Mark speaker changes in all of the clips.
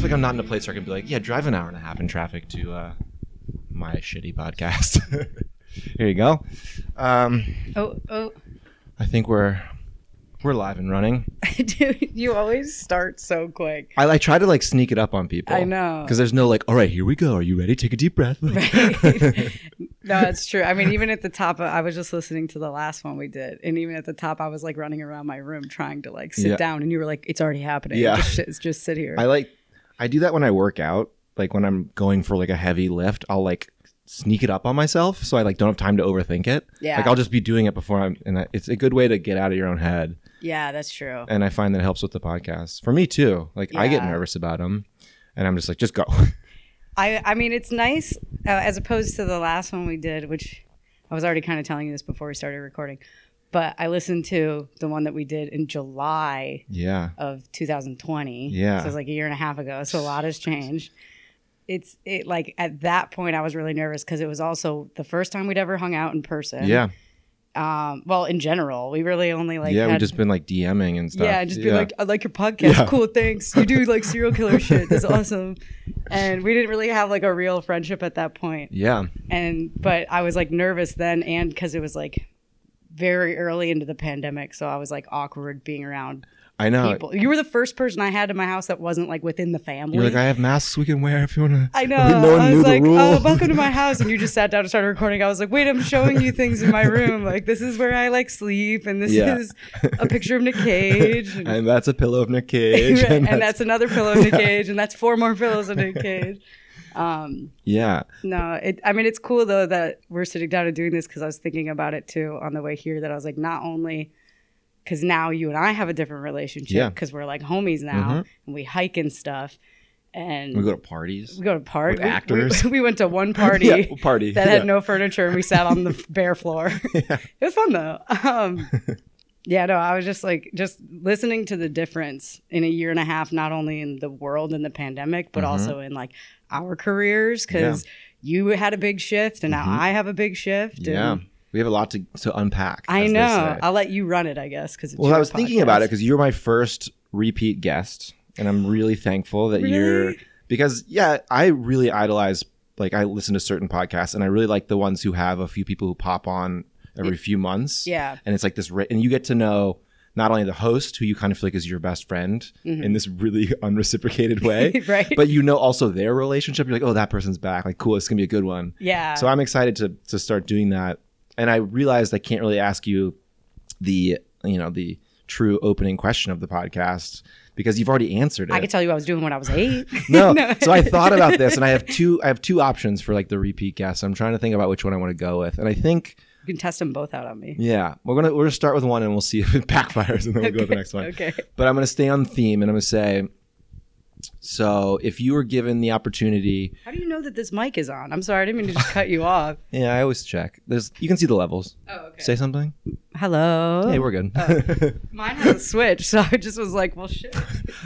Speaker 1: like I'm not in a place where I can be like, yeah, drive an hour and a half in traffic to uh, my shitty podcast. Here you go. Um,
Speaker 2: Oh, oh,
Speaker 1: I think we're we're live and running.
Speaker 2: dude, you always start so quick.
Speaker 1: I, I try to like sneak it up on people.
Speaker 2: I know.
Speaker 1: because there's no like, all right, here we go. Are you ready? Take a deep breath.
Speaker 2: Right. No, it's true. I mean, even at the top, uh, I was just listening to the last one we did, and even at the top, I was like running around my room trying to like sit
Speaker 1: Yeah.
Speaker 2: down, and you were like, "It's already happening.
Speaker 1: Yeah.
Speaker 2: Just, sit- just sit here."
Speaker 1: I like I do that when I work out. Like when I'm going for like a heavy lift, I'll like sneak it up on myself so I like don't have time to overthink it.
Speaker 2: Yeah.
Speaker 1: Like I'll just be doing it before I'm and I, it's a good way to get out of your own head
Speaker 2: yeah, that's true.
Speaker 1: and I find that helps with the podcast. For me too. Like I get
Speaker 2: Yeah.
Speaker 1: nervous about them and I'm just like just go.
Speaker 2: I, I mean, it's nice uh, as opposed to the last one we did, which I was already kind of telling you this before we started recording, but I listened to the one that we did in July
Speaker 1: yeah.
Speaker 2: of 2020.
Speaker 1: Yeah.
Speaker 2: So it's like a year and a half ago. So a lot has changed. It's it like at that point I was really nervous because it was also the first time we'd ever hung out in person.
Speaker 1: Yeah.
Speaker 2: Um, well, in general, we really only like
Speaker 1: yeah,
Speaker 2: had,
Speaker 1: we've just been like DMing and stuff.
Speaker 2: yeah, and just be like, I like your podcast.
Speaker 1: Yeah.
Speaker 2: Cool, thanks. You do like serial killer shit. That's awesome. And we didn't really have like a real friendship at that point.
Speaker 1: Yeah.
Speaker 2: And but I was like nervous then, and because it was like very early into the pandemic, so I was like awkward being around
Speaker 1: I know.
Speaker 2: people. You were the first person I had in my house that wasn't like within the family.
Speaker 1: You're like I have masks we can wear if you want to.
Speaker 2: I know.
Speaker 1: No one
Speaker 2: I
Speaker 1: knew
Speaker 2: was
Speaker 1: the
Speaker 2: like,
Speaker 1: rule.
Speaker 2: "Oh, welcome to my house," and you just sat down and started recording. I was like, "Wait, I'm showing you things in my room. Like, this is where I like sleep, and this
Speaker 1: Yeah.
Speaker 2: is a picture of Nick Cage, and,
Speaker 1: and that's a pillow of Nick Cage.
Speaker 2: and that's, another pillow of Nick Cage, and that's four more pillows of Nick Cage." Um,
Speaker 1: yeah.
Speaker 2: no, it, I mean, it's cool though that we're sitting down and doing this because I was thinking about it too on the way here. That I was like, not only because now you and I have a different
Speaker 1: Yeah. Mm-hmm.
Speaker 2: relationship because we're like homies now and we hike and stuff, and
Speaker 1: We go to parties.
Speaker 2: we go to parties.
Speaker 1: With actors.
Speaker 2: We, went to one party
Speaker 1: Yeah, party.
Speaker 2: that
Speaker 1: Yeah.
Speaker 2: had no furniture, and we sat on the bare floor. It was fun though. Um, yeah, no, I was just like just listening to the difference in a year and a half, not only in the world and the pandemic,
Speaker 1: Mm-hmm.
Speaker 2: but also in like our careers because you had a big shift and now I have a big shift. and
Speaker 1: Mm-hmm. Yeah. We have a lot to, to unpack.
Speaker 2: I
Speaker 1: as they
Speaker 2: know.
Speaker 1: say.
Speaker 2: I'll let you run it, I guess. Because
Speaker 1: Well, I was thinking about it because you're my first repeat guest, and I'm really thankful that you're
Speaker 2: Really?
Speaker 1: because yeah, I really idolize like I listen to certain podcasts, and I really like the ones who have a few people who pop on every few months.
Speaker 2: yeah.
Speaker 1: and it's like this, ra- and you get to know not only the host who you kind of feel like is your best friend
Speaker 2: Mm-hmm.
Speaker 1: in this really unreciprocated way,
Speaker 2: Right.
Speaker 1: But you know also their relationship. You're like, oh, that person's back. Like, cool, it's gonna be a good one.
Speaker 2: yeah.
Speaker 1: So I'm excited to to start doing that. And I realized I can't really ask you the you know the true opening question of the podcast because you've already answered it.
Speaker 2: I could tell you I was doing when I was eight.
Speaker 1: no. so I thought about this and I have two I have two options for like the repeat guest. I'm trying to think about which one I want to go with. And I think
Speaker 2: you can test them both out on me.
Speaker 1: yeah, we're gonna we're gonna start with one and we'll see if it backfires and then we'll go with the next one.
Speaker 2: Okay.
Speaker 1: But I'm gonna stay on theme and I'm gonna say so if you were given the opportunity
Speaker 2: How do you know that this mic is on? I'm sorry, I didn't mean to just cut you off.
Speaker 1: Yeah, I always check. There's you can see the levels.
Speaker 2: Oh, okay. Oh.
Speaker 1: Say something?
Speaker 2: Hello.
Speaker 1: Hey, we're good.
Speaker 2: Mine has a switch, so I just was like, well, shit.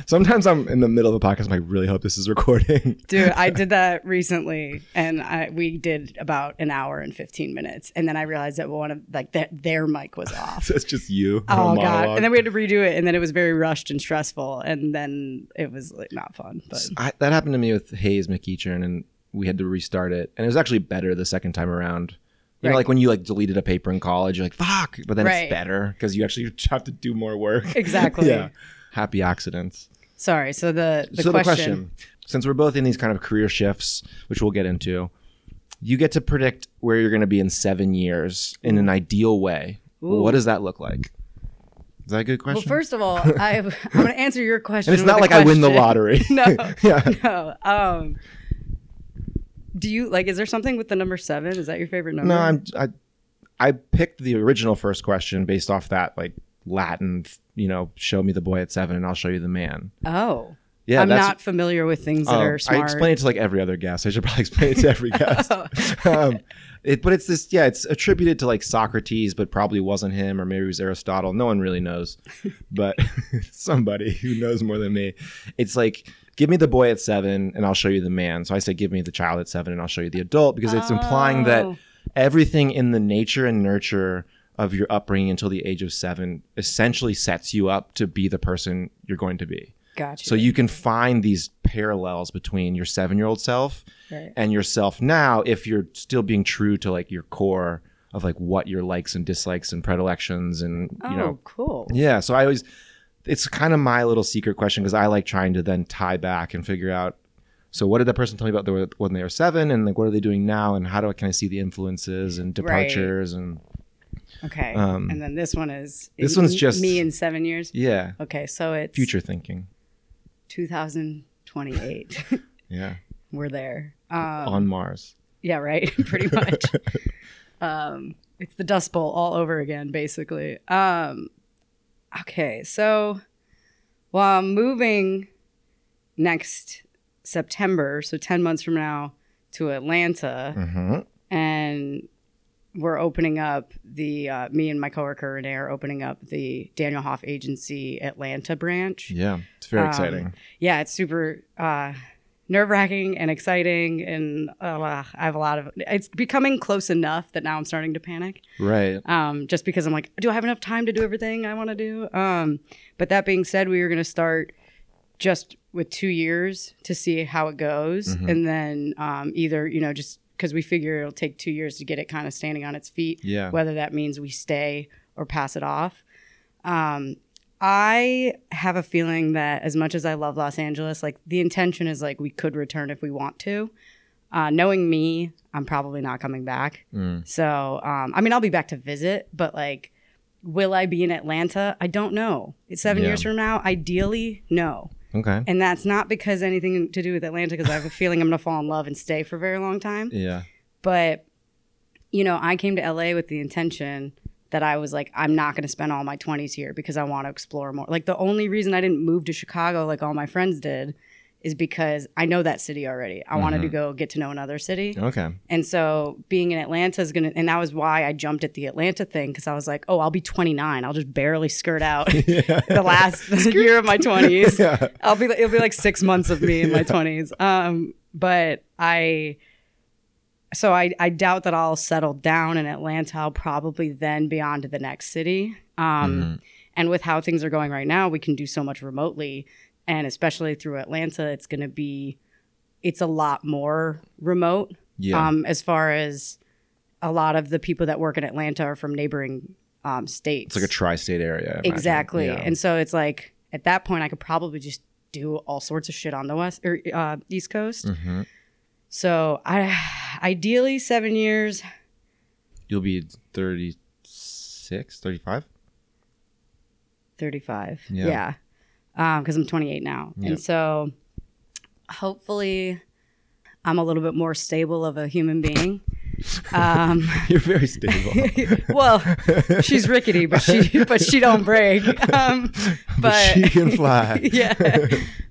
Speaker 1: Sometimes I'm in the middle of a podcast. I'm like, really hope this is recording.
Speaker 2: Dude, I did that recently, and I, we did about an hour and 15 minutes. And then I realized that one of, like, that their mic was off.
Speaker 1: so it's just you.
Speaker 2: Oh, God. And then we had to redo it, and then it was very rushed and stressful. And then it was, like, not fun. But
Speaker 1: I, that happened to me with Hayes McEachern, and we had to restart it. And it was actually better the second time around. You know,
Speaker 2: Right.
Speaker 1: like when you like deleted a paper in college, you're like, fuck. But then
Speaker 2: Right.
Speaker 1: it's better because you actually have to do more work.
Speaker 2: Exactly.
Speaker 1: yeah. Happy accidents.
Speaker 2: sorry. So the, the,
Speaker 1: so
Speaker 2: question,
Speaker 1: the question since we're both in these kind of career shifts which we'll get into you get to predict where you're going to be in seven years in an ideal way
Speaker 2: Ooh.
Speaker 1: what does that look like is that a good question
Speaker 2: Well, first of all, I, I'm going to answer your question.
Speaker 1: and it's
Speaker 2: with
Speaker 1: not
Speaker 2: a
Speaker 1: like i win the
Speaker 2: question.
Speaker 1: lottery
Speaker 2: No.
Speaker 1: yeah
Speaker 2: no. Um, do you like? Is there something with the number seven? Is that your favorite number?
Speaker 1: no i'm i i picked the original first question based off that like latin you know show me the boy at seven and i'll show you the man
Speaker 2: Oh,
Speaker 1: yeah
Speaker 2: I'm
Speaker 1: that's
Speaker 2: not familiar with things that
Speaker 1: Oh,
Speaker 2: are smart.
Speaker 1: I explain it to like every other guest. I should probably explain it to every guest.
Speaker 2: Oh.
Speaker 1: um, it, but it's this, yeah, it's attributed to like Socrates, but probably wasn't him, or maybe it was Aristotle. No one really knows, but somebody who knows more than me. It's like, give me the boy at seven and I'll show you the man. So I say, give me the child at seven and I'll show you the adult because it's implying that
Speaker 2: Oh.
Speaker 1: everything in the nature and nurture of your upbringing until the age of seven essentially sets you up to be the person you're going to be.
Speaker 2: Gotcha.
Speaker 1: So you can find these parallels between your seven year old self
Speaker 2: Right.
Speaker 1: and yourself now if you're still being true to like your core of like what your likes and dislikes and predilections and
Speaker 2: Oh,
Speaker 1: you know
Speaker 2: cool.
Speaker 1: yeah so i always it's kind of my little secret question because i like trying to then tie back and figure out so what did that person tell me about the, when they were seven and like what are they doing now and how do i can i see the influences and
Speaker 2: Right.
Speaker 1: departures and
Speaker 2: Okay.
Speaker 1: Um,
Speaker 2: and then this one is
Speaker 1: this
Speaker 2: in-
Speaker 1: one's just-
Speaker 2: me in seven years.
Speaker 1: yeah
Speaker 2: Okay, so it's
Speaker 1: future thinking
Speaker 2: 2028.
Speaker 1: yeah
Speaker 2: We're there. Um,
Speaker 1: on mars
Speaker 2: yeah, right. Pretty much. um, it's the Dust Bowl all over again, basically. Um, okay, so while I'm moving next September, so 10 months from now, to Atlanta,
Speaker 1: hmm
Speaker 2: and we're opening up the uh, me and my coworker Renee are opening up the Daniel Hoff Agency Atlanta branch.
Speaker 1: yeah it's very
Speaker 2: Um,
Speaker 1: exciting
Speaker 2: yeah, it's super uh, nerve wracking and exciting, and uh, I have a lot of. It's becoming close enough that now I'm starting to panic,
Speaker 1: right
Speaker 2: um, just because I'm like, do I have enough time to do everything I want to do? Um, but that being said, we are going to start just with two years to see how it goes,
Speaker 1: Mhm.
Speaker 2: and then um, either you know just because we figure it'll take two years to get it kind of standing on its feet,
Speaker 1: yeah
Speaker 2: whether that means we stay or pass it off. Um, I have a feeling that as much as I love Los Angeles, like the intention is like we could return if we want to. Uh, knowing me, I'm probably not coming back.
Speaker 1: Mm.
Speaker 2: So, um, I mean, I'll be back to visit, but like, will I be in Atlanta? I don't know. It's seven
Speaker 1: Yeah.
Speaker 2: years from now. Ideally, no.
Speaker 1: okay
Speaker 2: And that's not because anything to do with Atlanta, because I have a feeling I'm going to fall in love and stay for a very long time
Speaker 1: yeah
Speaker 2: but you know i came to la with the intention that i was like i'm not going to spend all my 20s here because i want to explore more like the only reason i didn't move to chicago like all my friends did is because i know that city already i wanted to
Speaker 1: Mhm.
Speaker 2: go get to know another city
Speaker 1: okay
Speaker 2: and so being in atlanta is going to and that was why i jumped at the atlanta thing because i was like oh i'll be 29 i'll just barely skirt out
Speaker 1: yeah
Speaker 2: the last year of my 20s
Speaker 1: yeah
Speaker 2: I'll be it'll be like six months of me in my twenties. Um, but I so I, I doubt that I'll settle down in Atlanta. I'll probably then be on to the next city. Um,
Speaker 1: Mhm.
Speaker 2: and with how things are going right now, we can do so much remotely. And especially through Atlanta, it's gonna be it's a lot more remote.
Speaker 1: yeah
Speaker 2: Um, as far as a lot of the people that work in Atlanta are from neighboring um states.
Speaker 1: it's like a tri-state area I imagine.
Speaker 2: Exactly.
Speaker 1: Yeah.
Speaker 2: And so it's like at that point I could probably just do all sorts of shit on the west or uh, east coast.
Speaker 1: Mhm.
Speaker 2: So I ideally 7 years.
Speaker 1: you'll be 36 35
Speaker 2: 35.
Speaker 1: Yeah.
Speaker 2: Yeah. Um, cuz I'm 28 now.
Speaker 1: Yeah.
Speaker 2: And so hopefully I'm a little bit more stable of a human being. Um,
Speaker 1: you're very stable
Speaker 2: well, she's rickety, but she but she don't break. Um,
Speaker 1: but, she can fly.
Speaker 2: yeah.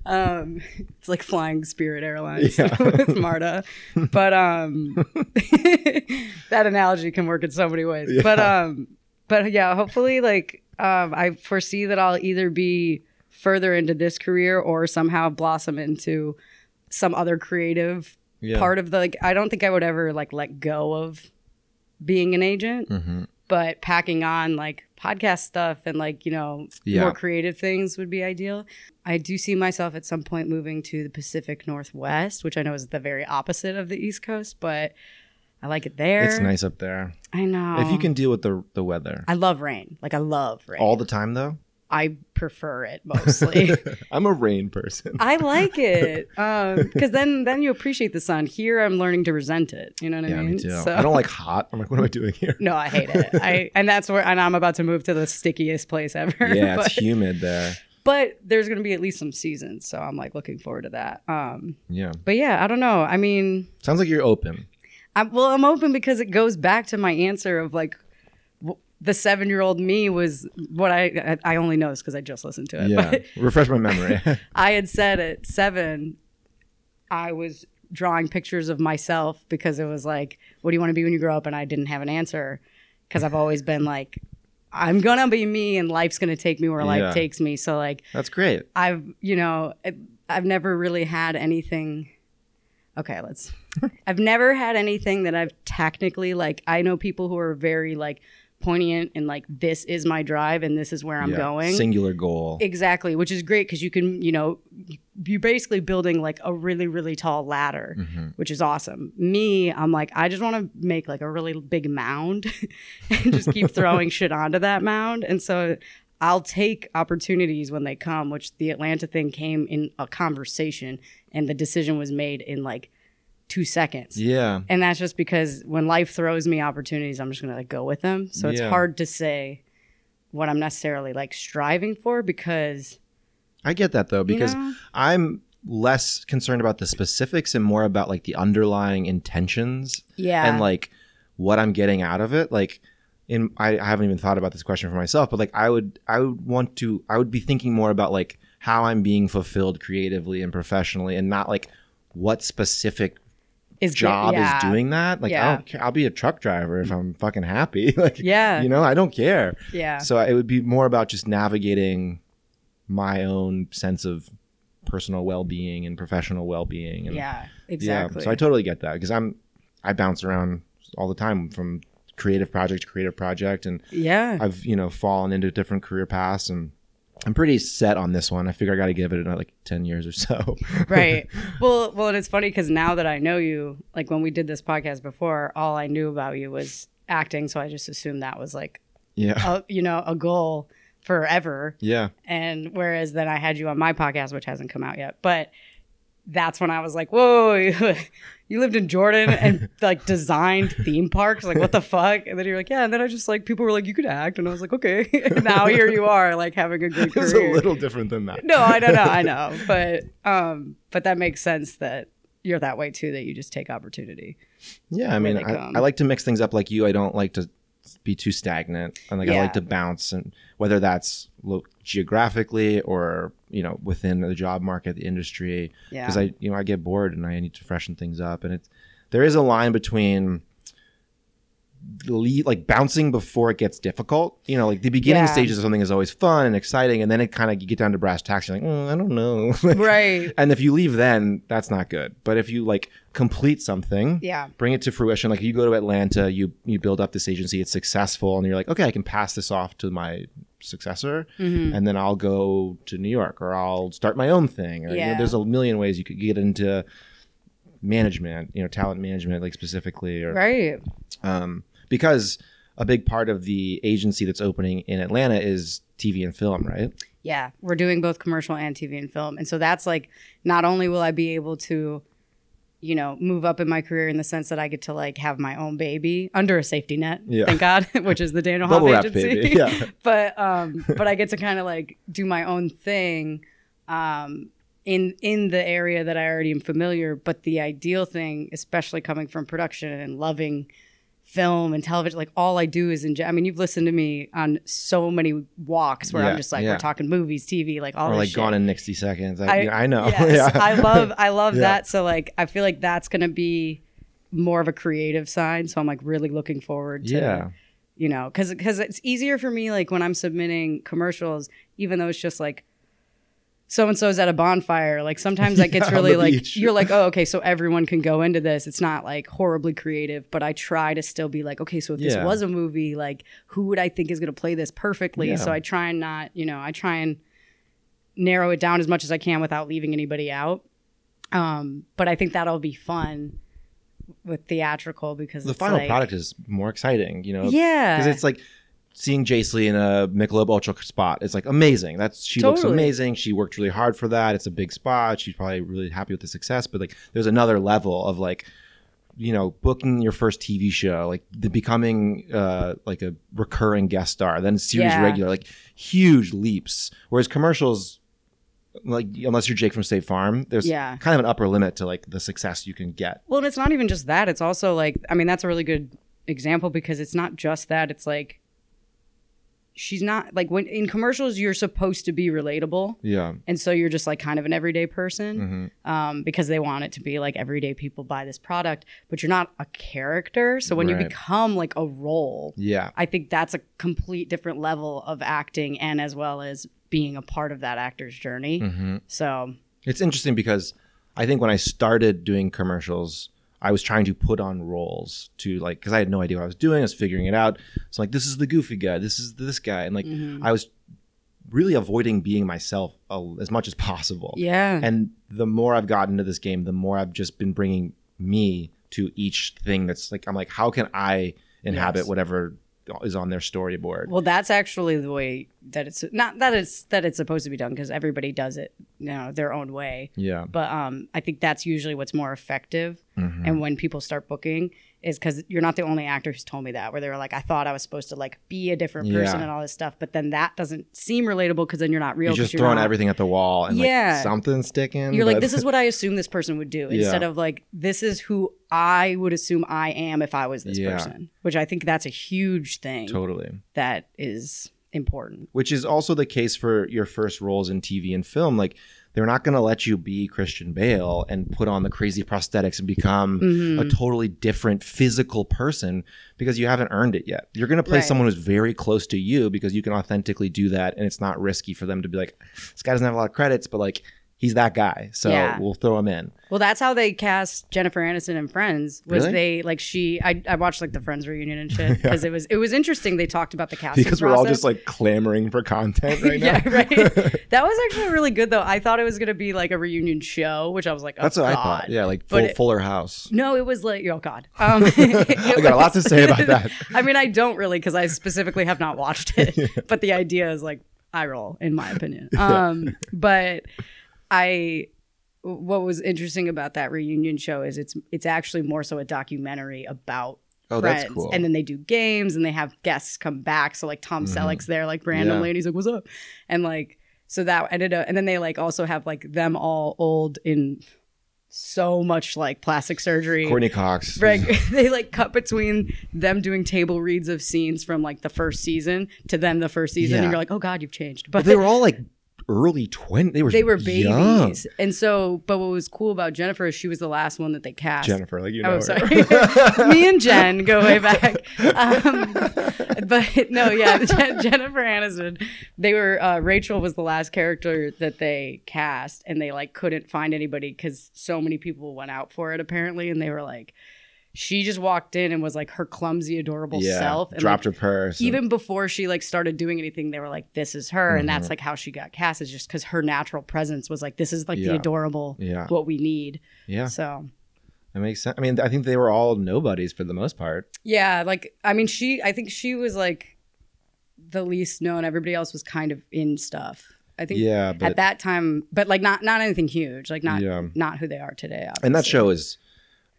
Speaker 2: Um, it's like flying Spirit Airlines
Speaker 1: Yeah.
Speaker 2: with MARTA. But um, that analogy can work in so many ways.
Speaker 1: Yeah.
Speaker 2: But um, but yeah, hopefully, like um, I foresee that I'll either be further into this career or somehow blossom into some other creative
Speaker 1: yeah.
Speaker 2: part of the. Like, I don't think I would ever like let go of being an agent
Speaker 1: hmm
Speaker 2: but packing on like podcast stuff and like you know
Speaker 1: Yeah.
Speaker 2: more creative things would be ideal i do see myself at some point moving to the pacific northwest which i know is the very opposite of the east coast but i like it there
Speaker 1: It's nice up there.
Speaker 2: i know
Speaker 1: If you can deal with the the weather
Speaker 2: i love rain like i love rain Eh.
Speaker 1: all the time, though,
Speaker 2: i prefer it mostly
Speaker 1: I'm a rain person.
Speaker 2: i like it because then then you appreciate the sun here i'm learning to resent it you know what
Speaker 1: yeah,
Speaker 2: i mean
Speaker 1: me too.
Speaker 2: So-
Speaker 1: I don't like hot. I'm like, what am I doing here?
Speaker 2: no, I hate it. I and that's where and I'm about to move to the stickiest place ever.
Speaker 1: Yeah,
Speaker 2: but-
Speaker 1: it's humid there.
Speaker 2: but there's going to be at least some seasons so i'm like looking forward to that um
Speaker 1: Yeah,
Speaker 2: but yeah i don't know i mean
Speaker 1: sounds like you're open.
Speaker 2: i well i'm open because it goes back to my answer of like w- the seven year old me was what i i I only know this because i just listened to it
Speaker 1: Yeah,
Speaker 2: but
Speaker 1: refresh my memory.
Speaker 2: i had said at seven i was drawing pictures of myself because it was like what do you want to be when you grow up and i didn't have an answer because i've always been like i'm gonna be me and life's gonna take me where life
Speaker 1: Yeah.
Speaker 2: takes me so like
Speaker 1: That's great.
Speaker 2: I've you know I- I've never really had anything. Okay, let's. I've never had anything that I've technically like. I know people who are very like poignant and like this is my drive and this is where I'm
Speaker 1: Yeah.
Speaker 2: going.
Speaker 1: Singular goal.
Speaker 2: Exactly, which is great because you can, you know, you're basically building like a really, really tall ladder,
Speaker 1: Mhm.
Speaker 2: which is awesome. Me, I'm like, I just want to make like a really big mound and just keep throwing shit onto that mound. And so I'll take opportunities when they come, which the Atlanta thing came in a conversation and the decision was made in like two seconds.
Speaker 1: Yeah.
Speaker 2: And that's just because when life throws me opportunities, I'm just gonna like go with them. So it's
Speaker 1: Yeah.
Speaker 2: hard to say what I'm necessarily like striving for because
Speaker 1: I get that though, because
Speaker 2: you know,
Speaker 1: I'm less concerned about the specifics and more about like the underlying intentions
Speaker 2: yeah,
Speaker 1: and like what I'm getting out of it. Like in I, I haven't even thought about this question for myself, but like I would I would want to I would be thinking more about like how I'm being fulfilled creatively and professionally and not like what specific
Speaker 2: is
Speaker 1: job
Speaker 2: yeah.
Speaker 1: is doing that. Like I
Speaker 2: Yeah.
Speaker 1: don't care. I'll be a truck driver if I'm fucking happy. like
Speaker 2: Yeah,
Speaker 1: you know, I don't care.
Speaker 2: yeah,
Speaker 1: So it would be more about just navigating my own sense of personal well-being and professional well-being and
Speaker 2: yeah, exactly.
Speaker 1: so I totally get that because I'm I bounce around all the time from creative project to creative project, and
Speaker 2: yeah,
Speaker 1: I've you know fallen into different career paths, and I'm pretty set on this one. I figure I got to give it another like ten years or so.
Speaker 2: right. Well, well, and it's funny because now that I know you, like when we did this podcast before, all I knew about you was acting, so I just assumed that was like
Speaker 1: yeah,
Speaker 2: a you know a goal forever.
Speaker 1: yeah,
Speaker 2: And whereas then I had you on my podcast, which hasn't come out yet, but that's when I was like, whoa, you, you lived in Jordan and like designed theme parks. Like, what the fuck? And then you're like, yeah. And then I just like, people were like, you could act. And I was like, okay. And now here you are, like having a good
Speaker 1: it was a
Speaker 2: career.
Speaker 1: little different than that.
Speaker 2: no, I don't know. I know. But, um, but that makes sense that you're that way too, that you just take opportunity.
Speaker 1: Yeah, I
Speaker 2: where
Speaker 1: mean,
Speaker 2: they
Speaker 1: I,
Speaker 2: come.
Speaker 1: I like to mix things up like you. I don't like to be too stagnant, and like I
Speaker 2: Yeah.
Speaker 1: like to bounce, and whether that's lo- geographically or you know within the job market, the industry.
Speaker 2: Yeah.
Speaker 1: because I you know I get bored and I need to freshen things up and it's there is a line between le- like bouncing before it gets difficult you know like the beginning
Speaker 2: Yeah.
Speaker 1: stages of something is always fun and exciting and then it kind of you get down to brass tacks you're like "Mm, I don't know Like,
Speaker 2: right.
Speaker 1: and if you leave then that's not good but if you like complete something
Speaker 2: Yeah.
Speaker 1: bring it to fruition like you go to Atlanta you you build up this agency it's successful and you're like okay I can pass this off to my successor
Speaker 2: Mhm.
Speaker 1: and then I'll go to New York or I'll start my own thing. Or, you know,
Speaker 2: Yeah.
Speaker 1: there's a million ways you could get into management, you know, talent management, like specifically, or
Speaker 2: Right.
Speaker 1: um, because a big part of the agency that's opening in Atlanta is TV and film, right?
Speaker 2: Yeah, we're doing both commercial and TV and film. And so that's like not only will I be able to you know, move up in my career in the sense that I get to like have my own baby under a safety net,
Speaker 1: Yeah.
Speaker 2: thank God, which is the Daniel Hoff
Speaker 1: Bubble wrap,
Speaker 2: agency.
Speaker 1: baby. Yeah.
Speaker 2: but um, but I get to kind of like do my own thing, um, in in the area that I already am familiar. But the ideal thing, especially coming from production and loving film and television, like all I do is enjoy. I mean, you've listened to me on so many walks where
Speaker 1: Yeah,
Speaker 2: I'm just like
Speaker 1: yeah.
Speaker 2: we're talking movies, TV, like all
Speaker 1: or
Speaker 2: this
Speaker 1: like
Speaker 2: Oh, shit.
Speaker 1: gone in 60 seconds. I,
Speaker 2: I-
Speaker 1: yeah, I know.
Speaker 2: Yes, I love I love
Speaker 1: Yeah.
Speaker 2: that. So like I feel like that's gonna be more of a creative side. So I'm like really looking forward to
Speaker 1: yeah.
Speaker 2: you know, because it's easier for me like when I'm submitting commercials, even though it's just like so and so's at a bonfire. Like sometimes that gets
Speaker 1: Yeah, on
Speaker 2: really
Speaker 1: the
Speaker 2: like
Speaker 1: beach.
Speaker 2: you're like, oh, okay, so everyone can go into this. It's not like horribly creative, but I try to still be like, okay, so if this
Speaker 1: Yeah.
Speaker 2: was a movie, like who would I think is gonna play this perfectly?
Speaker 1: Yeah.
Speaker 2: So I try and not, you know, I try and narrow it down as much as I can without leaving anybody out. Um, but I think that'll be fun with theatrical because
Speaker 1: The
Speaker 2: it's
Speaker 1: final
Speaker 2: like-
Speaker 1: product is more exciting, you know?
Speaker 2: yeah,
Speaker 1: Because it's like seeing Jace Lee in a Michelob Ultra spot. It's like amazing. That's she looks
Speaker 2: Totally.
Speaker 1: amazing. She worked really hard for that. It's a big spot. She's probably really happy with the success. But like, there's another level of like, you know, booking your first TV show, like the becoming uh, like a recurring guest star, then series
Speaker 2: Yeah.
Speaker 1: regular, like huge leaps. Whereas commercials. Like unless you're Jake from State Farm, there's
Speaker 2: Yeah.
Speaker 1: kind of an upper limit to like the success you can get.
Speaker 2: Well, and it's not even just that. It's also like, I mean, that's a really good example because it's not just that. It's like, she's not like when in commercials, you're supposed to be relatable.
Speaker 1: Yeah,
Speaker 2: And so you're just like kind of an everyday person
Speaker 1: hmm
Speaker 2: um, because they want it to be like everyday people buy this product, but you're not a character. So when
Speaker 1: Right.
Speaker 2: you become like a role,
Speaker 1: yeah,
Speaker 2: I think that's a complete different level of acting and as well as being a part of that actor's journey.
Speaker 1: hmm
Speaker 2: So,
Speaker 1: It's interesting because I think when I started doing commercials, I was trying to put on roles to like because I had no idea what I was doing. I was figuring it out. So like this is the goofy guy. This is this guy, and like
Speaker 2: Mhm.
Speaker 1: I was really avoiding being myself uh, as much as possible.
Speaker 2: Yeah.
Speaker 1: And the more I've gotten into this game, the more I've just been bringing me to each thing that's like I'm like, how can I inhabit
Speaker 2: Yes.
Speaker 1: whatever is on their storyboard?
Speaker 2: Well, that's actually the way that it's not that it's that it's supposed to be done because everybody does it, you know, their own way.
Speaker 1: yeah.
Speaker 2: But um, I think that's usually what's more effective.
Speaker 1: Mhm.
Speaker 2: And when people start booking, is because you're not the only actor who's told me that. Where they were like, I thought I was supposed to like be a different person
Speaker 1: Yeah.
Speaker 2: and all this stuff, but then that doesn't seem relatable because then you're not real.
Speaker 1: You're
Speaker 2: 'cause
Speaker 1: just
Speaker 2: you're
Speaker 1: throwing
Speaker 2: not-
Speaker 1: everything at the wall and
Speaker 2: Yeah.
Speaker 1: like something's sticking.
Speaker 2: You're like,
Speaker 1: but-
Speaker 2: this is what I assume this person would do
Speaker 1: Yeah.
Speaker 2: instead of like, this is who I would assume I am if I was this
Speaker 1: Yeah.
Speaker 2: person, which I think that's a huge thing
Speaker 1: totally.
Speaker 2: that is important.
Speaker 1: Which is also the case for your first roles in TV and film. Like they're not going to let you be Christian Bale and put on the crazy prosthetics and become a
Speaker 2: Mhm.
Speaker 1: totally different physical person because you haven't earned it yet. You're going to play
Speaker 2: Right.
Speaker 1: someone who's very close to you because you can authentically do that and it's not risky for them to be like, this guy doesn't have a lot of credits, but like he's that guy. So
Speaker 2: Yeah.
Speaker 1: we'll throw him in.
Speaker 2: Well, that's how they cast Jennifer Aniston in Friends. Was
Speaker 1: Really?
Speaker 2: they like she? I, I watched like the Friends reunion and shit because it was it was interesting. They talked about the casting
Speaker 1: Because we're all
Speaker 2: process.
Speaker 1: just like clamoring for content right now.
Speaker 2: yeah, right. That was actually really good though. I thought it was gonna be like a reunion show, which I was like, oh,
Speaker 1: That's what I
Speaker 2: God.
Speaker 1: thought. Yeah, like
Speaker 2: But
Speaker 1: full,
Speaker 2: it-
Speaker 1: Fuller House.
Speaker 2: No, it was like, oh God. Um,
Speaker 1: I got a lot to say about that.
Speaker 2: I mean, I don't really because I specifically have not watched it, but the idea is like I roll, in my opinion. Um, but I, what was interesting about that reunion show is it's it's actually more so a documentary about.
Speaker 1: Oh,
Speaker 2: friends.
Speaker 1: that's cool.
Speaker 2: And then they do games and they have guests come back. So like Tom
Speaker 1: Mhm.
Speaker 2: Selleck's there like
Speaker 1: Yeah.
Speaker 2: randomly and he's like, What's up? And like so that ended up and then they like also have like them all old in so much like plastic surgery.
Speaker 1: Courtney Cox.
Speaker 2: Right. they like cut between them doing table reads of scenes from like the first season to then the first season.
Speaker 1: Yeah.
Speaker 2: And you're like, oh God, you've changed.
Speaker 1: But they were all like early 20. They were
Speaker 2: they were babies.
Speaker 1: young.
Speaker 2: And so, but what was cool about Jennifer is she was the last one that they cast.
Speaker 1: Jennifer, like you know.
Speaker 2: Oh,
Speaker 1: her.
Speaker 2: sorry. Me and Jen go way back. Um, but no, yeah, Jen- Jennifer Aniston. They were uh, Rachel was the last character that they cast, and they like couldn't find anybody because so many people went out for it apparently, and they were like, she just walked in and was like her clumsy, adorable
Speaker 1: yeah.
Speaker 2: self, and
Speaker 1: dropped
Speaker 2: like,
Speaker 1: her purse. and-
Speaker 2: even before she like started doing anything, they were like, this is her, and
Speaker 1: Mm-hmm.
Speaker 2: that's like how she got cast is just because her natural presence was like, this is like
Speaker 1: Yeah.
Speaker 2: the adorable,
Speaker 1: yeah.
Speaker 2: what we need.
Speaker 1: Yeah.
Speaker 2: So.
Speaker 1: That makes sense. I mean, I think they were all nobodies for the most part.
Speaker 2: Yeah, like I mean, she. I think she was like the least known. Everybody else was kind of in stuff. I think
Speaker 1: Yeah, but
Speaker 2: at that time, but like not not anything huge. Like not
Speaker 1: Yeah.
Speaker 2: not who they are today.
Speaker 1: and that
Speaker 2: obviously.
Speaker 1: show is,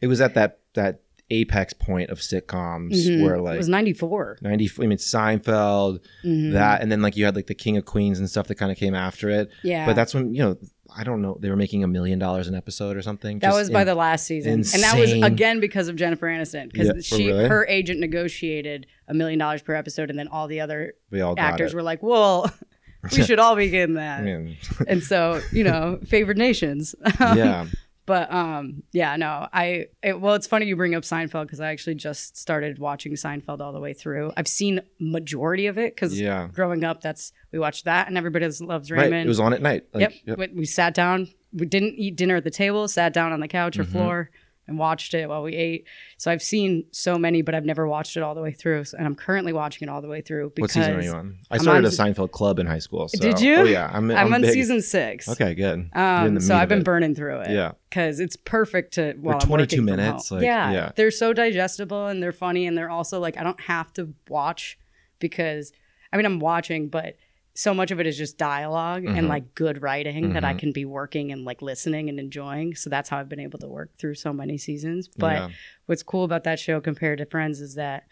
Speaker 1: it was at that that apex point of sitcoms
Speaker 2: Mhm.
Speaker 1: where
Speaker 2: it
Speaker 1: like
Speaker 2: was Mm-hmm. ninety four.
Speaker 1: ninety. I mean, Seinfeld, that, and then like you had like the King of Queens and stuff that kind of came after it.
Speaker 2: yeah,
Speaker 1: But that's when you know I don't know they were making a million dollars an episode or something.
Speaker 2: that
Speaker 1: just
Speaker 2: was by
Speaker 1: in-
Speaker 2: the last season, and that was
Speaker 1: insane.
Speaker 2: again because of Jennifer Aniston because
Speaker 1: Yeah,
Speaker 2: she
Speaker 1: really?
Speaker 2: her agent negotiated a million dollars per episode, and then all the other
Speaker 1: we all Oh, got
Speaker 2: actors
Speaker 1: it.
Speaker 2: were like, "Well, we should all be getting that."
Speaker 1: I mean,
Speaker 2: And so you know, favored nations.
Speaker 1: yeah,
Speaker 2: But um, yeah, no, I it, well, it's funny you bring up Seinfeld because I actually just started watching Seinfeld all the way through. I've seen majority of it because
Speaker 1: yeah,
Speaker 2: growing up, that's we watched that, and everybody loves
Speaker 1: right.
Speaker 2: Raymond.
Speaker 1: It was on at night. Like,
Speaker 2: yep, We, we sat down. We didn't eat dinner at the table. Sat down on the couch or
Speaker 1: Mhm.
Speaker 2: floor and watched it while we ate. So I've seen so many, but I've never watched it all the way through. So, and I'm currently watching it all the way through
Speaker 1: What
Speaker 2: because
Speaker 1: season are you on? I
Speaker 2: I'm
Speaker 1: started
Speaker 2: on
Speaker 1: a
Speaker 2: se-
Speaker 1: Seinfeld club in high school. So.
Speaker 2: Did you?
Speaker 1: Oh yeah, I'm,
Speaker 2: I'm, on
Speaker 1: big.
Speaker 2: season six.
Speaker 1: Okay, good. You're in
Speaker 2: Um,
Speaker 1: the
Speaker 2: so
Speaker 1: meat
Speaker 2: I've
Speaker 1: of
Speaker 2: been
Speaker 1: it.
Speaker 2: burning through it.
Speaker 1: Yeah.
Speaker 2: because it's perfect to while I'm
Speaker 1: 22
Speaker 2: working from
Speaker 1: minutes,
Speaker 2: home.
Speaker 1: like,
Speaker 2: yeah,
Speaker 1: yeah.
Speaker 2: they're so digestible and they're funny and they're also like I don't have to watch because I mean I'm watching, but so much of it is just dialog
Speaker 1: Mhm.
Speaker 2: and like good writing that I
Speaker 1: Mhm.
Speaker 2: can be working and like listening and enjoying. So that's how I've been able to work through so many seasons. But
Speaker 1: Yeah.
Speaker 2: what's cool about that show compared to Friends is that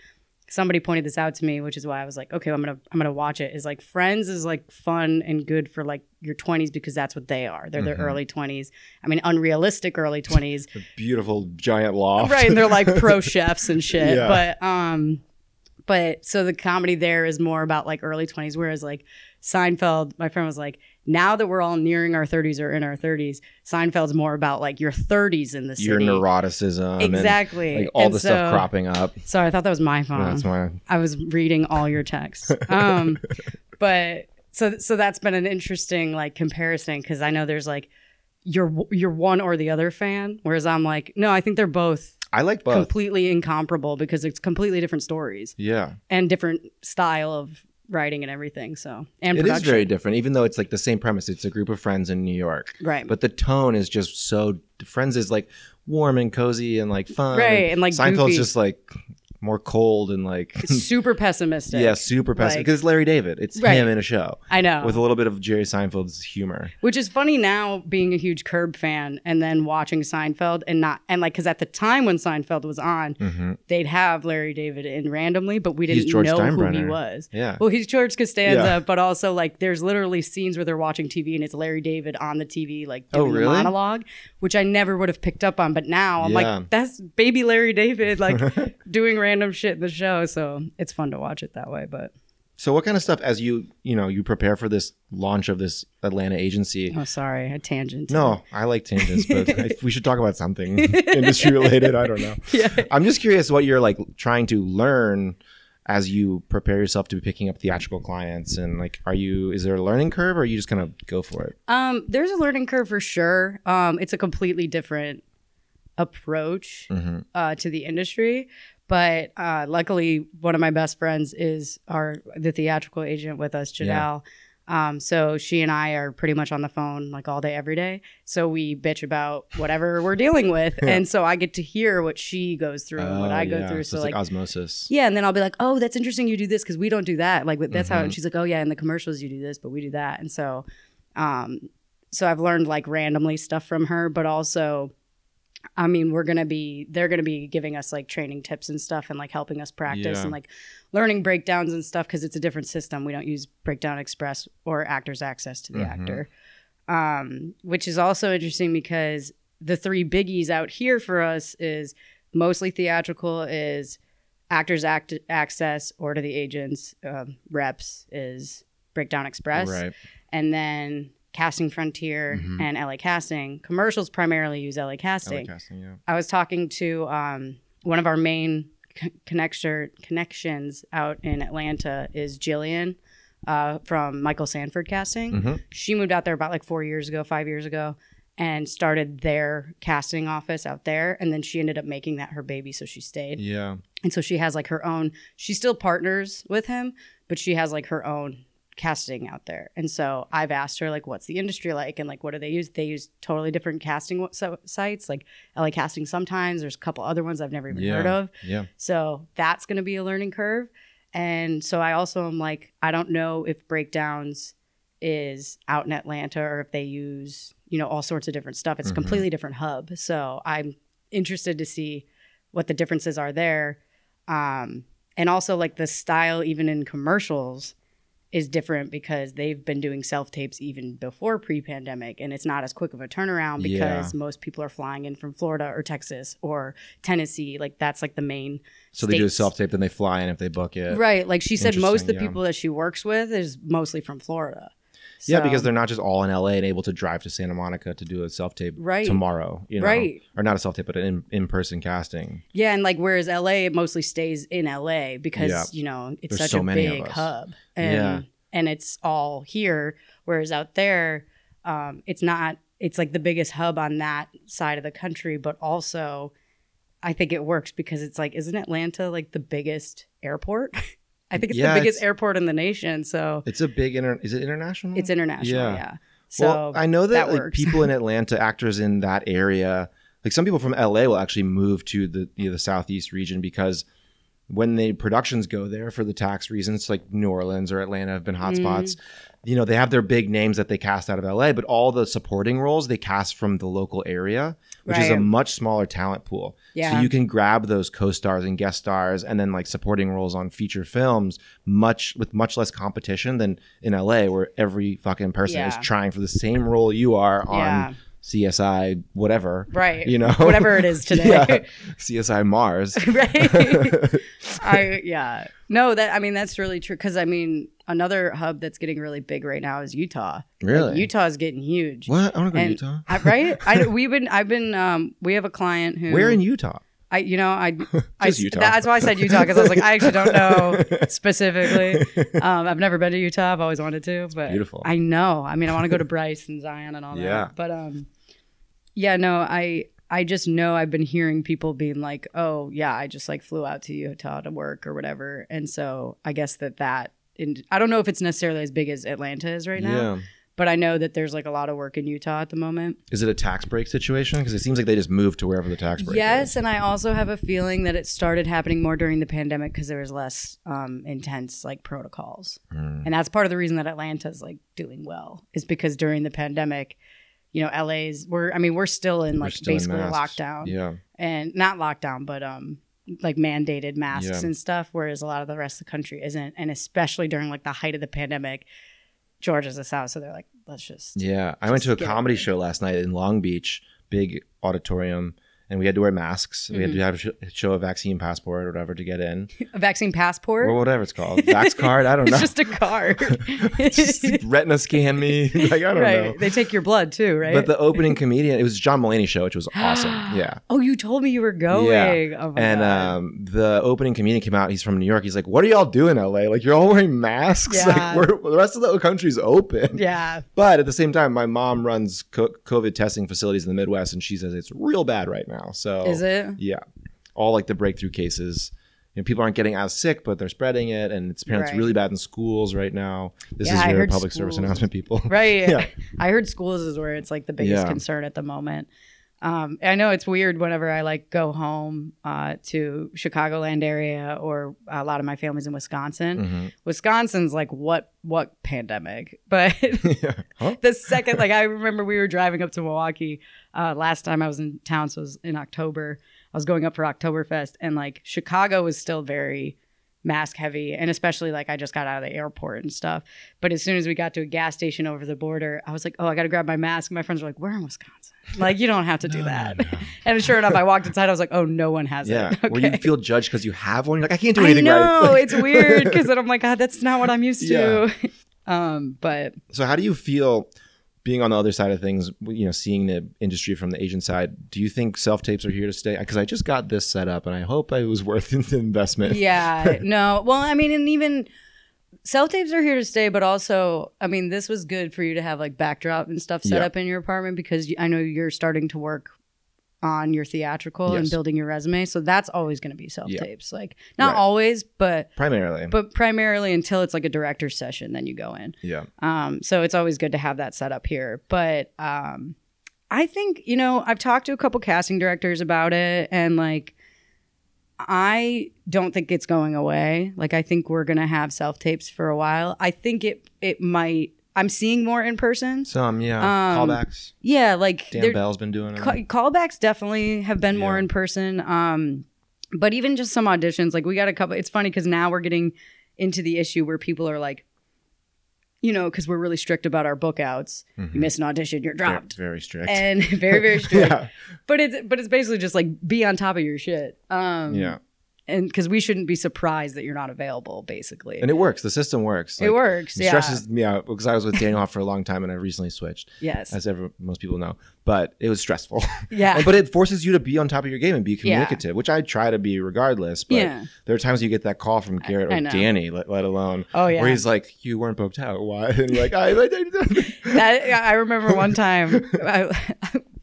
Speaker 2: somebody pointed this out to me, which is why I was like, okay, I'm gonna I'm gonna watch it. Is like Friends is like fun and good for like your 20s because that's what they are. They're their
Speaker 1: Mhm.
Speaker 2: early 20s. I mean, unrealistic early 20s,
Speaker 1: A beautiful giant loft.
Speaker 2: right? And they're like pro chefs and shit.
Speaker 1: Oh. Yeah.
Speaker 2: But um, but so the comedy there is more about like early 20s, whereas like Seinfeld, my friend was like. Now that we're all nearing our 30s or in our 30s, Seinfeld's more about like your 30s in the city.
Speaker 1: your neuroticism.
Speaker 2: exactly.
Speaker 1: And, like all
Speaker 2: And
Speaker 1: the stuff
Speaker 2: so-
Speaker 1: cropping up.
Speaker 2: Sorry, I thought that was my phone.
Speaker 1: That's why.
Speaker 2: I was reading all your texts. Um, but so so that's been an interesting like comparison because I know there's like you're you're one or the other fan, whereas I'm like no, I think they're both
Speaker 1: I like both.
Speaker 2: completely incomparable because it's completely different stories
Speaker 1: yeah,
Speaker 2: and different style of writing and everything. So and
Speaker 1: it is
Speaker 2: production,
Speaker 1: very different. Even though it's like the same premise, it's a group of friends in New York,
Speaker 2: right,
Speaker 1: but the tone is just so. Friends is like warm and cozy and like fun.
Speaker 2: right, and like
Speaker 1: um, Seinfeld's
Speaker 2: goofy.
Speaker 1: just like more cold and like
Speaker 2: It's super pessimistic.
Speaker 1: yeah, super pessimistic.
Speaker 2: Like-
Speaker 1: Because Larry David, it's
Speaker 2: Right. Oh.
Speaker 1: him in a show
Speaker 2: I know.
Speaker 1: with a little bit of Jerry Seinfeld's humor.
Speaker 2: Which is funny now, being a huge Curb fan and then watching Seinfeld and not and like because at the time when Seinfeld was on,
Speaker 1: hmm
Speaker 2: they'd have Larry David in randomly, but we didn't
Speaker 1: George
Speaker 2: know who he
Speaker 1: Steinbrenner.
Speaker 2: was.
Speaker 1: Yeah,
Speaker 2: Well, he's George Costanza,
Speaker 1: Yeah.
Speaker 2: but also like there's literally scenes where they're watching TV and it's Larry David on the TV, like
Speaker 1: Oh,
Speaker 2: doing
Speaker 1: really?
Speaker 2: the monologue, which I never would have picked up on. But now I'm
Speaker 1: Yeah.
Speaker 2: like, that's baby Larry David, like doing random shit in the show. So it's fun to watch it that way. But
Speaker 1: So what kind of stuff as you you know you prepare for this launch of this Atlanta agency?
Speaker 2: oh, sorry, a tangent.
Speaker 1: No, I like tangents, but I, we should talk about something industry related. I don't know.
Speaker 2: yeah.
Speaker 1: I'm just curious what you're like trying to learn as you prepare yourself to be picking up theatrical clients and like are you is there a learning curve or are you just gonna go for it?
Speaker 2: Um, there's a learning curve for sure. Um, it's a completely different approach.
Speaker 1: Mm-hmm.
Speaker 2: uh, to the industry. But uh, luckily, one of my best friends is our the theatrical agent with us,
Speaker 1: Yeah.
Speaker 2: Janelle. Um, so she and I are pretty much on the phone like all day, every day. So we bitch about whatever we're dealing with,
Speaker 1: Yeah. Oh,
Speaker 2: and so I get to hear what she goes through and what I go through.
Speaker 1: So,
Speaker 2: So,
Speaker 1: it's like,
Speaker 2: like.
Speaker 1: osmosis.
Speaker 2: yeah, and then I'll be like, "Oh, that's interesting. You do this because we don't do that. Like that's how."
Speaker 1: Mhm.
Speaker 2: And she's like, "Oh yeah, in the commercials you do this, but we do that." And so, um, so I've learned like randomly stuff from her, but also I mean, we're gonna be they're gonna be giving us like training tips and stuff and like helping us practice
Speaker 1: Yeah.
Speaker 2: and like learning breakdowns and stuff because it's a different system. We don't use breakdown express or actors access to the
Speaker 1: Mhm.
Speaker 2: actor. Um, which is also interesting because the three biggies out here for us is mostly theatrical is actors act access or to the agents um, reps is breakdown express
Speaker 1: Right.
Speaker 2: and then casting frontier
Speaker 1: Mhm.
Speaker 2: and la casting commercials primarily use la
Speaker 1: I
Speaker 2: casting
Speaker 1: like casting, yeah.
Speaker 2: I was talking to um, one of our main c- connector connections out in Atlanta is Jillian uh, from Michael Sanford Casting.
Speaker 1: Mhm.
Speaker 2: She moved out there about like four years ago, five years ago, and started their casting office out there. And then she ended up making that her baby, so she stayed.
Speaker 1: Yeah.
Speaker 2: And so she has like her own. She still partners with him, but she has like her own casting out there. And so I've asked her like, what's the industry like, and like, what do they use? They use totally different casting w- so- sites, like LA Casting. Sometimes there's a couple other ones I've never even
Speaker 1: Yeah.
Speaker 2: heard of.
Speaker 1: Yeah.
Speaker 2: So that's going to be a learning curve. And so I also am like, I don't know if breakdowns is out in Atlanta or if they use, you know, all sorts of different stuff. It's
Speaker 1: Mhm.
Speaker 2: a completely different hub. So I'm interested to see what the differences are there. Um, and also like the style, even in commercials, is different because they've been doing self tapes even before pre pandemic. And it's not as quick of a turnaround because most people are flying in from Florida or Texas or Tennessee. Like that's like the main
Speaker 1: So they do a
Speaker 2: States.
Speaker 1: self tape, then they fly in if they book it.
Speaker 2: Right. Like she said, most of the
Speaker 1: Interesting, yeah.
Speaker 2: people that she works with is mostly from Florida.
Speaker 1: Yeah,
Speaker 2: So-
Speaker 1: because they're not just all in LA and able to drive to Santa Monica to do a self tape
Speaker 2: Right.
Speaker 1: tomorrow. You know?
Speaker 2: right.
Speaker 1: Or not a self tape, but an in person casting.
Speaker 2: Yeah, and like whereas LA it mostly stays in LA because
Speaker 1: Yeah.
Speaker 2: you know it's
Speaker 1: There's
Speaker 2: such
Speaker 1: so
Speaker 2: a
Speaker 1: many of
Speaker 2: big
Speaker 1: us.
Speaker 2: hub and
Speaker 1: Yeah.
Speaker 2: and it's all here. Whereas out there, um, it's not. It's like the biggest hub on that side of the country, but also, I think it works because it's like isn't Atlanta like the biggest airport? I think it's
Speaker 1: Yeah,
Speaker 2: the biggest
Speaker 1: it's-
Speaker 2: airport in the nation, so
Speaker 1: It's a big inter. Is it international?
Speaker 2: it's international.
Speaker 1: Yeah.
Speaker 2: Yeah. So
Speaker 1: well, I know that,
Speaker 2: that
Speaker 1: like
Speaker 2: works.
Speaker 1: people in Atlanta, actors in that area, like some people from LA will actually move to the you know, the southeast region because when the productions go there for the tax reasons, like New Orleans or Atlanta have been
Speaker 2: Mm.
Speaker 1: hotspots. You know, they have their big names that they cast out of LA, but all the supporting roles they cast from the local area, which is a
Speaker 2: Right.
Speaker 1: much smaller talent pool.
Speaker 2: yeah,
Speaker 1: So you can grab those co-stars and guest stars and then like supporting roles on feature films much with much less competition than in LA where every fucking person is
Speaker 2: Yeah.
Speaker 1: trying for the same role you are on
Speaker 2: yeah,
Speaker 1: CSI whatever,
Speaker 2: right.
Speaker 1: you know.
Speaker 2: whatever it is today.
Speaker 1: Yeah. CSI Mars.
Speaker 2: right. I yeah. No, that I mean that's really true cuz I mean another hub that's getting really big right now is Utah. Like,
Speaker 1: really?
Speaker 2: Utah's getting huge.
Speaker 1: what? I want to go to
Speaker 2: And-
Speaker 1: Utah.
Speaker 2: I, right? I we've been I've been um we have a client who
Speaker 1: Where in Utah?
Speaker 2: I you know I I
Speaker 1: Just Utah.
Speaker 2: that's why I said Utah cuz I was like I actually don't know specifically. Um I've never been to Utah. I've always wanted to, but
Speaker 1: Beautiful.
Speaker 2: I know. I mean, I want to go to Bryce and Zion and all that.
Speaker 1: Yeah.
Speaker 2: But um, yeah, no, I I just know I've been hearing people being like, "Oh, yeah, I just like flew out to Utah to work or whatever," and so I guess that that and I don't know if it's necessarily as big as Atlanta is right now,
Speaker 1: Yeah.
Speaker 2: but I know that there's like a lot of work in Utah at the moment.
Speaker 1: Is it a tax break situation? Because it seems like they just moved to wherever the tax break.
Speaker 2: Yes, and I also have a feeling that it started happening more during the pandemic because there was less um, intense like protocols,
Speaker 1: is. Mm.
Speaker 2: and that's part of the reason that Atlanta's like doing well is because during the pandemic, you know, LA's we're I mean we're still in
Speaker 1: We're
Speaker 2: like
Speaker 1: still in
Speaker 2: basically a
Speaker 1: masks.
Speaker 2: lockdown
Speaker 1: Yeah.
Speaker 2: and not lockdown, but um like mandated masks
Speaker 1: Yeah.
Speaker 2: and stuff, whereas a lot of the rest of the country isn't, and especially during like the height of the pandemic, Georgia's a south, so they're like, let's just
Speaker 1: Yeah. I went to a
Speaker 2: Just get
Speaker 1: comedy
Speaker 2: over it.
Speaker 1: show last night in Long Beach, big auditorium, and we had to wear masks. We
Speaker 2: Mm-hmm.
Speaker 1: had to have sh- show a vaccine passport or whatever to get in,
Speaker 2: a vaccine passport.
Speaker 1: or whatever it's called, vax card. I don't
Speaker 2: it's
Speaker 1: know.
Speaker 2: just a card.
Speaker 1: Just retina scan me. like I don't
Speaker 2: right.
Speaker 1: know.
Speaker 2: They take your blood too, right?
Speaker 1: But the opening comedian, it was John Mulaney show, which was awesome. Yeah.
Speaker 2: Oh, you told me you were going. Oh my
Speaker 1: And
Speaker 2: God.
Speaker 1: um, the opening comedian came out. He's from New York. He's like, "What are y'all doing, in LA? Like, you're all wearing masks.
Speaker 2: Yeah.
Speaker 1: Like, we're, the rest of the country's open."
Speaker 2: yeah.
Speaker 1: But at the same time, my mom runs co- COVID testing facilities in the Midwest, and she says it's real bad right now. So
Speaker 2: Is it?
Speaker 1: Yeah, all like the breakthrough cases. You know, people aren't getting as sick, but they're spreading it, and it's apparently
Speaker 2: Right.
Speaker 1: really bad in schools right now. This
Speaker 2: Yeah,
Speaker 1: is
Speaker 2: I
Speaker 1: your
Speaker 2: heard
Speaker 1: public service
Speaker 2: schools.
Speaker 1: announcement, people.
Speaker 2: Right.
Speaker 1: Yeah.
Speaker 2: I heard schools is where it's like the biggest
Speaker 1: Yeah.
Speaker 2: concern at the moment. Um, I know it's weird whenever I like go home uh, to Chicagoland area or a lot of my family's in Wisconsin.
Speaker 1: Mhm.
Speaker 2: Wisconsin's like what what pandemic? But
Speaker 1: yeah. Huh?
Speaker 2: the second like i remember we were driving up to milwaukee uh, last time i was in town so it was in october i was going up for oktoberfest and like chicago was still very mask heavy and especially like i just got out of the airport and stuff but as soon as we got to a gas station over the border i was like oh i gotta grab my mask my friends were like we're in wisconsin like you don't have to do
Speaker 1: No, no,
Speaker 2: that
Speaker 1: no.
Speaker 2: and sure enough i walked inside i was like oh no one has
Speaker 1: Yeah,
Speaker 2: it okay.
Speaker 1: where you feel judged because you have one. You're like, I can't do
Speaker 2: i
Speaker 1: anything
Speaker 2: know
Speaker 1: right. Like-
Speaker 2: it's weird because then i'm like god that's not what i'm used to um but
Speaker 1: So how do you feel being on the other side of things, you know, seeing the industry from the Asian side? Do you think self tapes are here to stay? Because I just got this set up and I hope it was worth the investment.
Speaker 2: yeah no well i mean and even self tapes are here to stay but also i mean this was good for you to have like backdrop and stuff set
Speaker 1: Yeah.
Speaker 2: up in your apartment because you- i know you're starting to work on your theatrical and
Speaker 1: Yes.
Speaker 2: building your resume so that's always going to be self tapes like not
Speaker 1: Right.
Speaker 2: always but
Speaker 1: Primarily.
Speaker 2: but primarily until it's like a director's session then you go in
Speaker 1: yeah.
Speaker 2: um, so it's always good to have that set up here. But um, I think, you know, I've talked to a couple casting directors about it and like, I don't think it's going away. Like, I think we're going to have self tapes for a while. I think it, it might, I'm seeing more in person.
Speaker 1: Some, yeah.
Speaker 2: Um,
Speaker 1: Callbacks.
Speaker 2: Yeah. Like,
Speaker 1: Dan
Speaker 2: they're-
Speaker 1: Bell's been doing them.
Speaker 2: ca- callbacks definitely have been more
Speaker 1: Mm-hmm. Yeah.
Speaker 2: in person um but even just some auditions like we got a couple it's funny because now we're getting into the issue where people are like you know because we're really strict about our bookouts
Speaker 1: Mhm.
Speaker 2: you miss an audition you're
Speaker 1: Very-
Speaker 2: dropped
Speaker 1: Very strict.
Speaker 2: and very very strict
Speaker 1: yeah.
Speaker 2: but it's but it's basically just like be on top of your shit um
Speaker 1: yeah.
Speaker 2: and because we shouldn't be surprised that you're not available basically
Speaker 1: And it works. The system works.
Speaker 2: it
Speaker 1: Like,
Speaker 2: works
Speaker 1: It
Speaker 2: yeah
Speaker 1: stresses me out because I was with Daniel Hoff for a long time and I recently switched,
Speaker 2: yes
Speaker 1: as ever most people know. But it was stressful.
Speaker 2: yeah
Speaker 1: And- but it forces you to be on top of your game and be
Speaker 2: Yeah.
Speaker 1: communicative, which I try to be regardless. But
Speaker 2: yeah
Speaker 1: There are times you get that call from Garrett
Speaker 2: I
Speaker 1: or
Speaker 2: know.
Speaker 1: Danny, let, let alone
Speaker 2: oh yeah
Speaker 1: where he's like, "You weren't booked out. Why?" And you're like, "I, I, I
Speaker 2: that I remember one time. I,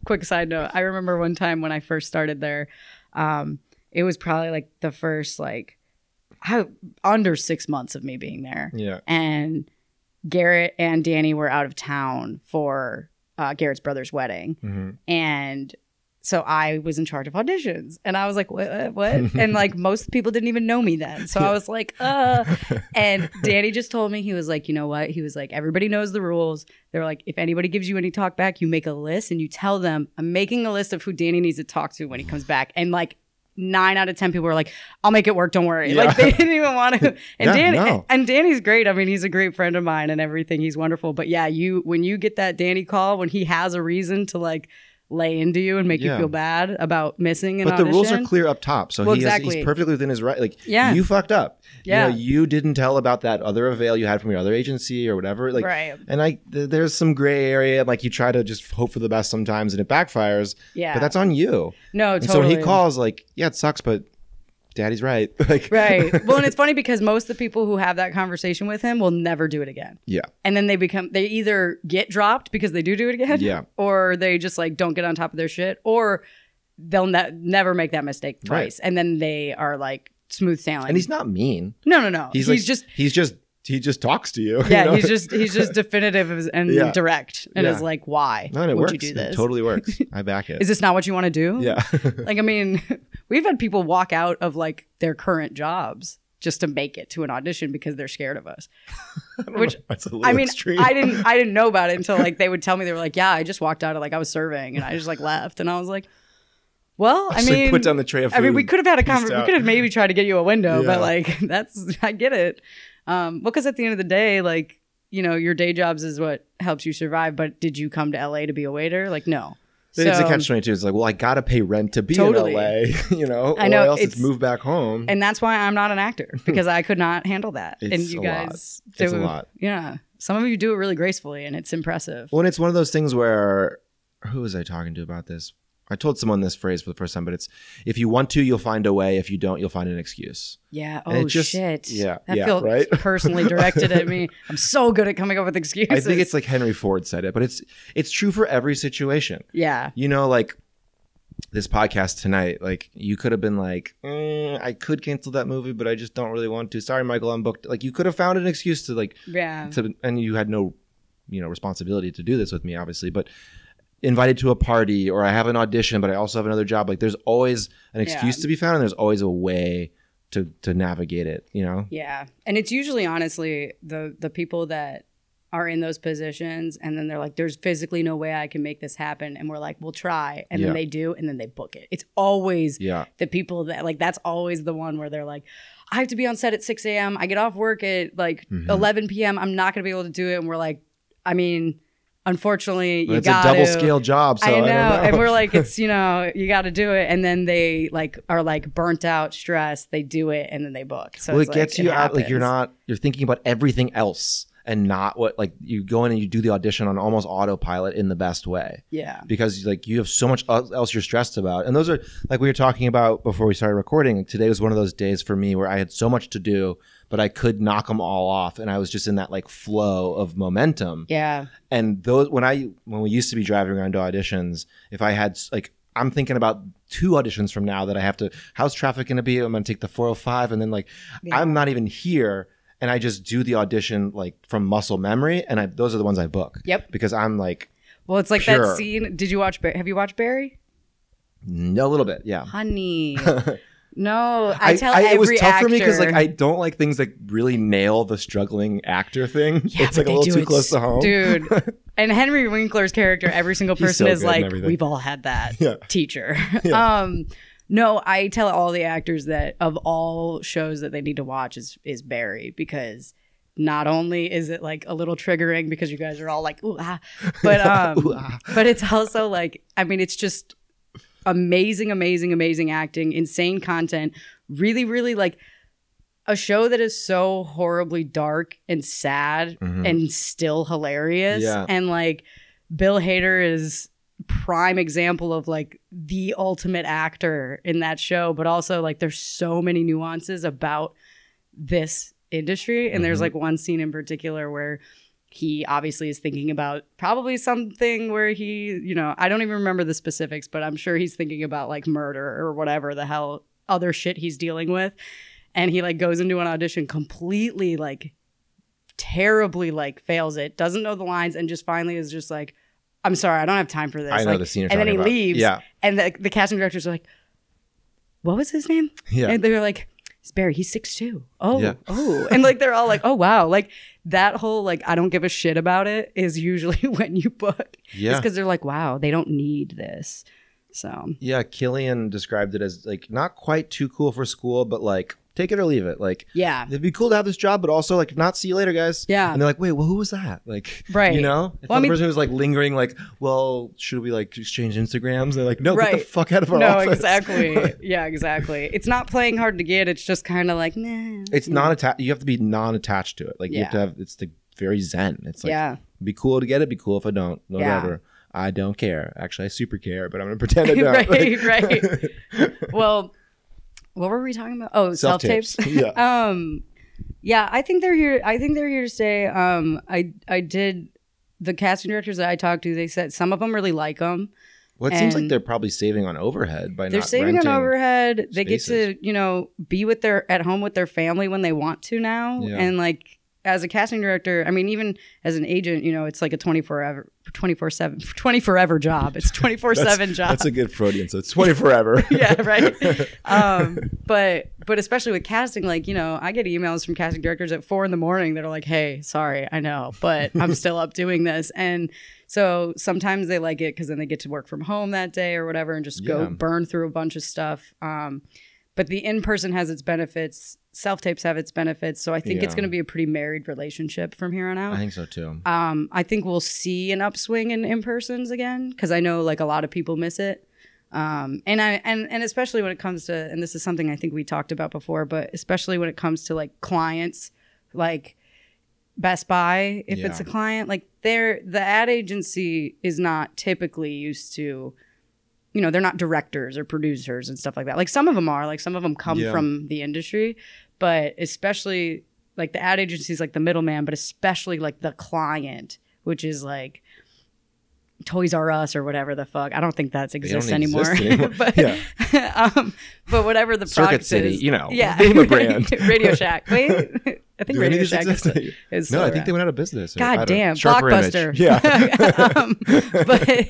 Speaker 2: quick side note: I remember one time when I first started there. Um, it was probably like the first like how, under six months of me being there,
Speaker 1: yeah,
Speaker 2: and Garrett and Danny were out of town for uh, Garrett's brother's wedding,
Speaker 1: hmm
Speaker 2: and so I was in charge of auditions, and I was like, "What? what, what?" and like most people didn't even know me then, so I was like, "Uh." And Danny just told me he was like, you know what? He was like, everybody knows the rules. They're like, if anybody gives you any talk back, you make a list and you tell them, I'm making a list of who Danny needs to talk to when he comes back. And like nine out of ten people were like, I'll make it work, don't worry.
Speaker 1: Yeah.
Speaker 2: Like they didn't even want to. And
Speaker 1: Yeah,
Speaker 2: Danny
Speaker 1: no.
Speaker 2: and Danny's great. I mean, he's a great friend of mine and everything. He's wonderful. But yeah, you when you get that Danny call, when he has a reason to like lay into you and make
Speaker 1: Yeah.
Speaker 2: you feel bad about missing an
Speaker 1: but the rules are
Speaker 2: audition.
Speaker 1: clear up top, so
Speaker 2: Well,
Speaker 1: he has,
Speaker 2: exactly.
Speaker 1: he's perfectly within his right. Like,
Speaker 2: Yeah.
Speaker 1: you fucked up.
Speaker 2: Yeah.
Speaker 1: you, know, you didn't tell about that other avail you had from your other agency or whatever. Like,
Speaker 2: right.
Speaker 1: and I th- there's some gray area. Like, you try to just hope for the best sometimes, and it backfires.
Speaker 2: Yeah.
Speaker 1: But that's on you.
Speaker 2: no,
Speaker 1: And
Speaker 2: totally.
Speaker 1: so when he calls, like, yeah, it sucks, but Daddy's right. Like,
Speaker 2: Right. Well, and it's funny because most of the people who have that conversation with him will never do it again.
Speaker 1: yeah,
Speaker 2: And then they become, they either get dropped because they do do it again.
Speaker 1: Yeah.
Speaker 2: Or they just like don't get on top of their shit. Or they'll ne- never make that mistake
Speaker 1: Right.
Speaker 2: twice. And then they are like smooth sailing.
Speaker 1: And he's not mean.
Speaker 2: no, no, no.
Speaker 1: He's,
Speaker 2: He's,
Speaker 1: like-
Speaker 2: just
Speaker 1: He's just he just talks to you. you
Speaker 2: yeah.
Speaker 1: know?
Speaker 2: He's just he's just definitive and
Speaker 1: Yeah.
Speaker 2: direct, and
Speaker 1: Yeah.
Speaker 2: is like, why
Speaker 1: no, and it
Speaker 2: would
Speaker 1: works.
Speaker 2: you do
Speaker 1: It
Speaker 2: this?
Speaker 1: totally works. I back it.
Speaker 2: Is this not what you want to do?
Speaker 1: yeah.
Speaker 2: Like, I mean, we've had people walk out of like their current jobs just to make it to an audition because they're scared of us. Which-
Speaker 1: that's a little
Speaker 2: I mean,
Speaker 1: extreme.
Speaker 2: I didn't I didn't know about it until like they would tell me they were like, yeah, I just walked out of like I was serving and I just like left and I was like, well, I
Speaker 1: So
Speaker 2: mean,
Speaker 1: put down the tray of food.
Speaker 2: I mean, we could have had a
Speaker 1: Peaced
Speaker 2: conversation. We
Speaker 1: out.
Speaker 2: could have maybe tried to get you a window,
Speaker 1: Yeah.
Speaker 2: but like that's I get it. Um, because at the end of the day, like you know, your day jobs is what helps you survive. But did you come to LA to be a waiter? Like no.
Speaker 1: Then it's a
Speaker 2: So-
Speaker 1: catch twenty two. It's like, well, I gotta pay rent to be
Speaker 2: Totally.
Speaker 1: in LA, you know,
Speaker 2: I know,
Speaker 1: or else it's,
Speaker 2: it's-
Speaker 1: move back home.
Speaker 2: and that's why I'm not an actor because I could not handle that. and
Speaker 1: It's
Speaker 2: you
Speaker 1: a lot.
Speaker 2: guys do
Speaker 1: It's a lot.
Speaker 2: Yeah, some of you do it really gracefully, and it's impressive.
Speaker 1: Well, and it's one of those things where who was I talking to about this? I told someone this phrase for the first time, but it's if you want to, you'll find a way. If you don't, you'll find an excuse.
Speaker 2: yeah.
Speaker 1: and it
Speaker 2: Oh
Speaker 1: just-
Speaker 2: shit.
Speaker 1: yeah,
Speaker 2: That
Speaker 1: yeah,
Speaker 2: felt
Speaker 1: right?
Speaker 2: personally directed at me. I'm so good at coming up with excuses.
Speaker 1: I think it's like Henry Ford said it, but it's it's true for every situation.
Speaker 2: yeah.
Speaker 1: You know, like this podcast tonight, like you could have been like, "Mm, I could cancel that movie, but I just don't really want to. Sorry, Michael, I'm booked. Like you could have found an excuse to like
Speaker 2: Yeah.
Speaker 1: to, and you had no you know responsibility to do this with me obviously but invited to a party or i have an audition but i also have another job like there's always an excuse to be found and there's always a way to to navigate it you know
Speaker 2: Yeah. And it's usually honestly the the people that are in those positions and then they're like there's physically no way I can make this happen and we're like we'll try and
Speaker 1: Yeah.
Speaker 2: then they do and then they book it. It's always
Speaker 1: yeah
Speaker 2: the people that like that's always the one where they're like I have to be on set at 6 a.m. I get off work at like
Speaker 1: Mhm.
Speaker 2: 11 p.m. I'm not gonna be able to do it and we're like I mean unfortunately you
Speaker 1: it's a
Speaker 2: got
Speaker 1: double
Speaker 2: to.
Speaker 1: scale job so i,
Speaker 2: I know.
Speaker 1: don't know
Speaker 2: And we're like, it's, you know, you got to do it. And then they like are like burnt out, stressed. They do it and then they book. So
Speaker 1: well
Speaker 2: it's
Speaker 1: it gets
Speaker 2: like,
Speaker 1: you out like you're
Speaker 2: happens.
Speaker 1: not you're thinking about everything else and not what like you go in and you do the audition on almost autopilot in the best way
Speaker 2: Yeah.
Speaker 1: because like you have so much el- else you're stressed about and those are like we were talking about before we started recording today was one of those days for me where i had so much to do but i could knock them all off and i was just in that like flow of momentum
Speaker 2: Yeah.
Speaker 1: and those when i when we used to be driving around to auditions if i had s- like i'm thinking about two auditions from now that i have to how's traffic going to be i'm going to take the 405 and then like
Speaker 2: Yeah.
Speaker 1: i'm not even here and i just do the audition like from muscle memory and I, those are the ones i book
Speaker 2: Yep.
Speaker 1: because i'm like
Speaker 2: Well, it's like
Speaker 1: Pure.
Speaker 2: that scene. Did you watch? Bar- have you watched Barry?
Speaker 1: n- a little bit yeah
Speaker 2: Honey. no, I, tell every
Speaker 1: it was tough
Speaker 2: actor.
Speaker 1: for me because like I don't like things that really nail the struggling actor thing.
Speaker 2: Yeah,
Speaker 1: it's like
Speaker 2: but
Speaker 1: a
Speaker 2: they
Speaker 1: little
Speaker 2: do
Speaker 1: too
Speaker 2: it
Speaker 1: close to
Speaker 2: s-
Speaker 1: home.
Speaker 2: dude. And Henry Winkler's character, every single
Speaker 1: He's
Speaker 2: person
Speaker 1: so
Speaker 2: is
Speaker 1: good in
Speaker 2: like,
Speaker 1: everything.
Speaker 2: we've all had that
Speaker 1: Yeah.
Speaker 2: teacher.
Speaker 1: Yeah.
Speaker 2: Um, no, I tell all the actors that of all shows that they need to watch is is Barry because not only is it like a little triggering because you guys are all like, ooh ah, but um,
Speaker 1: Ooh, ah.
Speaker 2: but it's also like i mean it's just amazing amazing amazing acting insane content really really like a show that is so horribly dark and sad
Speaker 1: Mhm.
Speaker 2: and still hilarious
Speaker 1: Yeah.
Speaker 2: and like bill hader is prime example of like the ultimate actor in that show but also like there's so many nuances about this industry and there's
Speaker 1: Mhm.
Speaker 2: like one scene in particular where he obviously is thinking about probably something where he, you know, I don't even remember the specifics, but I'm sure he's thinking about like murder or whatever the hell other shit he's dealing with. And he like goes into an audition completely like terribly like fails it, doesn't know the lines, and just finally is just like, I'm sorry, I don't have time for this.
Speaker 1: I know
Speaker 2: like,
Speaker 1: the scene. You're
Speaker 2: and then
Speaker 1: talking
Speaker 2: he
Speaker 1: about.
Speaker 2: leaves.
Speaker 1: Yeah,
Speaker 2: And the, the casting directors are like, what was his name?
Speaker 1: yeah.
Speaker 2: And they were like, it's Barry, he's six two. Oh,
Speaker 1: Yeah.
Speaker 2: oh. And like they're all like, oh wow. Like that whole like I don't give a shit about it is usually when you book.
Speaker 1: yeah.
Speaker 2: because they're like, wow, they don't need this. So
Speaker 1: Yeah, Killian described it as like not quite too cool for school, but like take it or leave it. Like
Speaker 2: yeah.
Speaker 1: it'd be cool to have this job, but also like not see you later, guys.
Speaker 2: Yeah.
Speaker 1: And they're like, wait, well, who was that? Like,
Speaker 2: Right.
Speaker 1: You know, it's
Speaker 2: Well, I
Speaker 1: not the
Speaker 2: mean-
Speaker 1: person who's like lingering, like, well, should we like exchange Instagrams? They're like, no, get the
Speaker 2: Right.
Speaker 1: fuck out of our
Speaker 2: no,
Speaker 1: office.
Speaker 2: exactly. yeah, exactly. It's not playing hard to get. It's just kind of like, nah.
Speaker 1: It's non attached. You have to be non attached to it. Like you have to
Speaker 2: Yeah.
Speaker 1: have. It's the very zen. It's like
Speaker 2: yeah.
Speaker 1: be cool to get it. Be cool if I don't.
Speaker 2: Yeah.
Speaker 1: Whatever. I don't care. Actually, I super care, but I'm gonna pretend I don't.
Speaker 2: right,
Speaker 1: Like,
Speaker 2: right. well, what were we talking about? Oh, self tapes.
Speaker 1: yeah.
Speaker 2: um yeah i think they're here i think they're here to stay um i i did the casting directors that i talked to they said some of them really like them
Speaker 1: Well, it seems like
Speaker 2: And-
Speaker 1: they're probably saving on overhead by
Speaker 2: They're
Speaker 1: not
Speaker 2: saving
Speaker 1: renting.
Speaker 2: on overhead. They
Speaker 1: spaces.
Speaker 2: get to, you know, be with their at home with their family when they want to now.
Speaker 1: Yeah.
Speaker 2: And like as a casting director, I mean, even as an agent, you know, it's like a 24 ever, 24 7, 20 forever job. It's 24 7 job.
Speaker 1: That's a good Freudian. So it's 20 forever.
Speaker 2: yeah, right. Um, but but especially with casting, like you know, I get emails from casting directors at four in the morning that are like, "Hey, sorry, I know, but I'm still up doing this." And so sometimes they like it because then they get to work from home that day or whatever, and just
Speaker 1: Yeah.
Speaker 2: go burn through a bunch of stuff. Um, but the in person has its benefits. Self tapes have its benefits. So I think it's
Speaker 1: Yeah.
Speaker 2: going to be a pretty married relationship from here on out.
Speaker 1: I think so too.
Speaker 2: Um, I think we'll see an upswing in in-persons again because I know like a lot of people miss it. Um, and I and and especially when it comes to and this is something I think we talked about before, but especially when it comes to like clients, like Best Buy, if it's a
Speaker 1: Yeah.
Speaker 2: client, like they're the ad agency is not typically used to you know, they're not directors or producers and stuff like that. Like some of them are, like some of them come
Speaker 1: Yeah.
Speaker 2: from the industry, but especially like the ad agency is like the middleman, but especially like the client, which is like Toys R Us or whatever the fuck. I don't think that
Speaker 1: exist
Speaker 2: exists anymore.
Speaker 1: anymore.
Speaker 2: but, um, but whatever the
Speaker 1: Circuit
Speaker 2: product
Speaker 1: City,
Speaker 2: is,
Speaker 1: you know,
Speaker 2: yeah,
Speaker 1: name a brand.
Speaker 2: Radio Shack. Wait, I think
Speaker 1: Do any of
Speaker 2: Radio
Speaker 1: these
Speaker 2: Shack is,
Speaker 1: exist?
Speaker 2: is
Speaker 1: No,
Speaker 2: still
Speaker 1: I think
Speaker 2: around.
Speaker 1: they went out of business. or- I
Speaker 2: God
Speaker 1: don't-
Speaker 2: damn,
Speaker 1: Sharper Image.
Speaker 2: blockbuster.
Speaker 1: Yeah.
Speaker 2: um, but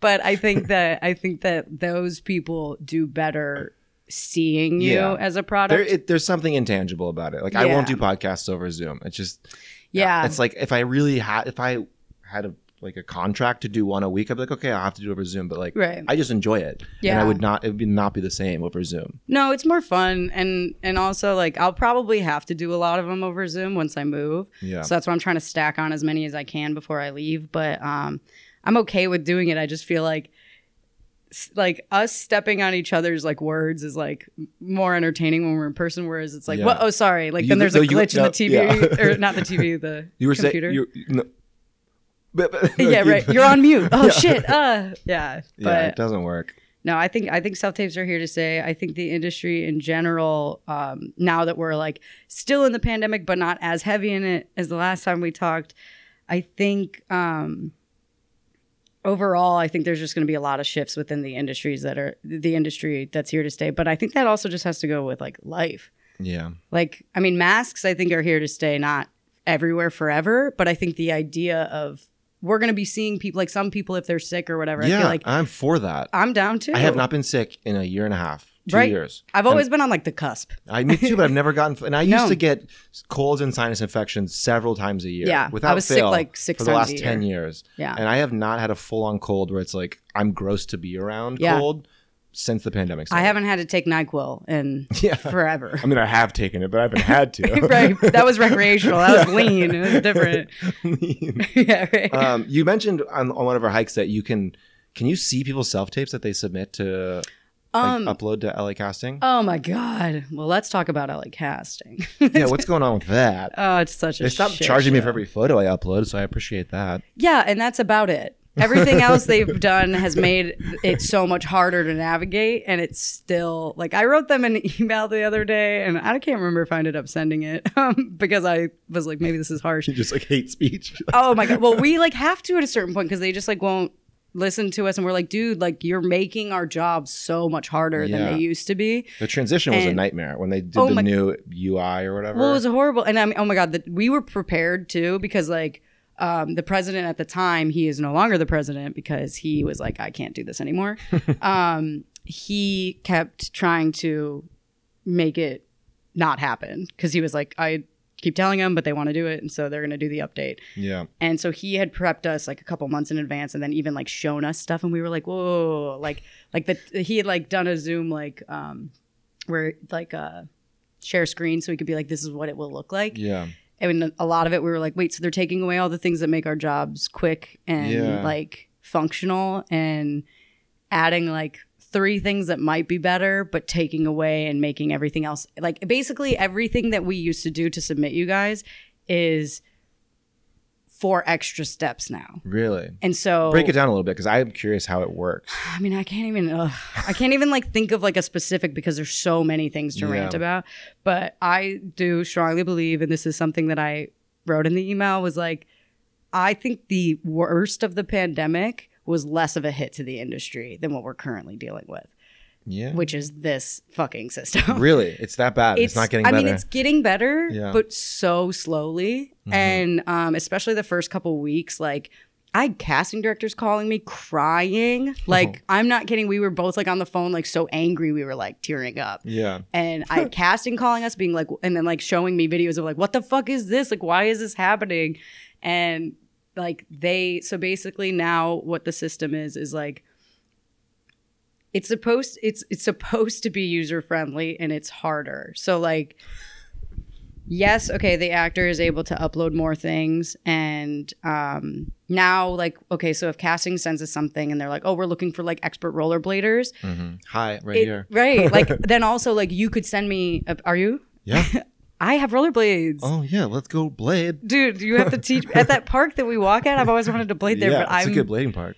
Speaker 2: but I think that I think that those people do better seeing you
Speaker 1: Yeah.
Speaker 2: as a
Speaker 1: There,
Speaker 2: product.
Speaker 1: it, there's something intangible about it. Like I won't
Speaker 2: Yeah.
Speaker 1: do podcasts over Zoom. It's just
Speaker 2: yeah.
Speaker 1: It's like if I really had if I had a like a contract to do one a week, I'd be like, okay, I'll have to do it over Zoom. But like
Speaker 2: Right.
Speaker 1: I just enjoy it. And I
Speaker 2: Yeah.
Speaker 1: would not it would not be the same over Zoom.
Speaker 2: No, it's more fun and and also like I'll probably have to do a lot of them over Zoom once I move.
Speaker 1: Yeah.
Speaker 2: So that's why I'm trying to stack on as many as I can before I leave, but um I'm okay with doing it. I just feel like s- like us stepping on each other's like words is like m- more entertaining when we're in person whereas it's like
Speaker 1: Yeah.
Speaker 2: well, oh sorry like
Speaker 1: You-
Speaker 2: then there's
Speaker 1: no,
Speaker 2: a
Speaker 1: you-
Speaker 2: glitch
Speaker 1: no,
Speaker 2: in the TV
Speaker 1: yeah.
Speaker 2: or not the TV the
Speaker 1: you were saying
Speaker 2: computer
Speaker 1: you no, but, but-
Speaker 2: yeah right you're on mute oh
Speaker 1: Yeah.
Speaker 2: shit uh yeah but
Speaker 1: Yeah, it doesn't work.
Speaker 2: no, I think I think self tapes are here to stay. I think the industry in general, um, now that we're like still in the pandemic, but not as heavy in it as the last time we talked, I think um, overall, I think there's just going to be a lot of shifts within the industries that are the industry that's here to stay. But I think that also just has to go with like life.
Speaker 1: Yeah.
Speaker 2: Like, I mean, masks I think are here to stay, not everywhere forever. But I think the idea of we're going to be seeing people like some people if they're sick or whatever. I
Speaker 1: yeah.
Speaker 2: feel like
Speaker 1: I'm for that.
Speaker 2: I'm down too.
Speaker 1: I have not been sick in a year and a half, two
Speaker 2: Right.
Speaker 1: years.
Speaker 2: I've always been on like the cusp.
Speaker 1: I me too, but I've never gotten. And I used
Speaker 2: No.
Speaker 1: to get colds and sinus infections several times a year.
Speaker 2: Yeah, I
Speaker 1: without
Speaker 2: was sick,
Speaker 1: fail,
Speaker 2: like, six
Speaker 1: for the
Speaker 2: times
Speaker 1: last
Speaker 2: a
Speaker 1: ten years.
Speaker 2: Yeah.
Speaker 1: and I have not had a full on cold where it's like I'm gross to be around
Speaker 2: Yeah.
Speaker 1: cold since the pandemic.
Speaker 2: I
Speaker 1: started.
Speaker 2: haven't had to take NyQuil in
Speaker 1: Yeah.
Speaker 2: forever.
Speaker 1: I mean, I have taken it, but I haven't had to.
Speaker 2: right. That was recreational. That was lean. It was different. yeah, right.
Speaker 1: um, you mentioned on, on one of our hikes that you can. Can you see people's self tapes that they submit to like,
Speaker 2: um
Speaker 1: upload to LA Casting?
Speaker 2: Oh my God. Well, let's talk about LA casting.
Speaker 1: yeah, what's going on with that?
Speaker 2: oh, it's such a
Speaker 1: they stopped
Speaker 2: shit
Speaker 1: charging me
Speaker 2: show.
Speaker 1: for every photo I upload, so I appreciate that.
Speaker 2: Yeah, and that's about it. Everything else they've done has made it so much harder to navigate, and it's still like I wrote them an email the other day, and I can't remember if I ended up sending it um, because I was like, maybe this is harsh.
Speaker 1: Just like hate speech.
Speaker 2: oh my god well we like have to at a certain point because they just like won't listen to us and we're like dude like you're making our jobs so much harder
Speaker 1: Yeah.
Speaker 2: than they used to be
Speaker 1: The transition was a
Speaker 2: And-
Speaker 1: nightmare when they did
Speaker 2: Oh
Speaker 1: the
Speaker 2: my-
Speaker 1: new UI or whatever.
Speaker 2: well it was horrible and i mean oh my god the, we were prepared too because like um, the president at the time he is no longer the president because he was like i can't do this anymore um, he kept trying to make it not happen because he was like i keep telling them but they want to do it and so they're going to do the update
Speaker 1: yeah.
Speaker 2: And so he had prepped us like a couple months in advance, and then even like shown us stuff, and we were like, "Whoa!" Like, like the he had like done a Zoom like um where like uh share screen, so we could be like, "This is what it will look like."
Speaker 1: Yeah.
Speaker 2: And a lot of it, we were like, "Wait, so they're taking away all the things that make our jobs quick and
Speaker 1: Yeah.
Speaker 2: like functional, and adding like." Three things that might be better, but taking away and making everything else like basically everything that we used to do to submit you guys is four extra steps now.
Speaker 1: Really.
Speaker 2: And so
Speaker 1: Break it down a little bit because I'm curious how it works.
Speaker 2: I mean, I can't even ugh, I can't even like think of like a specific because there's so many things to
Speaker 1: Yeah.
Speaker 2: rant about. But I do strongly believe, and this is something that I wrote in the email, was like, I think the worst of the pandemic was less of a hit to the industry than what we're currently dealing with,
Speaker 1: Yeah.
Speaker 2: which is this fucking system.
Speaker 1: Really? It's that bad. It's, not getting better.
Speaker 2: I mean, it's getting better,
Speaker 1: Yeah.
Speaker 2: but so slowly.
Speaker 1: Mhm.
Speaker 2: And um, especially the first couple weeks, like I had casting directors calling me crying.
Speaker 1: Oh.
Speaker 2: Like, I'm not kidding. We were both like on the phone, like so angry, we were like tearing up.
Speaker 1: yeah.
Speaker 2: And I had casting calling us, being like, and then like showing me videos of like, what the fuck is this? Like, why is this happening? And like, they, so basically now what the system is, is like, it's supposed it's it's supposed to be user friendly and it's harder. So like yes, okay, the actor is able to upload more things and um now like okay, so if casting sends us something and they're like, "Oh, we're looking for like expert rollerbladers."
Speaker 1: hmm Hi, right
Speaker 2: It-
Speaker 1: here.
Speaker 2: Right. Like then also like you could send me a, are you?
Speaker 1: Yeah.
Speaker 2: I have rollerblades.
Speaker 1: Oh yeah. Let's go blade.
Speaker 2: Dude, you have to teach at that park that we walk at. I've always wanted to blade there,
Speaker 1: yeah,
Speaker 2: but
Speaker 1: it's
Speaker 2: I'm
Speaker 1: a good blading part.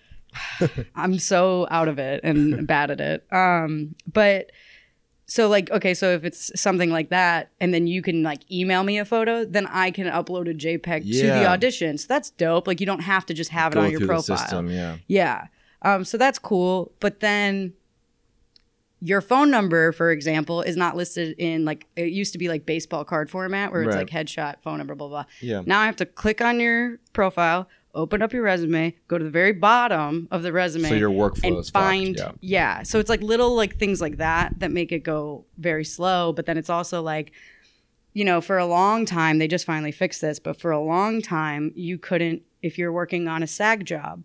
Speaker 2: I'm so out of it and bad at it. Um, but so like okay, so if it's something like that, and then you can like email me a photo, then I can upload a JPEG to the
Speaker 1: Yeah.
Speaker 2: audition. So that's dope. Like you don't have to just have it
Speaker 1: Go
Speaker 2: on your
Speaker 1: through
Speaker 2: profile.
Speaker 1: the system. Yeah.
Speaker 2: Yeah. Um, so that's cool. But then your phone number, for example, is not listed in like it used to be like baseball card format where it's
Speaker 1: Right.
Speaker 2: like headshot, phone number, blah, blah.
Speaker 1: Yeah.
Speaker 2: Now I have to click on your profile, open up your resume, go to the very bottom of the resume
Speaker 1: So your workflow
Speaker 2: and
Speaker 1: is fucked,
Speaker 2: find
Speaker 1: yeah.
Speaker 2: yeah. So it's like little like things like that that make it go very slow, but then it's also like you know, for a long time they just finally fixed this, but for a long time you couldn't if you're working on a SAG job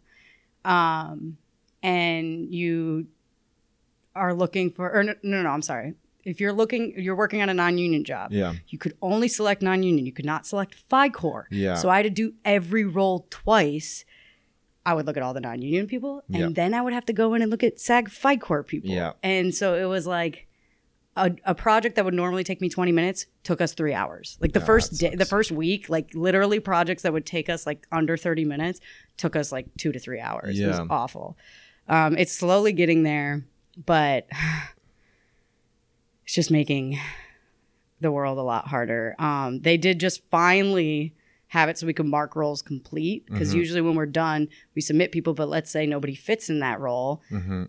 Speaker 2: um and you are looking for or no no, no I'm sorry. If you're looking you're working on a non-union job
Speaker 1: Yeah.
Speaker 2: you could only select non-union. You could not select FICOR.
Speaker 1: Yeah.
Speaker 2: So I had to do every role twice. I would look at all the non-union people, and
Speaker 1: Yeah.
Speaker 2: then I would have to go in and look at SAG FICOR people.
Speaker 1: Yeah.
Speaker 2: And so it was like a, a project that would normally take me 20 minutes took us three hours. Like the
Speaker 1: Yeah,
Speaker 2: first
Speaker 1: that
Speaker 2: day, the
Speaker 1: sucks.
Speaker 2: first week, like literally projects that would take us like under 30 minutes took us like two to three hours. It
Speaker 1: Yeah.
Speaker 2: was awful. Um, it's slowly getting there, but it's just making the world a lot harder. Um, they did just finally have it so we can mark roles complete because
Speaker 1: Mhm.
Speaker 2: usually when we're done, we submit people, but let's say nobody fits in that role.
Speaker 1: Mm-hmm.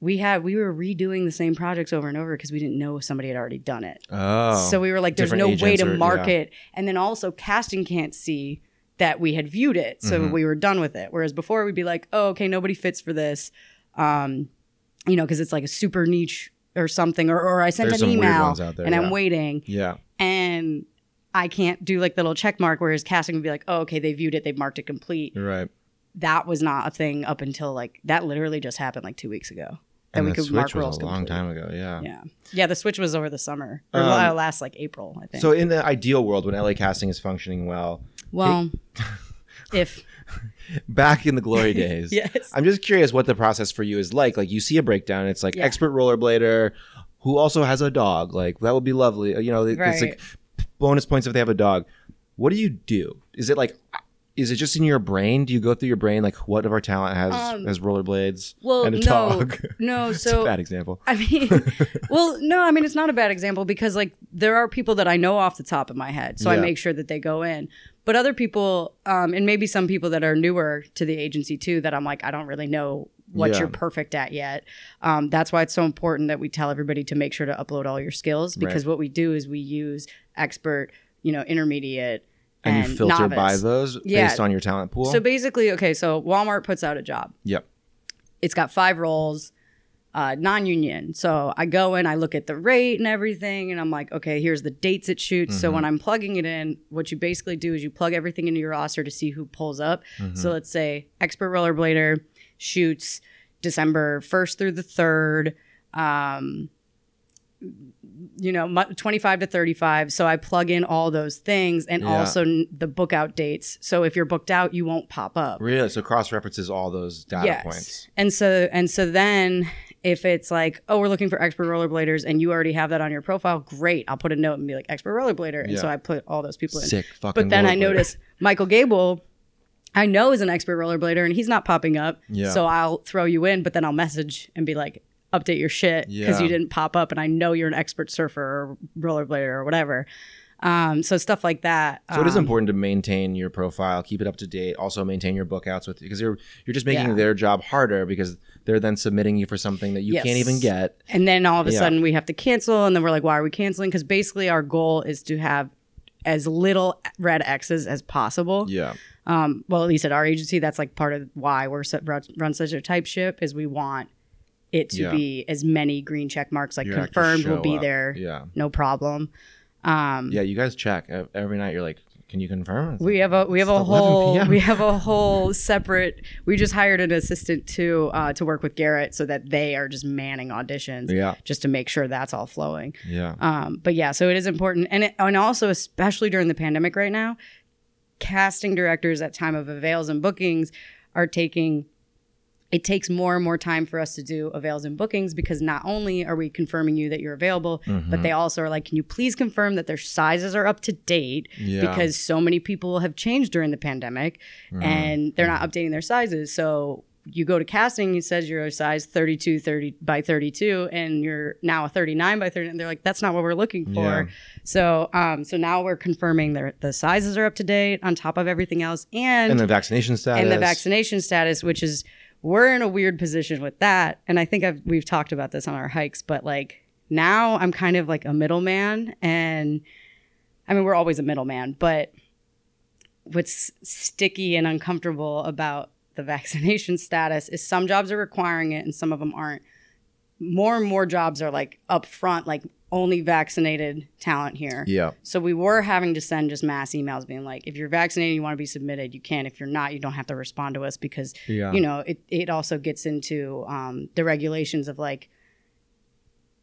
Speaker 2: We had we were redoing the same projects over and over because we didn't know if somebody had already done it.
Speaker 1: Oh.
Speaker 2: so we were like, there's no
Speaker 1: different
Speaker 2: way to
Speaker 1: agents are-
Speaker 2: mark
Speaker 1: yeah.
Speaker 2: it. And then also casting can't see that we had viewed it. So
Speaker 1: Mhm.
Speaker 2: we were done with it. Whereas before we'd be like, oh, okay, nobody fits for this. Um, you know, because it's like a super niche or something, or, or I sent
Speaker 1: There's
Speaker 2: an
Speaker 1: some weird
Speaker 2: email
Speaker 1: ones out there,
Speaker 2: and
Speaker 1: yeah.
Speaker 2: I'm waiting
Speaker 1: yeah.
Speaker 2: and I can't do like the little check mark whereas casting would be like, oh, okay, they viewed it, they've marked it complete.
Speaker 1: You're right.
Speaker 2: That was not a thing up until like that literally just happened like two weeks ago. That
Speaker 1: And
Speaker 2: we
Speaker 1: the
Speaker 2: could
Speaker 1: switch
Speaker 2: mark
Speaker 1: was
Speaker 2: roles
Speaker 1: a long
Speaker 2: complete.
Speaker 1: time ago. Yeah.
Speaker 2: Yeah. Yeah, the switch was over the summer. Or
Speaker 1: Um,
Speaker 2: la- last like April, I think.
Speaker 1: So in the ideal world, when LA casting is functioning well,
Speaker 2: well, if
Speaker 1: back in the glory days.
Speaker 2: yes.
Speaker 1: I'm just curious what the process for you is like. Like you see a breakdown, it's like
Speaker 2: Yeah.
Speaker 1: expert rollerblader who also has a dog. Like that would be lovely. Uh, You know, it- it's like bonus points if they have a dog. What do you do? Is it like is it just in your brain? Do you go through your brain like what of our talent has
Speaker 2: Um,
Speaker 1: has rollerblades
Speaker 2: Well,
Speaker 1: and a
Speaker 2: no.
Speaker 1: dog?
Speaker 2: No,
Speaker 1: it's a
Speaker 2: so
Speaker 1: bad example.
Speaker 2: I mean, well, no, I mean it's not a bad example because like there are people that I know off the top of my head, so I
Speaker 1: Yeah.
Speaker 2: make sure that they go in. But other people, um, and maybe some people that are newer to the agency too, that I'm like, I don't really know what
Speaker 1: Yeah.
Speaker 2: you're perfect at yet. Um, that's why it's so important that we tell everybody to make sure to upload all your skills
Speaker 1: Right.
Speaker 2: because what we do is we use expert, you know, intermediate,
Speaker 1: And,
Speaker 2: and,
Speaker 1: you filter
Speaker 2: um, novice.
Speaker 1: by those
Speaker 2: Yeah.
Speaker 1: based on your talent pool.
Speaker 2: So basically, okay, so Walmart puts out a job.
Speaker 1: yep.
Speaker 2: It's got five roles, uh, non union. So I go in, I look at the rate and everything, and I'm like, okay, here's the dates it shoots. So when I'm plugging it in, what you basically do is you plug everything into your roster to see who pulls up. So let's say expert rollerblader shoots December 1st through the 3rd. Um, you know, mu- 25 to 35. So I plug in all those things and
Speaker 1: Yeah.
Speaker 2: also n- the book out dates. So if you're booked out, you won't pop up.
Speaker 1: Really? So cross references all those data points.
Speaker 2: And so and so then if it's like, oh, we're looking for expert rollerbladers and you already have that on your profile, great. I'll put a note and be like expert rollerblader. And
Speaker 1: Yeah.
Speaker 2: so I put all those people in.
Speaker 1: Sick fucking.
Speaker 2: But then I
Speaker 1: rollerblader.
Speaker 2: notice Michael Gable, I know is an expert rollerblader and he's not popping up.
Speaker 1: Yeah.
Speaker 2: So I'll throw you in, but then I'll message and be like, update your shit because
Speaker 1: Yeah.
Speaker 2: you didn't pop up and I know you're an expert surfer or rollerblader or whatever. Um, so stuff like that.
Speaker 1: So it is
Speaker 2: um,
Speaker 1: important to maintain your profile, keep it up to date, also maintain your bookouts with because you're you're just making
Speaker 2: Yeah.
Speaker 1: their job harder because they're then submitting you for something that you can't
Speaker 2: Yes.
Speaker 1: even get.
Speaker 2: And then all of a
Speaker 1: Yeah.
Speaker 2: sudden we have to cancel, and then we're like, why are we canceling? Because basically our goal is to have as little red X's as possible.
Speaker 1: Yeah.
Speaker 2: Um, well, at least at our agency, that's like part of why we're su- run, run such a type ship is we want it to
Speaker 1: Yeah.
Speaker 2: be as many green check marks like
Speaker 1: You're not gonna
Speaker 2: confirmed will
Speaker 1: show
Speaker 2: be
Speaker 1: up.
Speaker 2: there,
Speaker 1: Yeah.
Speaker 2: no problem. Um,
Speaker 1: Yeah, you guys check Ev- every night. You're like, can you confirm? It's like,
Speaker 2: We have a we have
Speaker 1: It's
Speaker 2: a
Speaker 1: 11
Speaker 2: whole
Speaker 1: p.m..
Speaker 2: we have a whole separate. We just hired an assistant too uh, to work with Garrett so that they are just manning auditions
Speaker 1: yeah,
Speaker 2: just to make sure that's all flowing.
Speaker 1: yeah,
Speaker 2: Um, but yeah, so it is important, and it, and also especially during the pandemic right now, casting directors at time of avails and bookings are taking. It takes more and more time for us to do avails and bookings because not only are we confirming you that you're available, but
Speaker 1: Mhm.
Speaker 2: they also are like, can you please confirm that their sizes are up to date?
Speaker 1: yeah.
Speaker 2: Because so many people have changed during the pandemic
Speaker 1: Mhm.
Speaker 2: and they're not updating their sizes. So you go to casting, it says you're a size 32 30 by 32 and you're now a 39 by 30 and they're like that's not what we're looking for.
Speaker 1: Yeah.
Speaker 2: So um so now we're confirming their the sizes are up to date on top of everything else and
Speaker 1: and the vaccination status
Speaker 2: and the vaccination status, which is we're in a weird position with that. And I think I've, we've talked about this on our hikes, but like now I'm kind of like a middleman, and I mean we're always a middleman, but what's sticky and uncomfortable about the vaccination status is some jobs are requiring it and some of them aren't. More and more jobs are like upfront, like only vaccinated talent here.
Speaker 1: Yeah,
Speaker 2: So we were having to send just mass emails being like, if you're vaccinated, you want to be submitted, you can. If you're not, you don't have to respond to us because,
Speaker 1: yeah,
Speaker 2: you know, it, it also gets into um, the regulations of like,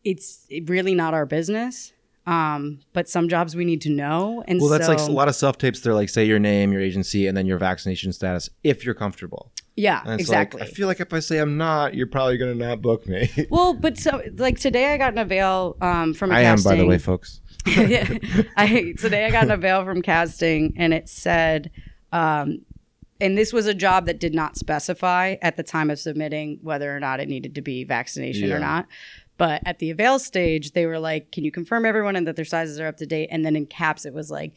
Speaker 2: it's really not our business. Um, but some jobs we need to know. And
Speaker 1: Well, that's
Speaker 2: so,
Speaker 1: like a lot of self tapes. They're like, say your name, your agency, and then your vaccination status if you're comfortable.
Speaker 2: yeah,
Speaker 1: And it's
Speaker 2: exactly.
Speaker 1: Like, I feel like if I say I'm not, you're probably gonna not book me.
Speaker 2: well, but so like today I got an avail um, from a
Speaker 1: I am,
Speaker 2: casting.
Speaker 1: by the way, folks.
Speaker 2: I today I got an avail from casting and it said um and this was a job that did not specify at the time of submitting whether or not it needed to be vaccination
Speaker 1: Yeah.
Speaker 2: or not. But at the avail stage, they were like, Can you confirm everyone and that their sizes are up to date? And then in caps it was like,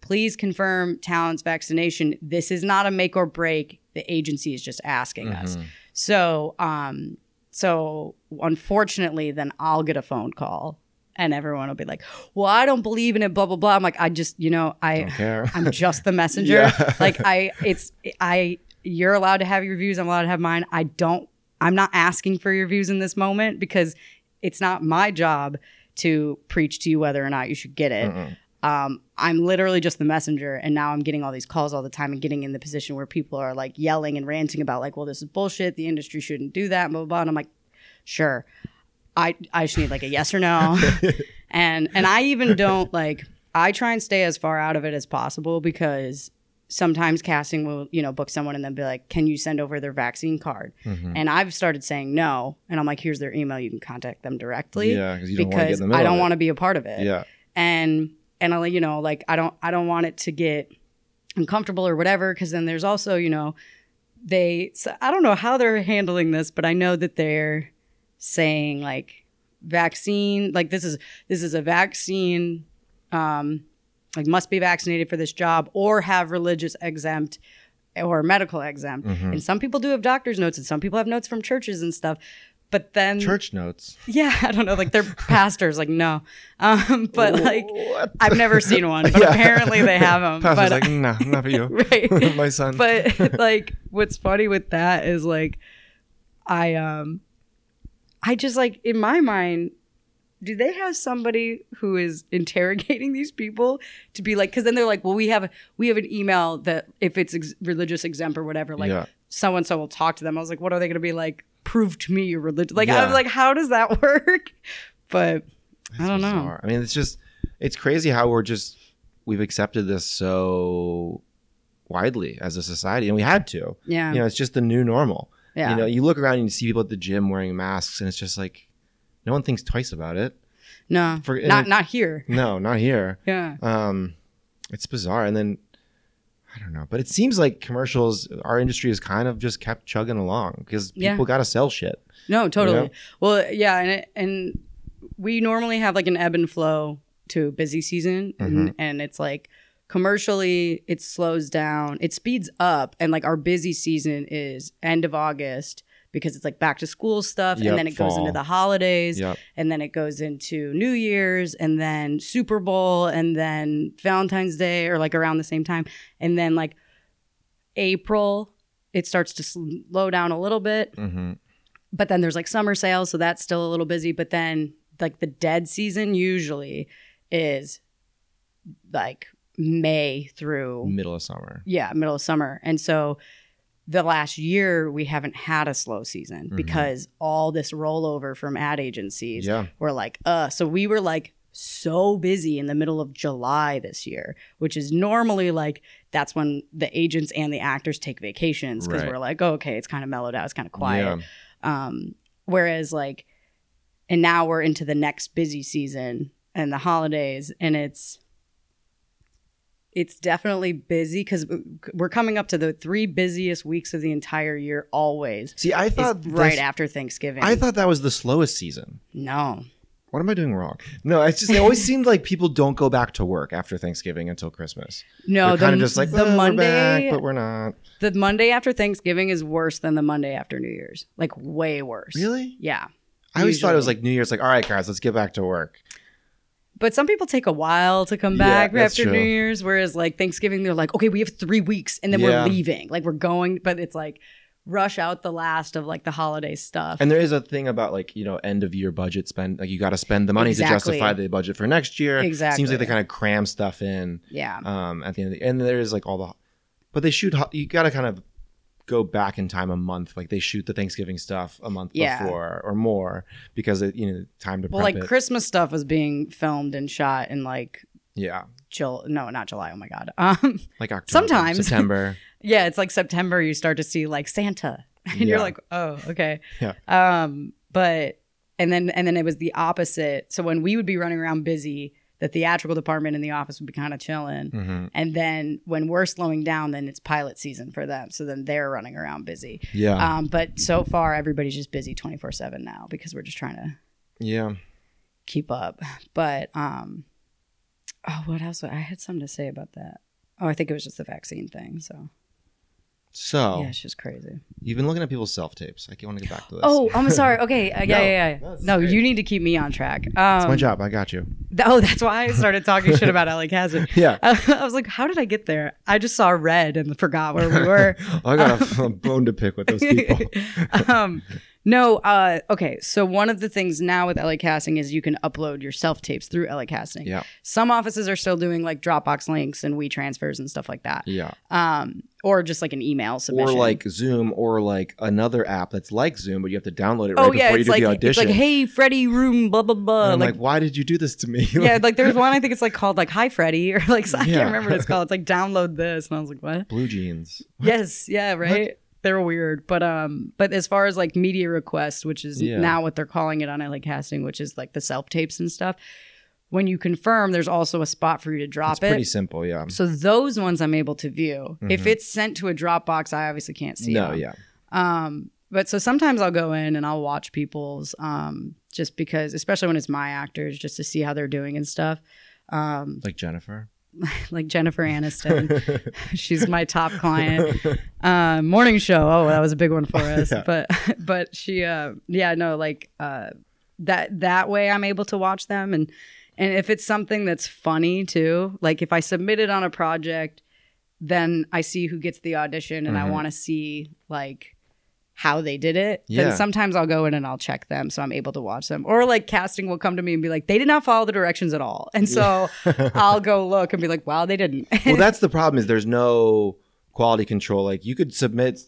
Speaker 2: Please confirm talent's vaccination. This is not a make or break. The agency is just asking us.
Speaker 1: Mhm.
Speaker 2: So, um, so unfortunately, then I'll get a phone call, and everyone will be like, "Well, I don't believe in it." Blah blah blah. I'm like, I just, you know, I,
Speaker 1: Don't care.
Speaker 2: I'm just the messenger.
Speaker 1: Yeah.
Speaker 2: Like I, it's I. You're allowed to have your views. I'm allowed to have mine. I don't. I'm not asking for your views in this moment because it's not my job to preach to you whether or not you should get it
Speaker 1: Mm-mm.
Speaker 2: um, I'm literally just the messenger, and now I'm getting all these calls all the time and getting in the position where people are like yelling and ranting about like, well, this is bullshit. The industry shouldn't do that, blah blah. blah. And I'm like, sure, I I just need like a yes or no, and and I even don't like I try and stay as far out of it as possible because sometimes casting will you know book someone and then be like, can you send over their vaccine card?
Speaker 1: Mhm.
Speaker 2: And I've started saying no, and I'm like, here's their email. You can contact them directly
Speaker 1: Yeah, because you don't want to get in
Speaker 2: because
Speaker 1: the middle.
Speaker 2: I don't
Speaker 1: want
Speaker 2: want to be a part of it
Speaker 1: to. Yeah,
Speaker 2: and and I'll, you know like i don't i don't want it to get uncomfortable or whatever because then there's also you know they so i don't know how they're handling this but i know that they're saying like vaccine like this is this is a vaccine um like must be vaccinated for this job or have religious exempt or medical exempt
Speaker 1: Mhm.
Speaker 2: and some people do have doctor's notes and some people have notes from churches and stuff but then
Speaker 1: church notes.
Speaker 2: yeah i don't know like they're pastors like no um but like
Speaker 1: What?
Speaker 2: I've never seen one, but
Speaker 1: Yeah.
Speaker 2: apparently they have them.
Speaker 1: Pastor's
Speaker 2: but uh,
Speaker 1: like, nah, not for you,
Speaker 2: right.
Speaker 1: my son.
Speaker 2: but like, what's funny with that is like, I um, I just like in my mind, do they have somebody who is interrogating these people to be like? Because then they're like, well, we have we have an email that if it's ex- religious exempt or whatever, like
Speaker 1: yeah,
Speaker 2: so and so will talk to them. I was like, what are they going to be like? Prove to me you're religious. Like I
Speaker 1: Yeah.
Speaker 2: was like, how does that work? But I
Speaker 1: It's
Speaker 2: don't know.
Speaker 1: bizarre. I mean, it's just it's crazy how we're just we've accepted this so widely as a society, and we had to.
Speaker 2: yeah,
Speaker 1: You know, it's just the new normal.
Speaker 2: yeah.
Speaker 1: You know, you look around and you see people at the gym wearing masks, and it's just like no one thinks twice about it.
Speaker 2: No,
Speaker 1: For- and
Speaker 2: not
Speaker 1: it-
Speaker 2: not here.
Speaker 1: No, not here.
Speaker 2: Yeah,
Speaker 1: Um, it's bizarre. And then I don't know, but it seems like commercials, our industry has kind of just kept chugging along because people
Speaker 2: Yeah.
Speaker 1: got to sell shit.
Speaker 2: no, totally.
Speaker 1: Yeah.
Speaker 2: Well, yeah, and it, and we normally have like an ebb and flow to busy season and,
Speaker 1: Mm-hmm.
Speaker 2: and it's like commercially it slows down it speeds up and like our busy season is end of august because it's like back to school stuff
Speaker 1: Yep,
Speaker 2: and then it goes
Speaker 1: fall.
Speaker 2: into the holidays
Speaker 1: Yep.
Speaker 2: and then it goes into New Year's and then Super Bowl and then Valentine's Day or like around the same time. And then like April, it starts to slow down a little bit.
Speaker 1: hmm
Speaker 2: But then there's like summer sales. So that's still a little busy. But then like the dead season usually is like May through
Speaker 1: Middle of summer.
Speaker 2: yeah, middle of summer. And so the last year we haven't had a slow season
Speaker 1: Mhm.
Speaker 2: because all this rollover from ad agencies
Speaker 1: Yeah.
Speaker 2: were like, uh, so we were like so busy in the middle of July this year, which is normally like that's when the agents and the actors take vacations because
Speaker 1: Right.
Speaker 2: we're like, oh, okay, it's kind of mellowed out, it's kind of quiet.
Speaker 1: Yeah.
Speaker 2: Um, whereas like, and now we're into the next busy season and the holidays, and it's it's definitely busy because we're coming up to the three busiest weeks of the entire year. Always
Speaker 1: See, I
Speaker 2: is
Speaker 1: thought
Speaker 2: right
Speaker 1: this-
Speaker 2: after Thanksgiving.
Speaker 1: I thought that was the slowest season.
Speaker 2: no,
Speaker 1: What am I doing wrong? No, it's just it always seemed like people don't go back to work after Thanksgiving until Christmas.
Speaker 2: no,
Speaker 1: They're
Speaker 2: the,
Speaker 1: kind of just like
Speaker 2: the
Speaker 1: "Eh, we're
Speaker 2: Monday,
Speaker 1: back, but we're not
Speaker 2: the Monday after Thanksgiving is worse than the Monday after New Year's. Like way worse.
Speaker 1: really.
Speaker 2: Yeah.
Speaker 1: I always thought it was
Speaker 2: Usually.
Speaker 1: like New Year's, like all right, guys, let's get back to work.
Speaker 2: But some people take a while to come
Speaker 1: Yeah,
Speaker 2: back
Speaker 1: that's
Speaker 2: after
Speaker 1: true.
Speaker 2: New Year's, whereas like Thanksgiving, they're like, okay, we have three weeks and then
Speaker 1: Yeah.
Speaker 2: we're leaving. Like we're going, but it's like rush out the last of like the holiday stuff.
Speaker 1: And there is a thing about like you know end of year budget spend, like you got to spend the money
Speaker 2: Exactly.
Speaker 1: to justify the budget for next year. Seems
Speaker 2: Exactly.
Speaker 1: like they kind of cram stuff in
Speaker 2: yeah.
Speaker 1: um, at the end. Of the, and there is like all the, but they shoot. ho- You got to kind of go back in time a month. Like they shoot the Thanksgiving stuff a month
Speaker 2: Yeah.
Speaker 1: before or more because it you know time to
Speaker 2: Well,
Speaker 1: prep
Speaker 2: like
Speaker 1: it.
Speaker 2: Christmas stuff was being filmed and shot in like
Speaker 1: yeah,
Speaker 2: Jul no, not July. Oh my God. Um
Speaker 1: like October,
Speaker 2: Sometimes.
Speaker 1: September.
Speaker 2: yeah, it's like September you start to see like Santa. And
Speaker 1: Yeah.
Speaker 2: you're like, oh, okay.
Speaker 1: Yeah.
Speaker 2: Um, but and then and then it was the opposite. So when we would be running around busy, the theatrical department in the office would be kind of chilling.
Speaker 1: hmm
Speaker 2: And then when we're slowing down, then it's pilot season for them. So then they're running around busy.
Speaker 1: Yeah,
Speaker 2: Um, but so far, everybody's just busy 24 7 now because we're just trying to
Speaker 1: yeah.
Speaker 2: keep up. But um, oh, what else? I had something to say about that. Oh, I think it was just the vaccine thing. So
Speaker 1: So Oh.
Speaker 2: yeah, it's just crazy.
Speaker 1: you've been looking at people's self tapes. I want to get back to this.
Speaker 2: Oh, I'm sorry. Okay. Uh, yeah,
Speaker 1: No,
Speaker 2: yeah, yeah.
Speaker 1: no, this is
Speaker 2: No,
Speaker 1: great.
Speaker 2: you need to keep me on track. Um,
Speaker 1: it's my job. I got you.
Speaker 2: th- oh, that's why I started talking shit about Alec Hazard.
Speaker 1: Yeah.
Speaker 2: I was like, how did I get there? I just saw red and forgot where we were.
Speaker 1: I got a, a bone to pick with those people.
Speaker 2: um, no, uh, okay. So one of the things now with LA Casting is you can upload your self tapes through LA Casting.
Speaker 1: Yeah.
Speaker 2: Some offices are still doing like Dropbox links and WeTransfers and stuff like that,
Speaker 1: Yeah.
Speaker 2: um, or just like an email submission.
Speaker 1: Or like Zoom or like another app that's like Zoom, but you have to download it right
Speaker 2: oh
Speaker 1: before
Speaker 2: yeah,
Speaker 1: you
Speaker 2: it's
Speaker 1: do
Speaker 2: like
Speaker 1: the audition.
Speaker 2: it's like hey Freddie room blah blah
Speaker 1: And
Speaker 2: blah
Speaker 1: I'm
Speaker 2: like.
Speaker 1: like, why did you do this to me?
Speaker 2: yeah, like there's one I think it's like called like Hi Freddie or like I
Speaker 1: Yeah.
Speaker 2: can't remember what it's called. It's like download this, and I was like, what?
Speaker 1: Blue jeans.
Speaker 2: Yes, yeah, right. They're weird, but um, but as far as like media requests, which is
Speaker 1: Yeah.
Speaker 2: now what they're calling it on LA Casting, which is like the self tapes and stuff. When you confirm, there's also a spot for you to drop
Speaker 1: It's pretty
Speaker 2: it.
Speaker 1: simple, yeah.
Speaker 2: So those ones I'm able to view. If
Speaker 1: Mhm.
Speaker 2: it's sent to a Dropbox, I obviously can't see.
Speaker 1: No,
Speaker 2: them.
Speaker 1: yeah.
Speaker 2: Um, but so sometimes I'll go in and I'll watch people's um, just because, especially when it's my actors, just to see how they're doing and stuff. Um,
Speaker 1: Like Jennifer.
Speaker 2: like Jennifer Aniston, she's my top client uh, morning show. Oh, that was a big one for us.
Speaker 1: Yeah.
Speaker 2: But but she, uh, yeah, no, like uh, that that way I'm able to watch them and and if it's something that's funny too, like if I submit it on a project, then I see who gets the audition and I
Speaker 1: Mhm.
Speaker 2: want to see like how they did it.
Speaker 1: Yeah.
Speaker 2: Then sometimes I'll go in and I'll check them so I'm able to watch them. Or like casting will come to me and be like, they did not follow the directions at all, and so I'll go look and be like, wow, they didn't.
Speaker 1: well, that's the problem is there's no quality control. Like you could submit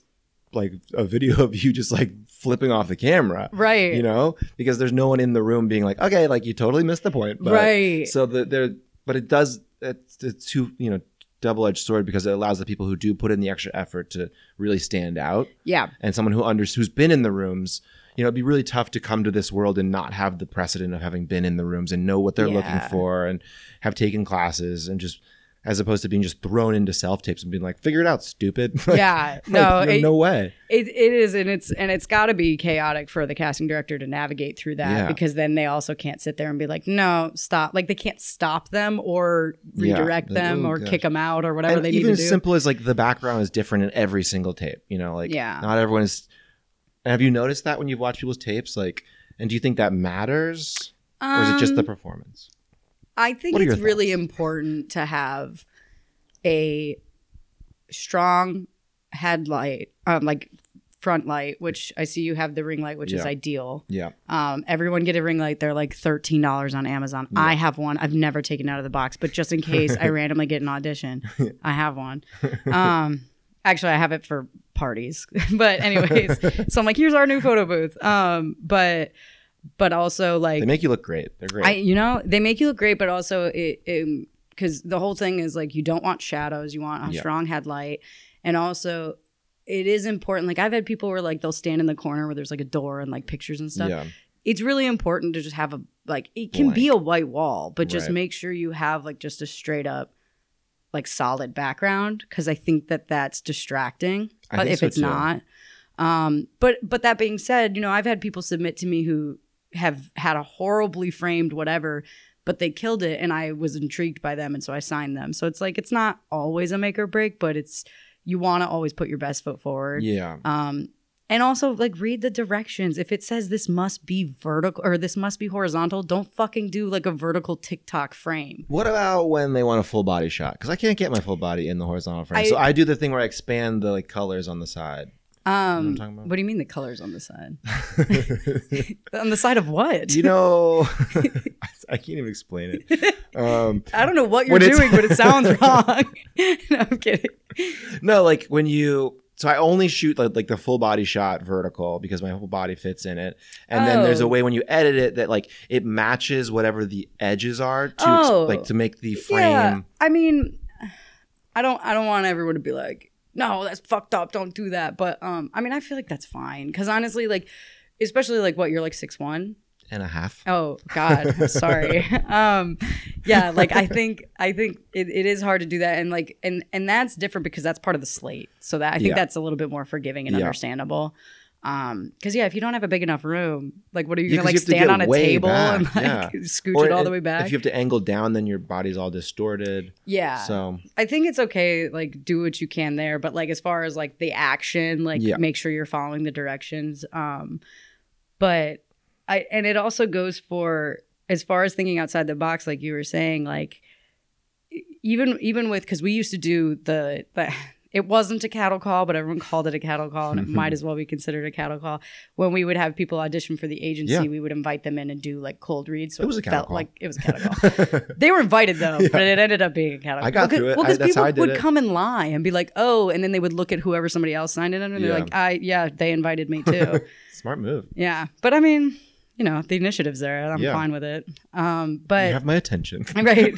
Speaker 1: like a video of you just like flipping off the camera.
Speaker 2: right.
Speaker 1: You know, because there's no one in the room being like, okay, like you totally missed the point. But
Speaker 2: right.
Speaker 1: So the, there, but it does. It's a two, you know, double-edged sword because it allows the people who do put in the extra effort to really stand out,
Speaker 2: yeah.
Speaker 1: and someone who under, who's been in the rooms. You know, it'd be really tough to come to this world and not have the precedent of having been in the rooms and know what they're looking
Speaker 2: Yeah.
Speaker 1: for and have taken classes and just as opposed to being just thrown into self tapes and being like, figure it out, stupid. Like-
Speaker 2: yeah.
Speaker 1: like,
Speaker 2: No,
Speaker 1: there-
Speaker 2: it,
Speaker 1: no way.
Speaker 2: it, it is. And it's, and it's got to be chaotic for the casting director to navigate through that
Speaker 1: Yeah.
Speaker 2: because then they also can't sit there and be like, no, stop. Like they can't stop them or
Speaker 1: Yeah.
Speaker 2: redirect
Speaker 1: Like,
Speaker 2: them
Speaker 1: oh,
Speaker 2: or
Speaker 1: gosh.
Speaker 2: kick them out or whatever
Speaker 1: And
Speaker 2: they
Speaker 1: even
Speaker 2: need
Speaker 1: as
Speaker 2: to do.
Speaker 1: simple as like the background is different in every single tape. You know, like
Speaker 2: Yeah.
Speaker 1: not everyone is. And have you noticed that when you've watched people's tapes, like, and do you think that matters, or is it just the
Speaker 2: Um,
Speaker 1: performance?
Speaker 2: I think
Speaker 1: What are
Speaker 2: it's
Speaker 1: your
Speaker 2: really important to have a strong headlight, um, like front light, which I see you have the ring light, which is
Speaker 1: Yeah.
Speaker 2: ideal.
Speaker 1: Yeah,
Speaker 2: Um, everyone get a ring light. They're like $13 on Amazon.
Speaker 1: Yeah.
Speaker 2: I have one. I've never taken it out of the box, but just in case I randomly get an audition, I have one. Um, actually, I have it for parties. but anyways, so I'm like, here's our new photo booth. Um, but, but also like,
Speaker 1: they make you look great. They're great.
Speaker 2: I, you know, they make you look great, but also it because the whole thing is like you don't want shadows, you want a
Speaker 1: Yeah.
Speaker 2: strong headlight, and also it is important. Like I've had people where like they'll stand in the corner where there's like a door and like pictures and stuff.
Speaker 1: Yeah,
Speaker 2: It's really important to just have a like it can be a white wall, but just
Speaker 1: Right.
Speaker 2: make sure you have like just a straight up like solid background because I think that that's distracting
Speaker 1: I
Speaker 2: uh,
Speaker 1: think
Speaker 2: if
Speaker 1: so
Speaker 2: it's
Speaker 1: too.
Speaker 2: not. Um, but but that being said, you know I've had people submit to me who have had a horribly framed whatever, but they killed it, and I was intrigued by them, and so I signed them. So it's like it's not always a make or break, but it's you want to always put your best foot forward.
Speaker 1: yeah,
Speaker 2: Um, and also like read the directions. If it says this must be vertical or this must be horizontal, don't fucking do like a vertical TikTok frame.
Speaker 1: What about when they want a full body shot? Because I can't get my full body in the horizontal frame,
Speaker 2: I-
Speaker 1: so I do the thing where I expand the like colors on the side.
Speaker 2: Um,
Speaker 1: talking about?
Speaker 2: what do you mean the colors on the side? on the side of what?
Speaker 1: you know, I, I can't even explain it. Um,
Speaker 2: I don't know what you're
Speaker 1: When it's-
Speaker 2: doing, but it sounds wrong. no, I'm kidding.
Speaker 1: no, like when you. So I only shoot like, like the full body shot vertical because my whole body fits in it, and then there's
Speaker 2: Oh.
Speaker 1: a way when you edit it that like it matches whatever the edges are to ex-
Speaker 2: Oh.
Speaker 1: like to make the frame.
Speaker 2: Yeah, I mean, I don't, I don't want everyone to be like, no, that's fucked up. Don't do that. But um, I mean, I feel like that's fine because honestly, like, especially like what you're like six one.
Speaker 1: and a half.
Speaker 2: Oh God, I'm sorry. um, yeah, like I think I think it, it is hard to do that, and like and and that's different because that's part of the slate. So that I think
Speaker 1: Yeah.
Speaker 2: that's a little bit more forgiving and
Speaker 1: Yeah.
Speaker 2: understandable. Um, because yeah, if you don't have a big enough room, like what are you
Speaker 1: Yeah,
Speaker 2: gonna
Speaker 1: 'cause
Speaker 2: like
Speaker 1: you have to
Speaker 2: stand
Speaker 1: get
Speaker 2: on a
Speaker 1: way
Speaker 2: table
Speaker 1: back,
Speaker 2: and like
Speaker 1: yeah.
Speaker 2: scooch
Speaker 1: Or
Speaker 2: it all
Speaker 1: i-
Speaker 2: the way back?
Speaker 1: If you have to angle down, then your body's all distorted.
Speaker 2: yeah,
Speaker 1: So
Speaker 2: I think it's okay. Like do what you can there, but like as far as like the action, like
Speaker 1: Yeah.
Speaker 2: make sure you're following the directions. Um, but I and it also goes for as far as thinking outside the box, like you were saying, like e- even even with because we used to do the the. It wasn't a cattle call, but everyone called it a cattle call, and it might as well be considered a cattle call. When we would have people audition for the agency,
Speaker 1: Yeah.
Speaker 2: we would invite them in and do like cold reads. So
Speaker 1: It
Speaker 2: it,
Speaker 1: was a cattle
Speaker 2: felt
Speaker 1: call.
Speaker 2: like it was a cattle call. They were invited though, but it ended up being a cattle.
Speaker 1: I got
Speaker 2: well,
Speaker 1: through it.
Speaker 2: Well,
Speaker 1: I-
Speaker 2: because
Speaker 1: that's how
Speaker 2: people
Speaker 1: I did
Speaker 2: would
Speaker 1: it.
Speaker 2: come and lie and be like, "Oh," and then they would look at whoever somebody else signed it under, and they're
Speaker 1: Yeah.
Speaker 2: like, "I yeah, they invited me too."
Speaker 1: Smart move.
Speaker 2: yeah, but I mean, you know, the initiative's there, and I'm
Speaker 1: Yeah.
Speaker 2: fine with it. Um,
Speaker 1: you
Speaker 2: but
Speaker 1: have my attention.
Speaker 2: right,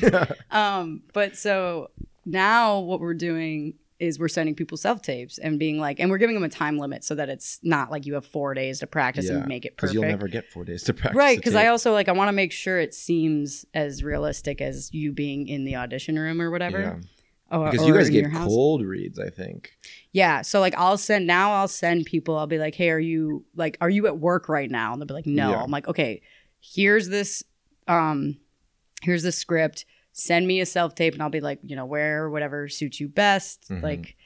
Speaker 2: um, but so now what we're doing is we're sending people self tapes and being like, and we're giving them a time limit so that it's not like you have four days to practice
Speaker 1: Yeah,
Speaker 2: and make it
Speaker 1: Because
Speaker 2: perfect
Speaker 1: you'll never get four days to practice.
Speaker 2: right
Speaker 1: the
Speaker 2: because
Speaker 1: tape.
Speaker 2: i also like i want to make sure it seems as realistic as you being in the audition room or whatever
Speaker 1: Yeah.
Speaker 2: or,
Speaker 1: um, Because you
Speaker 2: or
Speaker 1: guys
Speaker 2: in
Speaker 1: get
Speaker 2: your house.
Speaker 1: cold reads, I think.
Speaker 2: yeah so like i'll send now i'll send people i'll be like hey are you like are you at work right now and they'll be like no
Speaker 1: Yeah.
Speaker 2: i'm like okay here's this um here's the script send me a self tape and i'll be like you know where whatever suits you best
Speaker 1: Mhm.
Speaker 2: like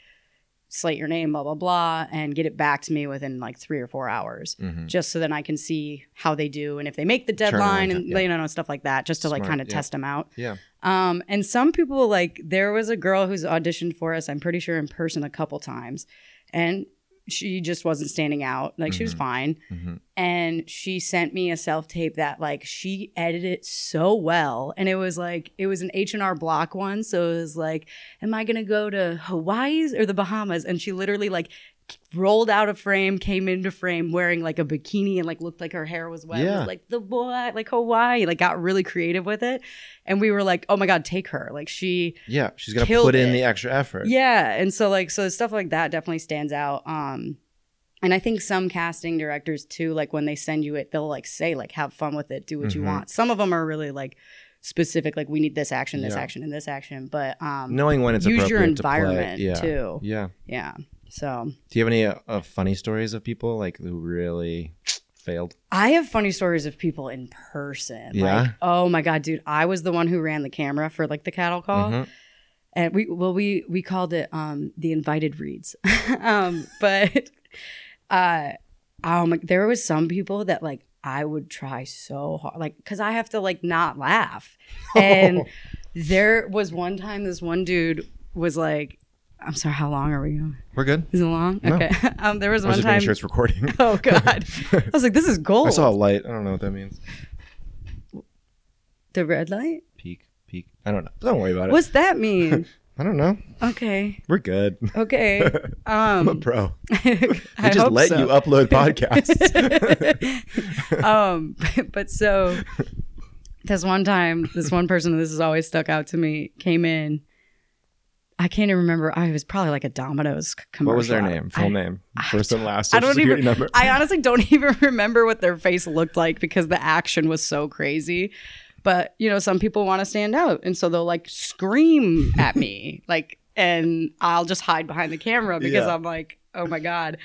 Speaker 2: slate your name blah blah blah and get it back to me within like three or four hours
Speaker 1: Mm-hmm,
Speaker 2: just so then I can see how they do and if they make the deadline
Speaker 1: Turnaround
Speaker 2: and
Speaker 1: time, yeah.
Speaker 2: you know stuff like that, just to like
Speaker 1: Smart,
Speaker 2: kind of
Speaker 1: yeah.
Speaker 2: test them out.
Speaker 1: Yeah.
Speaker 2: Um, and some people like there was a girl who's auditioned for us. I'm pretty sure in person a couple times, and she just wasn't standing out. Like she was
Speaker 1: Mhm.
Speaker 2: fine,
Speaker 1: hmm
Speaker 2: and she sent me a self tape that like she edited it so well and it was like it was an h&r block one so it was like am i gonna go to hawaii's or the bahamas and she literally like rolled out of frame came into frame wearing like a bikini and like looked like her hair was wet It was
Speaker 1: Yeah.
Speaker 2: like the boy like hawaii like got really creative with it and we were like oh my god take her like she
Speaker 1: Yeah. She's going to
Speaker 2: Killed
Speaker 1: put in
Speaker 2: it.
Speaker 1: the extra effort.
Speaker 2: yeah, and so like so stuff like that definitely stands out. Um and I think some casting directors too like when they send you it they'll like say like have fun with it, do what you
Speaker 1: Mhm.
Speaker 2: want. Some of them are really like specific like we need this action this
Speaker 1: Yeah.
Speaker 2: action and this action but um
Speaker 1: knowing when it's
Speaker 2: use your
Speaker 1: appropriate
Speaker 2: environment
Speaker 1: to play. Yeah.
Speaker 2: too
Speaker 1: Yeah.
Speaker 2: yeah so
Speaker 1: Do you have any uh, uh, funny stories of people like who really failed?
Speaker 2: I have funny stories of people in person.
Speaker 1: Yeah?
Speaker 2: Like, oh my god, dude, I was the one who ran the camera for like the cattle call,
Speaker 1: Mhm.
Speaker 2: and we well we we called it um the invited reads, um but uh oh my, there was some people that like I would try so hard like because I have to like not laugh,
Speaker 1: Oh.
Speaker 2: and there was one time this one dude was like, I'm sorry, how long are we going?
Speaker 1: We're good.
Speaker 2: Is it long?
Speaker 1: No.
Speaker 2: Okay, um there was
Speaker 1: I was
Speaker 2: one
Speaker 1: just making
Speaker 2: time.
Speaker 1: sure it's recording.
Speaker 2: Oh god, I was like, this is gold.
Speaker 1: I saw a light. I don't know what that means.
Speaker 2: the red light.
Speaker 1: Peak, peak. I don't know. Don't worry about it.
Speaker 2: What's that mean?
Speaker 1: I don't know.
Speaker 2: okay.
Speaker 1: We're good.
Speaker 2: Okay.
Speaker 1: I'm a
Speaker 2: Um
Speaker 1: pro.
Speaker 2: I
Speaker 1: We just
Speaker 2: hope
Speaker 1: let
Speaker 2: so.
Speaker 1: you upload podcasts.
Speaker 2: um but, but so this one time this one person this has always stuck out to me came in I can't even remember. I was probably like a Domino's c- commercial.
Speaker 1: what was their name? Full
Speaker 2: I,
Speaker 1: name. First and last.
Speaker 2: I
Speaker 1: Social
Speaker 2: don't even-
Speaker 1: security number.
Speaker 2: I honestly don't even remember what their face looked like because the action was so crazy. But you know, some people want to stand out, and so they'll like scream at me, like, and I'll just hide behind the camera because
Speaker 1: Yeah.
Speaker 2: I'm like, oh my god.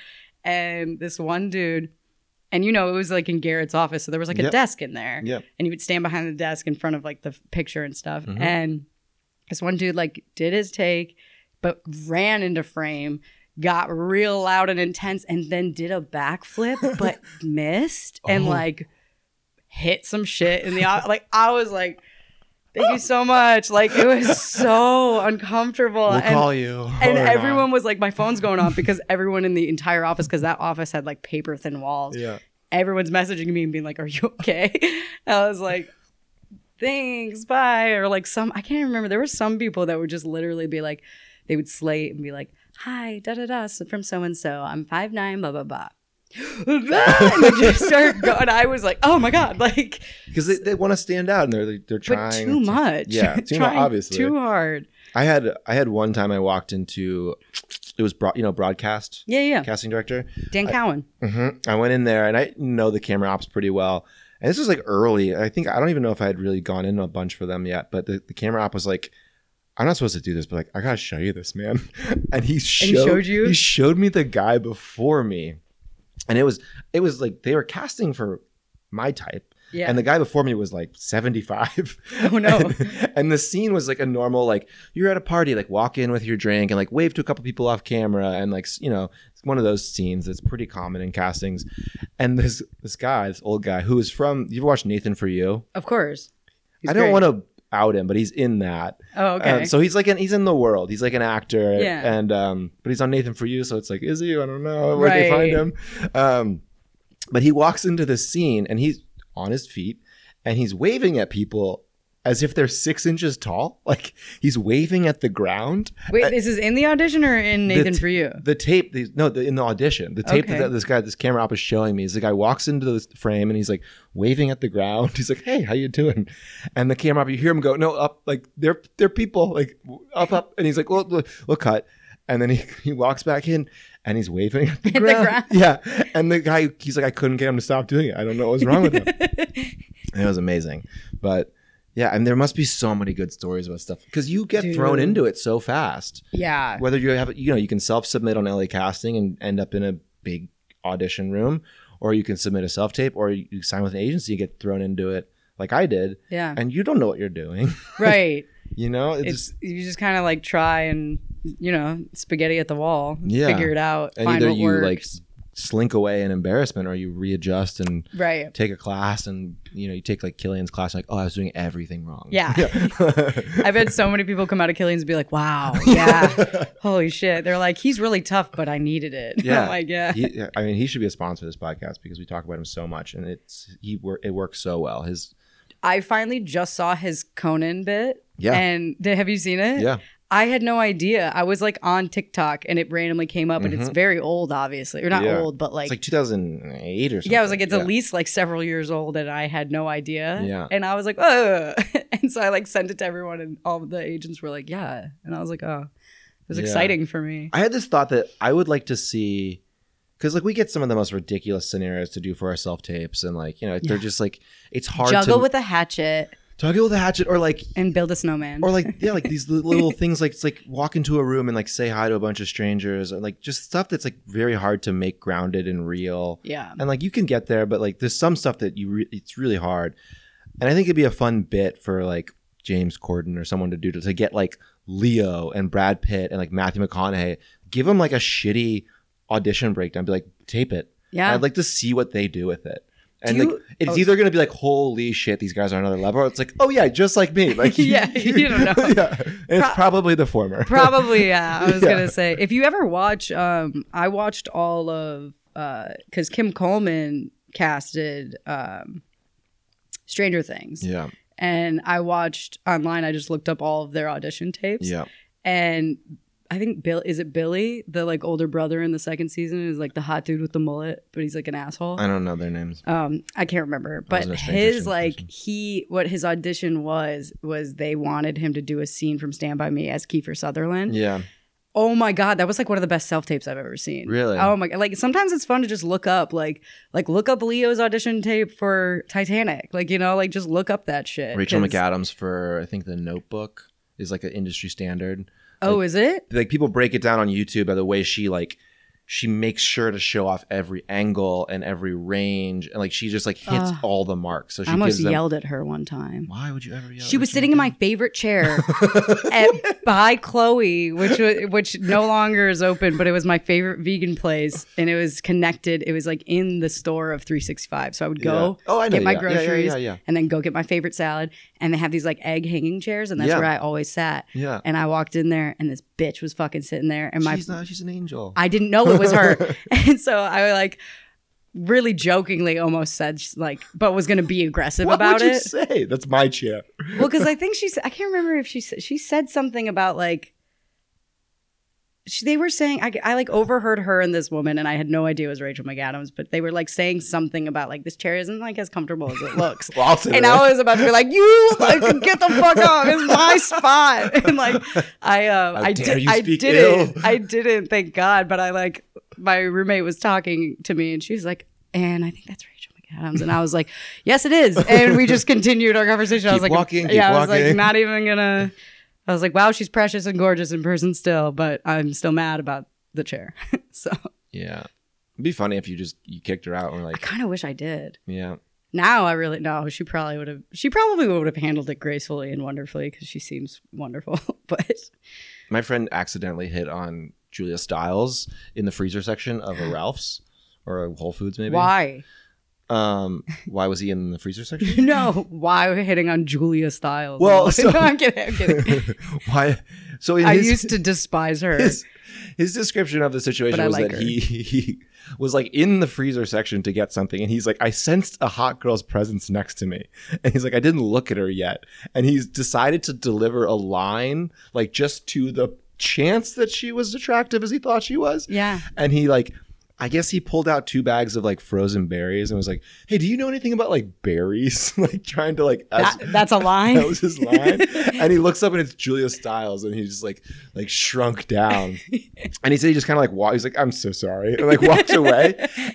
Speaker 2: And this one dude, and you know, it was like in Garrett's office, so there was like a
Speaker 1: Yep.
Speaker 2: desk in there,
Speaker 1: Yep.
Speaker 2: and you would stand behind the desk in front of like the f- picture and stuff,
Speaker 1: Mhm.
Speaker 2: and this one dude like did his take, but ran into frame got real loud and intense and then did a backflip but missed and
Speaker 1: Oh.
Speaker 2: like hit some shit in the au- like I was like thank you so much like it was so uncomfortable
Speaker 1: We'll
Speaker 2: and
Speaker 1: call you.
Speaker 2: and
Speaker 1: Hold on.
Speaker 2: everyone was like my phone's going off because everyone in the entire office cuz that office had like paper thin walls
Speaker 1: Yeah.
Speaker 2: everyone's messaging me and being like, "Are you okay?" And I was like, "Thanks, bye." Or like some I can't remember. There were some people that would just literally be like, they would slate and be like, "Hi, da da da, so- from so and so. I'm five nine, blah blah blah." and they just start going. I was like, "Oh my god!" Like,
Speaker 1: Because they, they want to stand out and they're like, they're
Speaker 2: but
Speaker 1: trying.
Speaker 2: too
Speaker 1: to-
Speaker 2: much.
Speaker 1: Yeah, too much,
Speaker 2: Trying
Speaker 1: obviously.
Speaker 2: Too hard.
Speaker 1: I had I had one time I walked into it was broad, you know broadcast
Speaker 2: Yeah, yeah.
Speaker 1: casting director.
Speaker 2: Dan Cowan.
Speaker 1: hmm I went in there and I know the camera ops pretty well. And this was like early. I think I don't even know if I had really gone in a bunch for them yet. But the, the camera op was like, "I'm not supposed to do this, but like I gotta show you this, man." And he showed,
Speaker 2: showed you?
Speaker 1: He showed me the guy before me, and it was it was like they were casting for my type,
Speaker 2: Yeah.
Speaker 1: and the guy before me was like 75.
Speaker 2: Oh, no.
Speaker 1: And, and the scene was like a normal, like, you're at a party, like, walk in with your drink and like wave to a couple people off camera. And like, s- you know, it's one of those scenes that's pretty common in castings. And this, this guy, this old guy who is from, you ever watched Nathan for You?
Speaker 2: of course. He's
Speaker 1: I don't
Speaker 2: great.
Speaker 1: want to out him, but he's in that.
Speaker 2: Oh, okay.
Speaker 1: Um, so he's like, an, he's in the world. He's like an actor.
Speaker 2: Yeah.
Speaker 1: And, um, but he's on Nathan for You. So it's like, is he? I don't know where they
Speaker 2: Right.
Speaker 1: find him. Um, but he walks into this scene and he's on his feet and he's waving at people as if they're six inches tall. Like he's waving at the ground.
Speaker 2: Wait, this is in the audition or in Nathan
Speaker 1: t-
Speaker 2: for you?
Speaker 1: The tape, the, no, the, in the audition, the tape
Speaker 2: Okay.
Speaker 1: that this guy, this camera op is showing me is the guy walks into the frame and he's like waving at the ground. He's like, "Hey, how you doing?" And the camera op, you hear him go, "No, up!" Like they're they're people, like up, up. And he's like, "Look, look, look, cut." And then he, he walks back in and he's waving at the,
Speaker 2: the
Speaker 1: ground.
Speaker 2: ground.
Speaker 1: Yeah. And the guy, he's like, I couldn't get him to stop doing it. I don't know what was wrong with him. And it was amazing. But yeah, and there must be so many good stories about stuff because you get thrown
Speaker 2: Dude.
Speaker 1: into it so fast.
Speaker 2: yeah.
Speaker 1: Whether you have, you know, you can self submit on LA Casting and end up in a big audition room, or you can submit a self tape, or you sign with an agency and get thrown into it like I did,
Speaker 2: Yeah.
Speaker 1: and you don't know what you're doing.
Speaker 2: right
Speaker 1: You know, it's,
Speaker 2: it's you just kind of like try and you know spaghetti at the wall
Speaker 1: Yeah.
Speaker 2: figure it out
Speaker 1: and
Speaker 2: find
Speaker 1: either
Speaker 2: what
Speaker 1: you like s-
Speaker 2: works
Speaker 1: slink away in embarrassment, or you readjust and
Speaker 2: right
Speaker 1: take a class and you know you take like Killian's class like oh I was doing everything wrong.
Speaker 2: Yeah. i've had so many people come out of killings and be like wow yeah holy shit they're like he's really tough but i needed it
Speaker 1: Yeah.
Speaker 2: oh my god
Speaker 1: He, I mean, he should be a sponsor of this podcast because we talk about him so much, and it's he wor- it works so well. His
Speaker 2: i finally just saw his conan bit
Speaker 1: Yeah.
Speaker 2: and did, have you seen it
Speaker 1: yeah,
Speaker 2: I had no idea. I was like on TikTok and it randomly came up, and it's
Speaker 1: Mhm.
Speaker 2: very old, obviously, or not
Speaker 1: Yeah.
Speaker 2: old, but
Speaker 1: it's
Speaker 2: like
Speaker 1: like 2008 or something.
Speaker 2: Yeah, I was like, it's
Speaker 1: yeah.
Speaker 2: at least like several years old, and I had no idea.
Speaker 1: Yeah.
Speaker 2: And I was like, oh. and so I like sent it to everyone, and all the agents were like, yeah. And I was like, oh, it was
Speaker 1: Yeah.
Speaker 2: exciting for me.
Speaker 1: I had this thought that I would like to see because like we get some of the most ridiculous scenarios to do for our self tapes, and like you know they're
Speaker 2: Yeah.
Speaker 1: just like it's hard
Speaker 2: Juggle
Speaker 1: to
Speaker 2: with a hatchet.
Speaker 1: Do I go with a hatchet or like
Speaker 2: and build a snowman.
Speaker 1: or like yeah, like these li- little things like it's like walk into a room and like say hi to a bunch of strangers and like just stuff that's like very hard to make grounded and real.
Speaker 2: yeah.
Speaker 1: And like you can get there, but like there's some stuff that you re- it's really hard. And I think it'd be a fun bit for like James Corden or someone to do to, to get like Leo and Brad Pitt and like Matthew McConaughey, give them like a shitty audition breakdown, be like tape it. And
Speaker 2: Yeah.
Speaker 1: I'd like to see what they do with it. And
Speaker 2: Do
Speaker 1: like, it's
Speaker 2: oh.
Speaker 1: either going to be like, holy shit, these guys are another level, or it's like, oh yeah, just like me. Like,
Speaker 2: Yeah, you don't know.
Speaker 1: yeah. And it's
Speaker 2: Pro-
Speaker 1: probably the former.
Speaker 2: Probably, yeah. I was
Speaker 1: Yeah.
Speaker 2: gonna say if you ever watch, um, I watched all of because Kim Coleman casted um, Stranger Things,
Speaker 1: yeah,
Speaker 2: and I watched online. I just looked up all of their audition tapes,
Speaker 1: yeah.
Speaker 2: and I think Bill is it Billy, the like older brother in the second season, is like the hot dude with the mullet, but he's like an asshole.
Speaker 1: I don't know their names.
Speaker 2: um i can't remember but
Speaker 1: in a Stranger
Speaker 2: his
Speaker 1: Things
Speaker 2: like
Speaker 1: person.
Speaker 2: he what his audition was was they wanted him to do a scene from stand by me as kiefer sutherland
Speaker 1: Yeah,
Speaker 2: oh my god that was like one of the best self-tapes i've ever seen
Speaker 1: Really?
Speaker 2: oh my god like sometimes it's fun to just look up like like look up leo's audition tape for titanic like you know like just look up that shit
Speaker 1: Rachel
Speaker 2: 'cause-
Speaker 1: McAdams for I think the Notebook is like an industry standard.
Speaker 2: oh is it
Speaker 1: Like people break it down on YouTube by the way she like she makes sure to show off every angle and every range, and like she just like hits
Speaker 2: Ugh.
Speaker 1: all the marks. So she
Speaker 2: i almost
Speaker 1: gives them.
Speaker 2: yelled at her one time
Speaker 1: Why would you ever yell? at
Speaker 2: she was
Speaker 1: Rachel
Speaker 2: sitting in my
Speaker 1: McAdams?
Speaker 2: favorite chair at, by Chloe, which wa- which no longer is open, but it was my favorite vegan place, and it was connected. It was like in the store of 365, so I would go.
Speaker 1: Yeah. Oh, I know.
Speaker 2: get my
Speaker 1: yeah. Yeah, yeah,
Speaker 2: groceries.
Speaker 1: yeah, yeah.
Speaker 2: And then go get my favorite salad. And they have these like egg hanging chairs, and that's
Speaker 1: Yeah.
Speaker 2: where I always sat.
Speaker 1: Yeah.
Speaker 2: And I walked in there, and this bitch was fucking sitting there. And my
Speaker 1: she's not. She's an angel.
Speaker 2: I didn't know it was her. and so I like really jokingly almost said like, but was gonna be aggressive
Speaker 1: what
Speaker 2: about
Speaker 1: would you
Speaker 2: it.
Speaker 1: say? That's my chair.
Speaker 2: well, because I think she said, I can't remember if she said, she said something about like, she, they were saying, I, I like overheard her and this woman, and I had no idea it was Rachel McAdams, but they were like saying something about like, this chair isn't like as comfortable as it looks.
Speaker 1: Well, I'll say
Speaker 2: And
Speaker 1: that.
Speaker 2: I was about to be like, "You like, get the fuck off! It's my spot." And like, I, um,
Speaker 1: How
Speaker 2: I,
Speaker 1: dare
Speaker 2: did,
Speaker 1: you
Speaker 2: I
Speaker 1: speak
Speaker 2: didn't,
Speaker 1: ill.
Speaker 2: I didn't. Thank God. But I like, my roommate was talking to me, and she was like, "And I think that's Rachel McAdams." And I was like, "Yes, it is." And we just continued our conversation. I was
Speaker 1: Keep
Speaker 2: like,
Speaker 1: walking, keep
Speaker 2: "Yeah," I was like,
Speaker 1: walking.
Speaker 2: "Not even gonna." I was like, "Wow, she's precious and gorgeous in person still, but I'm still mad about the chair." so
Speaker 1: Yeah. It'd be funny if you just you kicked her out and were
Speaker 2: I
Speaker 1: like,
Speaker 2: kind of wish I did.
Speaker 1: yeah.
Speaker 2: Now I really no. She probably would have. She probably would have handled it gracefully and wonderfully because she seems wonderful. but
Speaker 1: My friend accidentally hit on Julia Stiles in the freezer section of a Ralph's or a Whole Foods maybe.
Speaker 2: why?
Speaker 1: Um why was he in the freezer section?
Speaker 2: no, why are we hitting on Julia Stiles?
Speaker 1: Well,
Speaker 2: No,
Speaker 1: so-
Speaker 2: I'm kidding. I'm kidding.
Speaker 1: why so in
Speaker 2: I
Speaker 1: his,
Speaker 2: used to despise her.
Speaker 1: his his description of the situation
Speaker 2: But I
Speaker 1: was
Speaker 2: like
Speaker 1: that
Speaker 2: her.
Speaker 1: he he was like in the freezer section to get something and he's like I sensed a hot girl's presence next to me and he's like I didn't look at her yet and he's decided to deliver a line like just to the chance that she was attractive as he thought she was
Speaker 2: yeah.
Speaker 1: and he like I guess he pulled out two bags of like frozen berries and was like, "Hey, do you know anything about like berries?" like trying to like
Speaker 2: That,
Speaker 1: ask-
Speaker 2: that's a line.
Speaker 1: that was his line. and he looks up and it's Julia Stiles and he just like like shrunk down. and he said he just kind of like walked. He's like, "I'm so sorry," and like walked away.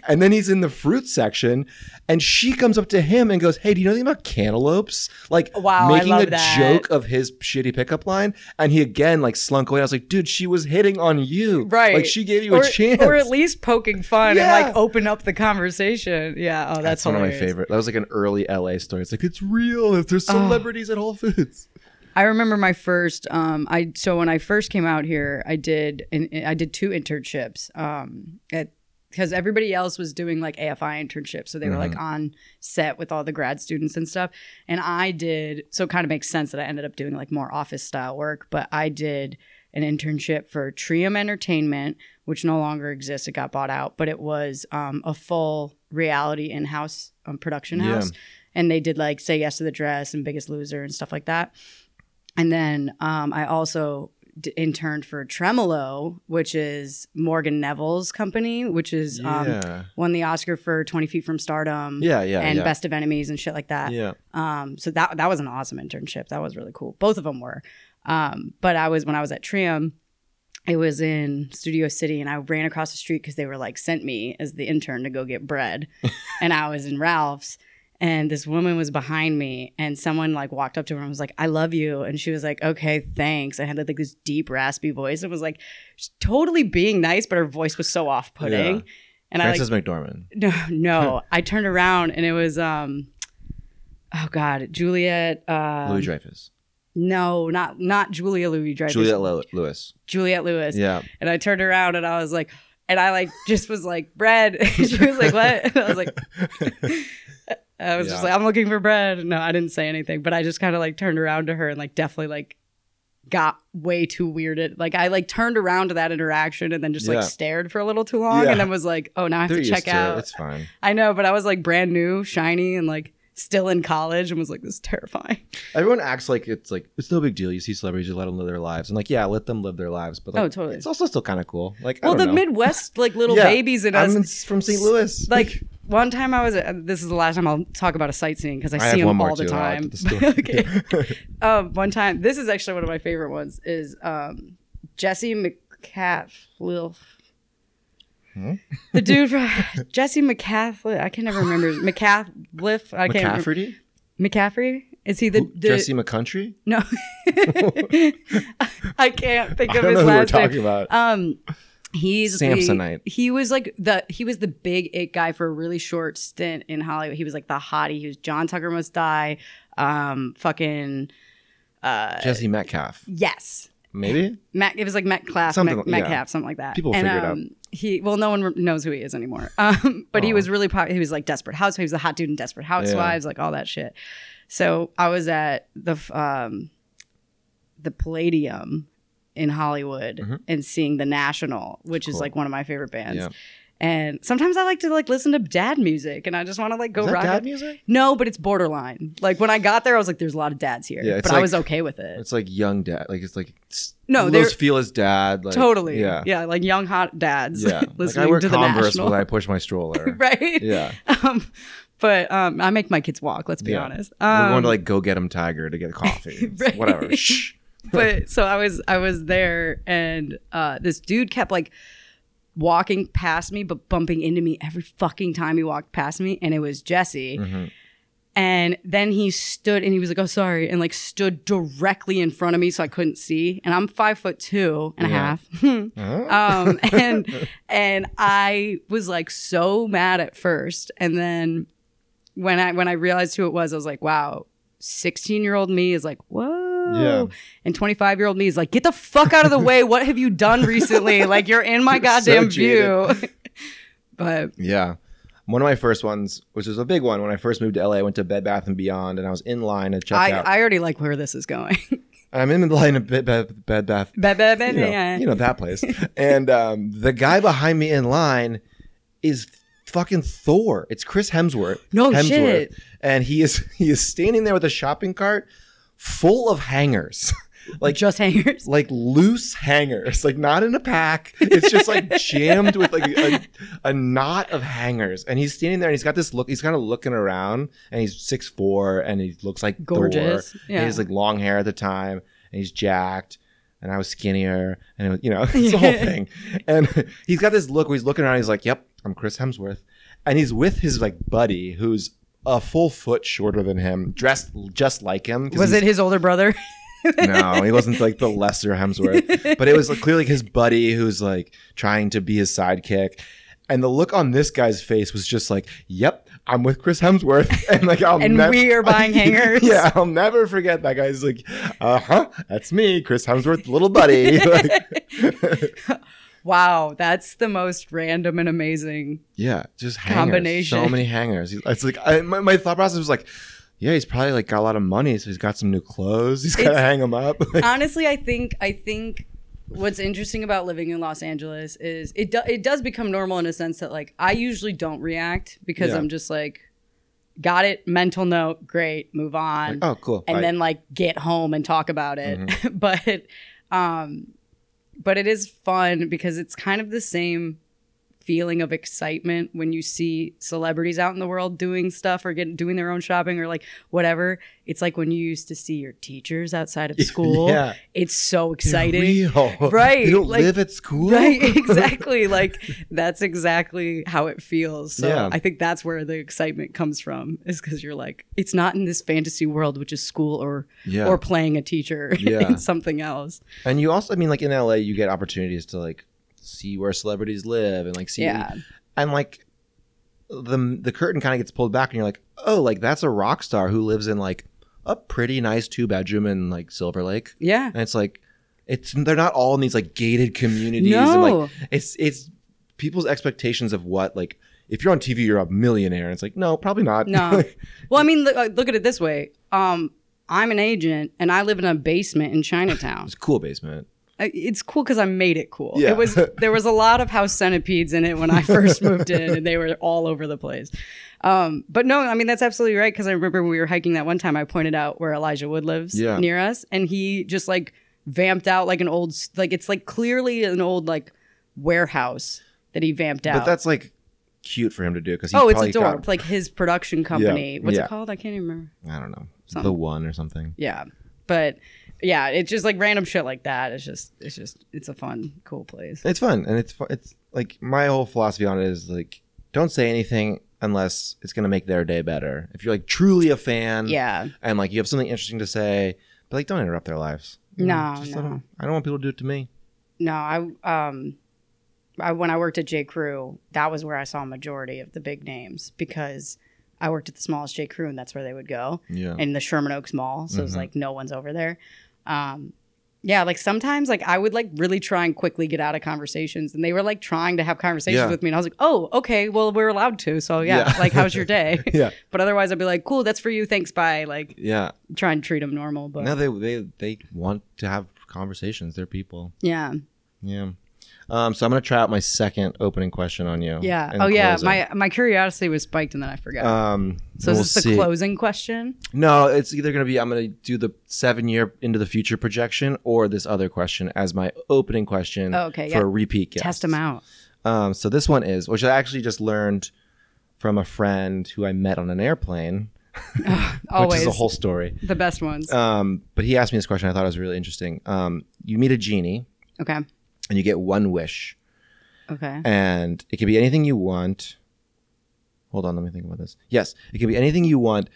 Speaker 1: And then he's in the fruit section, and she comes up to him and goes, "Hey, do you know anything about cantaloupes?" Like
Speaker 2: Wow, I
Speaker 1: making
Speaker 2: love
Speaker 1: a
Speaker 2: that.
Speaker 1: joke of his shitty pickup line. And he again like slunk away. I was like, "Dude, she was hitting on you.
Speaker 2: Right.
Speaker 1: Like she gave you
Speaker 2: or,
Speaker 1: a chance."
Speaker 2: or at least poking fun and like
Speaker 1: Yeah.
Speaker 2: open up the conversation. Yeah. Oh, that's,
Speaker 1: one of my
Speaker 2: hilarious.
Speaker 1: favorite. That was like an early LA story. It's like it's real. There's celebrities at Whole Foods.
Speaker 2: I remember my first um I so when I first came out here, I did and I did two internships um at because everybody else was doing like AFI internships, so they were like on set with all the grad students and stuff. And I did so it kind of makes sense that I ended up doing like more office style work, but I did an internship for Trium Entertainment, which no longer exists. It got bought out, but it was um, a full reality in-house um, production
Speaker 1: Yeah.
Speaker 2: house, and they did like Say Yes to the Dress and Biggest Loser and stuff like that. And then um, I also d- interned for Tremolo, which is Morgan Neville's company, which is um,
Speaker 1: yeah.
Speaker 2: won the Oscar for Twenty Feet from Stardom.
Speaker 1: Yeah, yeah,
Speaker 2: And
Speaker 1: yeah.
Speaker 2: Best of Enemies and shit like that.
Speaker 1: yeah.
Speaker 2: Um, so that that was an awesome internship. That was really cool. Both of them were. Um, but I was when I was at Trium, it was in Studio City, and I ran across the street because they were like sent me as the intern to go get bread, and I was in Ralph's, and this woman was behind me and someone like walked up to her and was like i love you and she was like okay thanks i had like this deep raspy voice and was like she's totally being nice but her voice was so off-putting
Speaker 1: Yeah.
Speaker 2: and i like
Speaker 1: Frances McDormand.
Speaker 2: no, no. I turned around and it was um oh god, Juliet uh
Speaker 1: Louis Dreyfus.
Speaker 2: No, not not Julia Louis Dreyfus.
Speaker 1: Juliette Lo- Lewis.
Speaker 2: Juliet Lewis.
Speaker 1: Yeah.
Speaker 2: And I turned around and I was like and I like just was like bread. she was like what? And I was like I was just
Speaker 1: Yeah.
Speaker 2: like I'm looking for bread. No, I didn't say anything, but I just kind of like turned around to her and like definitely like got way too weirded. Like I like turned around to that interaction and then just
Speaker 1: Yeah.
Speaker 2: like stared for a little too long
Speaker 1: Yeah.
Speaker 2: and then was like, "Oh, now I have
Speaker 1: They're
Speaker 2: to
Speaker 1: used
Speaker 2: check
Speaker 1: to it.
Speaker 2: out."
Speaker 1: It's fine.
Speaker 2: I know, but I was like brand new, shiny, and like still in college and was like, this is terrifying.
Speaker 1: Everyone acts like it's like it's no big deal. You see celebrities, you let them live their lives, and like yeah, let them live their lives. But like,
Speaker 2: Oh, totally.
Speaker 1: It's also still kind of cool. Like
Speaker 2: Well,
Speaker 1: I
Speaker 2: the
Speaker 1: don't know.
Speaker 2: Midwest, like little
Speaker 1: Yeah,
Speaker 2: babies in us.
Speaker 1: I'm in- from St. Louis.
Speaker 2: like one time I was, uh, this is the last time I'll talk about a sightseeing because I,
Speaker 1: I
Speaker 2: see
Speaker 1: have one
Speaker 2: them
Speaker 1: more
Speaker 2: all the
Speaker 1: too, I'll add
Speaker 2: time.
Speaker 1: to the
Speaker 2: Okay. um, one time, this is actually one of my favorite ones, is um, Jesse McCaffley.
Speaker 1: Hmm?
Speaker 2: The dude from Jesse McCaffrey, I can never remember McCaffrey. I can't remember.
Speaker 1: McCafferty,
Speaker 2: McCaffrey. Is he the,
Speaker 1: Who-
Speaker 2: the
Speaker 1: Jesse McCountry.
Speaker 2: No. I can't think
Speaker 1: I don't
Speaker 2: of
Speaker 1: know
Speaker 2: his
Speaker 1: who we're
Speaker 2: last
Speaker 1: talking
Speaker 2: name.
Speaker 1: about.
Speaker 2: Um he's the-
Speaker 1: Samsonite.
Speaker 2: he was like the he was the big it guy for a really short stint in Hollywood. He was like the hottie. He was John Tucker Must Die. Um fucking uh
Speaker 1: Jesse Metcalf,
Speaker 2: yes.
Speaker 1: maybe.
Speaker 2: Matt, it was like Matt Claff,
Speaker 1: Something-
Speaker 2: Matt,
Speaker 1: yeah.
Speaker 2: Metcalf, something like that.
Speaker 1: People
Speaker 2: and,
Speaker 1: figure it out.
Speaker 2: um, He well, no one re- knows who he is anymore. Um, but he
Speaker 1: Aw.
Speaker 2: was really popular. He was like Desperate Housewives. He was a hot dude in Desperate Housewives, like all that shit. So I was at the f- um, the Palladium in Hollywood
Speaker 1: Mhm.
Speaker 2: and seeing the National, which is
Speaker 1: Cool.
Speaker 2: like one of my favorite bands.
Speaker 1: Yeah.
Speaker 2: And sometimes I like to like listen to dad music, and I just want to like go
Speaker 1: Is that
Speaker 2: rock.
Speaker 1: dad
Speaker 2: it.
Speaker 1: music?
Speaker 2: No, but it's borderline. Like when I got there, I was like, "There's a lot of dads here,"
Speaker 1: Yeah, it's
Speaker 2: but I
Speaker 1: like-
Speaker 2: was okay with it.
Speaker 1: It's like young dad. Like it's like
Speaker 2: No, they're-
Speaker 1: those feel as dad. Like,
Speaker 2: totally.
Speaker 1: Yeah.
Speaker 2: Yeah. Yeah. Like young hot dads
Speaker 1: Yeah. like
Speaker 2: listening
Speaker 1: I wear
Speaker 2: to the
Speaker 1: Converse
Speaker 2: national.
Speaker 1: when I push my stroller.
Speaker 2: right.
Speaker 1: Yeah.
Speaker 2: Um, but um, I make my kids walk. Let's be
Speaker 1: Yeah.
Speaker 2: honest.
Speaker 1: We're
Speaker 2: Um,
Speaker 1: going to like go get him Tiger to get coffee.
Speaker 2: Right.
Speaker 1: Whatever. Shh.
Speaker 2: but so I was I was there, and uh, this dude kept like walking past me, but bumping into me every fucking time he walked past me, and it was Jesse.
Speaker 1: Mhm.
Speaker 2: And then he stood and he was like, "Oh, sorry," and like stood directly in front of me, so I couldn't see. And I'm five foot two and
Speaker 1: Yeah.
Speaker 2: a half.
Speaker 1: Huh?
Speaker 2: um and and i was like so mad at first and then when i when i realized who it was i was like wow 16 year old me is like whoa
Speaker 1: Yeah.
Speaker 2: and 25 year old me is like get the fuck out of the way what have you done recently like you're in my
Speaker 1: So
Speaker 2: goddamn view
Speaker 1: jaded.
Speaker 2: but
Speaker 1: Yeah. One of my first ones, which was a big one, when I first moved to LA, I went to Bed Bath and Beyond, and I was in line at checkout.
Speaker 2: I,
Speaker 1: I,
Speaker 2: I already like where this is going
Speaker 1: am in the line at Bed, Bed, Bed Bath,
Speaker 2: Ba- ba- ba-
Speaker 1: you know,
Speaker 2: yeah.
Speaker 1: you know that place, and um, the guy behind me in line is fucking Thor. It's Chris Hemsworth.
Speaker 2: No
Speaker 1: Hemsworth,
Speaker 2: shit.
Speaker 1: And he is he is standing there with a shopping cart full of hangers, like
Speaker 2: just hangers
Speaker 1: like loose hangers, like not in a pack. It's just like jammed with like a, a knot of hangers. And he's standing there and he's got this look. He's kind of looking around and he's six four and he looks like Thor.
Speaker 2: Gorgeous.
Speaker 1: And he has
Speaker 2: Yeah.
Speaker 1: like long hair at the time and he's jacked. And I was skinnier, and it was, you know, it's the whole
Speaker 2: Yeah.
Speaker 1: thing. And he's got this look where he's looking around. He's like, "Yep, I'm Chris Hemsworth," and he's with his like buddy who's a full foot shorter than him, dressed just like him. 'cause
Speaker 2: was
Speaker 1: he's-
Speaker 2: it his older brother
Speaker 1: no, he wasn't like the lesser Hemsworth, but it was like, clearly his buddy who's like trying to be his sidekick. And the look on this guy's face was just like, "Yep, I'm with Chris Hemsworth," and like, I'll
Speaker 2: And
Speaker 1: nev-
Speaker 2: we are buying hangers.
Speaker 1: yeah, I'll never forget that guy's like, "Uh huh, that's me, Chris Hemsworth, little buddy." Like,
Speaker 2: wow that's the most random and amazing
Speaker 1: yeah, just hangers,
Speaker 2: Combination.
Speaker 1: so many hangers. It's like I, my, my thought process was like, "Yeah, he's probably like got a lot of money, so he's got some new clothes. He's gotta
Speaker 2: It's-
Speaker 1: hang them up." Like,
Speaker 2: honestly i think i think what's interesting about living in los angeles is it, do, it does become normal in a sense that like i usually don't react because
Speaker 1: Yeah.
Speaker 2: i'm just like got it mental note great move on
Speaker 1: oh, cool.
Speaker 2: and
Speaker 1: Right. Mm-hmm.
Speaker 2: then like get home and talk about it but um but it is fun because it's kind of the same feeling of excitement when you see celebrities out in the world doing stuff or getting doing their own shopping or like whatever. It's like when you used to see your teachers outside of school.
Speaker 1: Yeah.
Speaker 2: It's so exciting.
Speaker 1: Real.
Speaker 2: Right,
Speaker 1: They don't
Speaker 2: like-
Speaker 1: live at school.
Speaker 2: Right, exactly. like that's exactly how it feels. So
Speaker 1: Yeah.
Speaker 2: I think that's where the excitement comes from, is because you're like, it's not in this fantasy world, which is school or
Speaker 1: Yeah.
Speaker 2: or playing a teacher
Speaker 1: Yeah.
Speaker 2: in something else.
Speaker 1: and you also, I mean, like in LA, you get opportunities to like see where celebrities live and like see,
Speaker 2: Yeah,
Speaker 1: and like the the curtain kind of gets pulled back, and you're like, oh, like that's a rock star who lives in like a pretty nice two bedroom in like Silver Lake,
Speaker 2: yeah.
Speaker 1: and it's like, it's they're not all in these like gated communities, and like
Speaker 2: No,
Speaker 1: it's it's people's expectations of what like if you're on TV, you're a millionaire, and it's like, no, probably not.
Speaker 2: No. well, I mean, look, uh, look at it this way. Um, I'm an agent, and I live in a basement in Chinatown.
Speaker 1: it's a cool basement.
Speaker 2: I- it's cool because I made it cool.
Speaker 1: Yeah.
Speaker 2: It was there was a lot of house centipedes in it when I first moved in, and they were all over the place. Um, but no, I mean that's absolutely right because I remember when we were hiking that one time. I pointed out where Elijah Wood lives
Speaker 1: Yeah.
Speaker 2: near us, and he just like vamped out like an old s- like it's like clearly an old like warehouse that he vamped out.
Speaker 1: But that's like cute for him to do because
Speaker 2: oh, it's adorable. Like his production company. What's
Speaker 1: yeah.
Speaker 2: it called? I can't even remember.
Speaker 1: I don't know the
Speaker 2: Something.
Speaker 1: one or something.
Speaker 2: Yeah. But yeah, it's just like random shit like that. It's just it's just it's a fun, cool place.
Speaker 1: It's fun and it's fu- it's like my whole philosophy on it is like don't say anything unless it's gonna make their day better. If you're like truly a fan,
Speaker 2: Yeah.
Speaker 1: and like you have something interesting to say, but like don't interrupt their lives. You know,
Speaker 2: No,
Speaker 1: just let
Speaker 2: no.
Speaker 1: 'em- I don't want people to do it to me.
Speaker 2: No, I um I when I worked at J. Crew, that was where I saw a majority of the big names because I worked at the smallest J. Crew and that's where they would go.
Speaker 1: Yeah,
Speaker 2: in the Sherman Oaks Mall. So it's
Speaker 1: Mhm.
Speaker 2: like no one's over there. Um, yeah, like sometimes like I would like really try and quickly get out of conversations, and they were like trying to have conversations
Speaker 1: Yeah.
Speaker 2: with me, and I was like, oh, okay, well we're allowed to, so yeah,
Speaker 1: Yeah.
Speaker 2: like how's your day?
Speaker 1: Yeah.
Speaker 2: But otherwise, I'd be like, cool, that's for you, thanks, bye. Like
Speaker 1: yeah.
Speaker 2: try and treat them normal, but
Speaker 1: No, they they they want to have conversations. They're people.
Speaker 2: yeah,
Speaker 1: Yeah. Um, so I'm gonna try out my second opening question on you.
Speaker 2: yeah.
Speaker 1: and
Speaker 2: Oh yeah,
Speaker 1: close it.
Speaker 2: my my curiosity was spiked, and then I forgot.
Speaker 1: um.
Speaker 2: so is
Speaker 1: we'll
Speaker 2: this the
Speaker 1: see.
Speaker 2: closing question?
Speaker 1: No, it's either going to be I'm going to do the seven year into the future projection or this other question as my opening question
Speaker 2: Oh, okay,
Speaker 1: for
Speaker 2: yeah.
Speaker 1: a repeat guest.
Speaker 2: Test them out.
Speaker 1: Um, so this one is, which I actually just learned from a friend who I met on an airplane, which
Speaker 2: Always
Speaker 1: is a whole story.
Speaker 2: the best ones.
Speaker 1: Um, but he asked me this question. I thought it was really interesting. Um, you meet a genie
Speaker 2: okay.
Speaker 1: and you get one wish,
Speaker 2: Okay.
Speaker 1: and it could be anything you want. Hold on, let me think about this. Yes, it could be anything you want,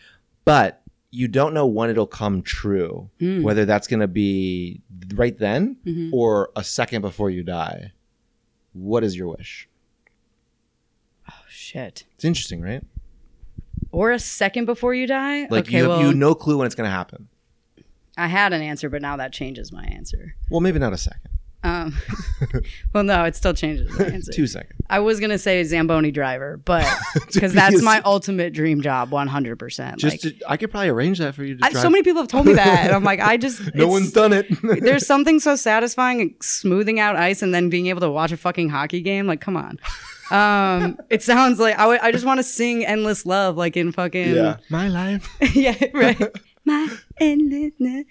Speaker 1: but you don't know when it'll come true.
Speaker 2: Mm.
Speaker 1: whether that's going to be right then
Speaker 2: Mhm.
Speaker 1: or a second before you die. What is your wish?
Speaker 2: Oh shit.
Speaker 1: It's interesting, right?
Speaker 2: Or a second before you die.
Speaker 1: Like
Speaker 2: okay.
Speaker 1: you have
Speaker 2: well,
Speaker 1: you have no clue when it's going to happen.
Speaker 2: I had an answer, but now that changes my answer.
Speaker 1: Well, maybe not a second.
Speaker 2: Um, well, no, it still changes my answer.
Speaker 1: Two seconds.
Speaker 2: I was gonna say Zamboni driver, but
Speaker 1: To
Speaker 2: because
Speaker 1: be
Speaker 2: that's
Speaker 1: a-
Speaker 2: my ultimate dream job, one hundred percent. Like,
Speaker 1: Just to, I could probably arrange that for you to
Speaker 2: I,
Speaker 1: drive.
Speaker 2: so many people have told me that, and I'm like, I just
Speaker 1: no
Speaker 2: it's-
Speaker 1: one's done it.
Speaker 2: There's something so satisfying in smoothing out ice and then being able to watch a fucking hockey game. Like, come on. Um, it sounds like I would- I just want to sing "Endless Love" like in fucking
Speaker 1: yeah. My life.
Speaker 2: yeah right. My endless.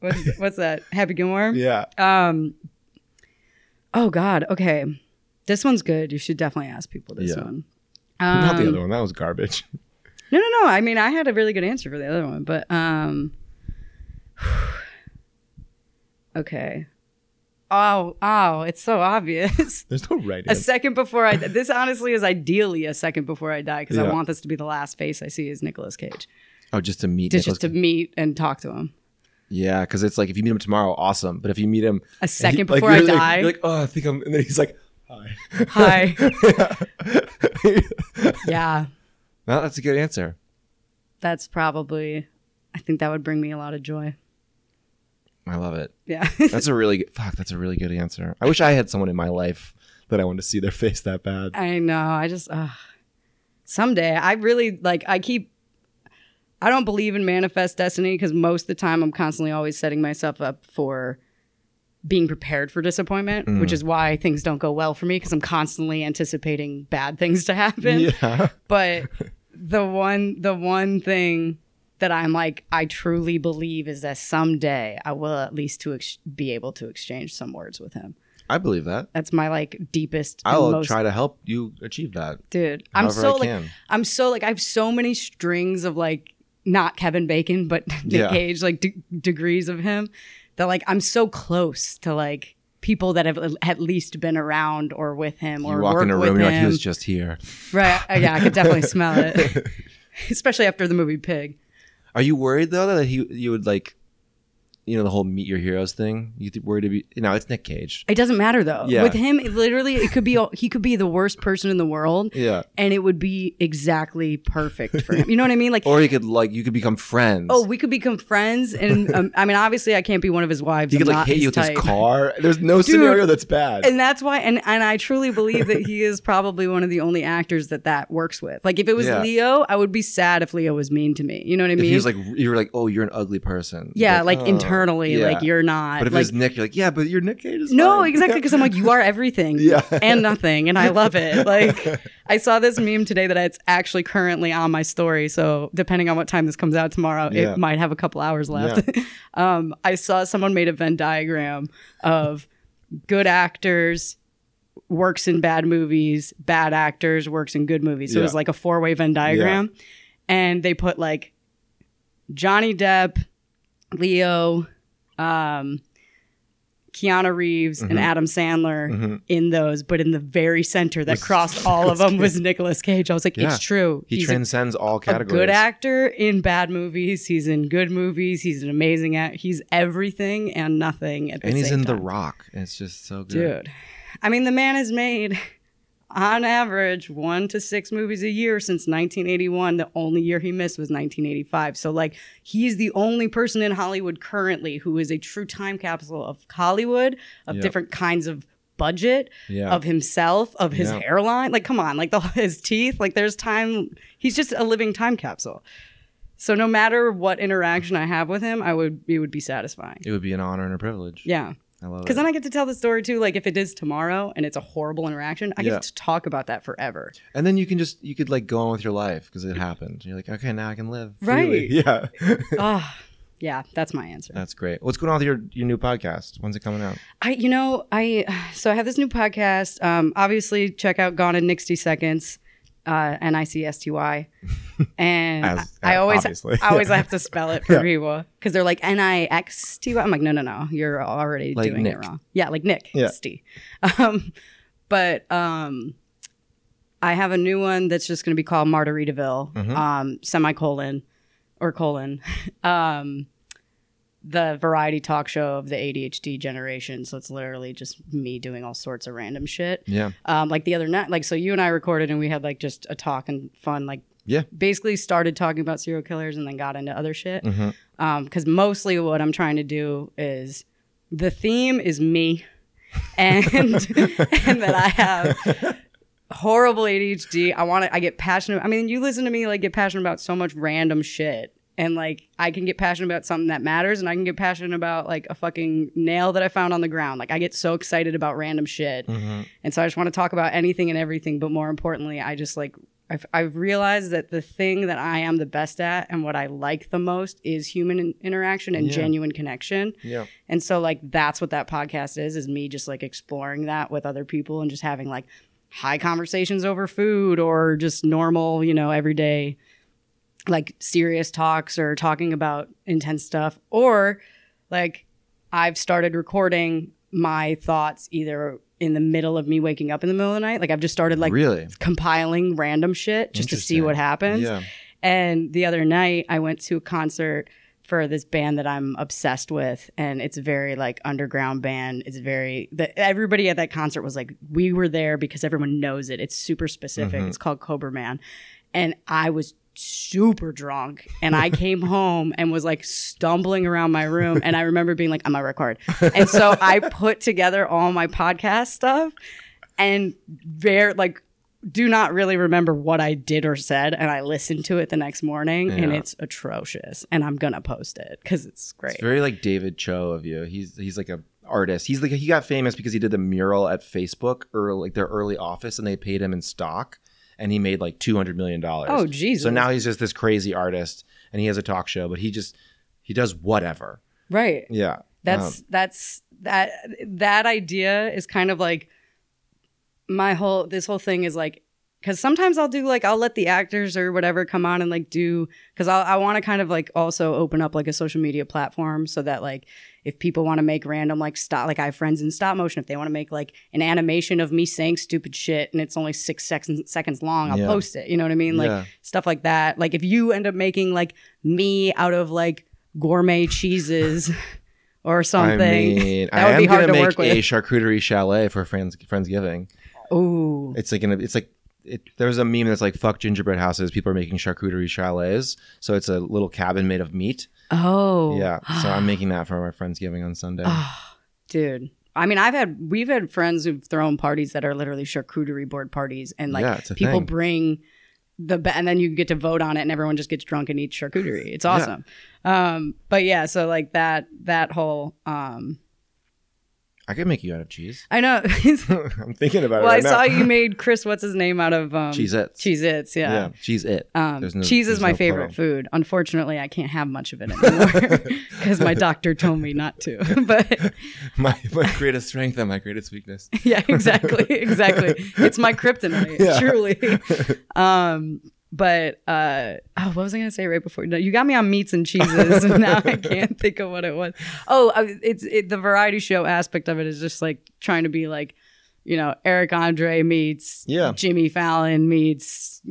Speaker 2: What's, what's that? Happy Gilmore.
Speaker 1: Yeah.
Speaker 2: Um. Oh God. Okay, this one's good. You should definitely ask people this
Speaker 1: Yeah.
Speaker 2: one.
Speaker 1: not the
Speaker 2: Um,
Speaker 1: other one. That was garbage.
Speaker 2: No, no, no. I mean, I had a really good answer for the other one, but um. okay. Oh, oh, it's so obvious.
Speaker 1: There's no right
Speaker 2: a
Speaker 1: answer.
Speaker 2: second before I. This honestly is ideally a second before I die because
Speaker 1: Yeah.
Speaker 2: I want this to be the last face I see is Nicolas Cage.
Speaker 1: Oh, just to meet.
Speaker 2: Just, just
Speaker 1: Nicolas
Speaker 2: to meet and talk to him.
Speaker 1: Cage. yeah, because it's like if you meet him tomorrow, awesome. But if you meet him
Speaker 2: A second
Speaker 1: and he- like,
Speaker 2: before I
Speaker 1: you're like-
Speaker 2: die.
Speaker 1: you're like, oh, I think I'm, and then he's like, hi.
Speaker 2: Hi.
Speaker 1: Yeah.
Speaker 2: yeah,
Speaker 1: No, that's a good answer.
Speaker 2: that's probably. I think that would bring me a lot of joy.
Speaker 1: I love it.
Speaker 2: Yeah.
Speaker 1: That's a really good, fuck. That's a really good answer. I wish I had someone in my life that I wanted to see their face that bad.
Speaker 2: I know. I just uh, someday I really like. I keep. I don't believe in manifest destiny because most of the time I'm constantly always setting myself up for being prepared for disappointment, which is why things don't go well for me because I'm constantly anticipating bad things to happen.
Speaker 1: Yeah,
Speaker 2: But the one, the one thing that I'm like, I truly believe is that someday I will at least to ex- be able to exchange some words with him.
Speaker 1: I believe that.
Speaker 2: That's my like deepest and
Speaker 1: I'll
Speaker 2: most
Speaker 1: try to help you achieve that.
Speaker 2: dude. I'm
Speaker 1: However
Speaker 2: so
Speaker 1: I
Speaker 2: like
Speaker 1: can.
Speaker 2: I'm so like I have so many strings of like not Kevin Bacon but Nick
Speaker 1: Yeah.
Speaker 2: Cage like de- degrees of him that like I'm so close to like people that have at least been around or with him or
Speaker 1: you walk
Speaker 2: work
Speaker 1: in a
Speaker 2: with
Speaker 1: room,
Speaker 2: him.
Speaker 1: you're like, he was just here.
Speaker 2: right? Uh, yeah, I could definitely smell it, especially after the movie Pig.
Speaker 1: Are you worried though that he you would like, you know, the whole meet your heroes thing? You th- worried to be? No, it's Nick Cage.
Speaker 2: It doesn't matter though.
Speaker 1: Yeah.
Speaker 2: With him, it literally, it could be all- he could be the worst person in the world,
Speaker 1: Yeah.
Speaker 2: and it would be exactly perfect for him. You know what I mean? Like.
Speaker 1: Or you could like you could become friends.
Speaker 2: Oh, we could become friends, and um, I mean, obviously, I can't be one of his wives.
Speaker 1: he could
Speaker 2: I'm
Speaker 1: like
Speaker 2: not
Speaker 1: hit you with
Speaker 2: type.
Speaker 1: his car. There's no scenario that's bad.
Speaker 2: and that's why and and I truly believe that he is probably one of the only actors that that works with. Like if it was
Speaker 1: Yeah.
Speaker 2: Leo, I would be sad if Leo was mean to me. You know what I
Speaker 1: if
Speaker 2: mean?
Speaker 1: he was like you were like, oh, you're an ugly person.
Speaker 2: yeah, like,
Speaker 1: oh,
Speaker 2: internally,
Speaker 1: yeah.
Speaker 2: like you're not.
Speaker 1: But if
Speaker 2: like,
Speaker 1: it was Nick, you're like, yeah, but you're Nick Cage. Is
Speaker 2: no,
Speaker 1: fine."
Speaker 2: exactly, because I'm like you are everything,
Speaker 1: Yeah.
Speaker 2: and nothing, and I love it. Like I saw this meme today that it's actually currently on my story. So depending on what time this comes out tomorrow,
Speaker 1: Yeah.
Speaker 2: it might have a couple hours left. um, I saw someone made a Venn diagram of good actors, works in bad movies, bad actors, works in good movies. So it was
Speaker 1: Yeah.
Speaker 2: like a four way Venn diagram. And they put like Johnny Depp, Leo, um, Keanu Reeves,
Speaker 1: Mm-hmm.
Speaker 2: and Adam Sandler
Speaker 1: Mhm.
Speaker 2: in those. But in the very center that
Speaker 1: Was
Speaker 2: crossed all of them
Speaker 1: Nicolas
Speaker 2: was Nicolas Cage. I was like,
Speaker 1: Yeah.
Speaker 2: it's true.
Speaker 1: He
Speaker 2: He's a
Speaker 1: transcends all categories.
Speaker 2: a good actor in bad movies. He's in good movies. He's an amazing act. He's everything and nothing at the
Speaker 1: and he's
Speaker 2: same
Speaker 1: in The
Speaker 2: time.
Speaker 1: Rock. and It's just so good.
Speaker 2: dude. I mean, the man has made on average one to six movies a year since 1981. The only year he missed was 1985. So like, he's the only person in Hollywood currently who is a true time capsule of Hollywood, of
Speaker 1: Yep.
Speaker 2: different kinds of budget
Speaker 1: Yeah.
Speaker 2: of himself of his
Speaker 1: Yeah.
Speaker 2: hairline like come on like the his teeth like there's time he's just a living time capsule so no matter what interaction i have with him i would it would be satisfying
Speaker 1: it would be an honor and a privilege.
Speaker 2: yeah
Speaker 1: I love
Speaker 2: because
Speaker 1: it.
Speaker 2: then i get to tell the story too like if it is tomorrow and it's a horrible interaction i
Speaker 1: Yeah.
Speaker 2: get to talk about that forever
Speaker 1: and then you can just you could like go on with your life because it happened. You're like, okay, now I can live.
Speaker 2: Right.
Speaker 1: freely." Yeah.
Speaker 2: Ah, yeah that's my answer
Speaker 1: That's great. What's going on with your your new podcast? When's it coming out?
Speaker 2: I, you know, I so I have this new podcast. Um, obviously, check out Gone in 60 Seconds, uh, N I C S T Y, and
Speaker 1: As- uh,
Speaker 2: I, I always,
Speaker 1: obviously.
Speaker 2: I always
Speaker 1: Yeah.
Speaker 2: have to spell it for
Speaker 1: Yeah.
Speaker 2: people because they're like N I X T Y. I'm like, no, no, no, you're already
Speaker 1: Like
Speaker 2: doing it
Speaker 1: Nick.
Speaker 2: wrong. Yeah, like Nick
Speaker 1: Yeah.
Speaker 2: St. Um, but um, I have a new one that's just going to be called Margaritaville,
Speaker 1: Mhm.
Speaker 2: um, semicolon or colon. um, the variety talk show of the ADHD generation. So it's literally just me doing all sorts of random shit.
Speaker 1: Yeah.
Speaker 2: Um, like the other night, like, so you and I recorded and we had like just a talk and fun, like,
Speaker 1: Yeah.
Speaker 2: basically started talking about serial killers and then got into other shit.
Speaker 1: Mhm.
Speaker 2: Because mostly what I'm trying to do is the theme is me and, and that I have horrible ADHD. I want to, I get passionate. I mean, you listen to me like get passionate about so much random shit. And like, I can get passionate about something that matters and I can get passionate about like a fucking nail that I found on the ground. Like, I get so excited about random shit.
Speaker 1: Mhm.
Speaker 2: And so I just want to talk about anything and everything. But more importantly, I just like, I've, I've realized that the thing that I am the best at and what I like the most is human in- interaction and
Speaker 1: Yeah.
Speaker 2: genuine connection.
Speaker 1: Yeah.
Speaker 2: And so, like, that's what that podcast is, is me just like exploring that with other people and just having like high conversations over food or just normal, you know, everyday like serious talks or talking about intense stuff or like I've started recording my thoughts either in the middle of me waking up in the middle of the night. Like I've just started like
Speaker 1: really.
Speaker 2: compiling random shit just to see
Speaker 1: Interesting.
Speaker 2: what happens.
Speaker 1: Yeah.
Speaker 2: And the other night I went to a concert for this band that I'm obsessed with and it's a very like underground band. It's very the, everybody at that concert was like we were there because everyone knows it. It's super specific.
Speaker 1: Mhm.
Speaker 2: It's called Cobra Man. And I was super drunk and I came home and was like stumbling around my room and I remember being like I'm gonna record. And so I put together all my podcast stuff and very like do not really remember what I did or said and I listened to it the next morning and
Speaker 1: Yeah.
Speaker 2: it's atrocious and I'm gonna post it because it's great.
Speaker 1: It's very like David Cho of you. He's he's like a artist. He's like he got famous because he did the mural at Facebook or like their early office, and they paid him in stock, and he made like two hundred million dollars.
Speaker 2: oh Jesus!
Speaker 1: so now he's just this crazy artist, and he has a talk show, but he just he does whatever.
Speaker 2: right.
Speaker 1: Yeah,
Speaker 2: That's that's that that idea is kind of like my whole this whole thing is like because sometimes I'll do like I'll let the actors or whatever come on and like do because I want to kind of like also open up like a social media platform so that like if people want to make random like stop like I have friends in stop motion if they want to make like an animation of me saying stupid shit and it's only six seconds seconds long I'll
Speaker 1: Yeah.
Speaker 2: post it you know what I mean like
Speaker 1: Yeah.
Speaker 2: stuff like that like if you end up making like me out of like gourmet cheeses or something
Speaker 1: I mean, I
Speaker 2: that would
Speaker 1: am
Speaker 2: be hard
Speaker 1: gonna
Speaker 2: to
Speaker 1: make
Speaker 2: work with.
Speaker 1: a charcuterie chalet for friends friendsgiving.
Speaker 2: oh
Speaker 1: It's like gonna. It's like it, there's a meme that's like fuck gingerbread houses. People are making charcuterie chalets, so it's a little cabin made of meat.
Speaker 2: oh
Speaker 1: Yeah, so uh, I'm making that for my friendsgiving on Sunday.
Speaker 2: Oh, dude. I mean, I've had we've had friends who've thrown parties that are literally charcuterie board parties, and like
Speaker 1: Yeah, it's a
Speaker 2: people
Speaker 1: thing.
Speaker 2: bring the ba- and then you get to vote on it, and everyone just gets drunk and eats charcuterie. It's
Speaker 1: Yeah.
Speaker 2: awesome. Um, but yeah, so like that that whole um,
Speaker 1: I could make you out of cheese.
Speaker 2: I know.
Speaker 1: I'm thinking about
Speaker 2: well,
Speaker 1: it.
Speaker 2: I
Speaker 1: Right
Speaker 2: saw
Speaker 1: now.
Speaker 2: you made Chris what's his name out of um,
Speaker 1: cheese it.
Speaker 2: Cheese its yeah.
Speaker 1: cheese it.
Speaker 2: Um,
Speaker 1: There's no-
Speaker 2: cheese is
Speaker 1: there's
Speaker 2: my
Speaker 1: no
Speaker 2: favorite
Speaker 1: plural.
Speaker 2: food. Unfortunately, I can't have much of it anymore because my doctor told me not to. but
Speaker 1: my my greatest strength and my greatest weakness.
Speaker 2: yeah exactly exactly it's my kryptonite
Speaker 1: Yeah.
Speaker 2: truly um but uh oh, what was i gonna say right before no, you got me on meats and cheeses and now i can't think of what it was oh I- it's it, the variety show aspect of it is just like trying to be like you know eric andre meets
Speaker 1: Yeah.
Speaker 2: jimmy fallon meets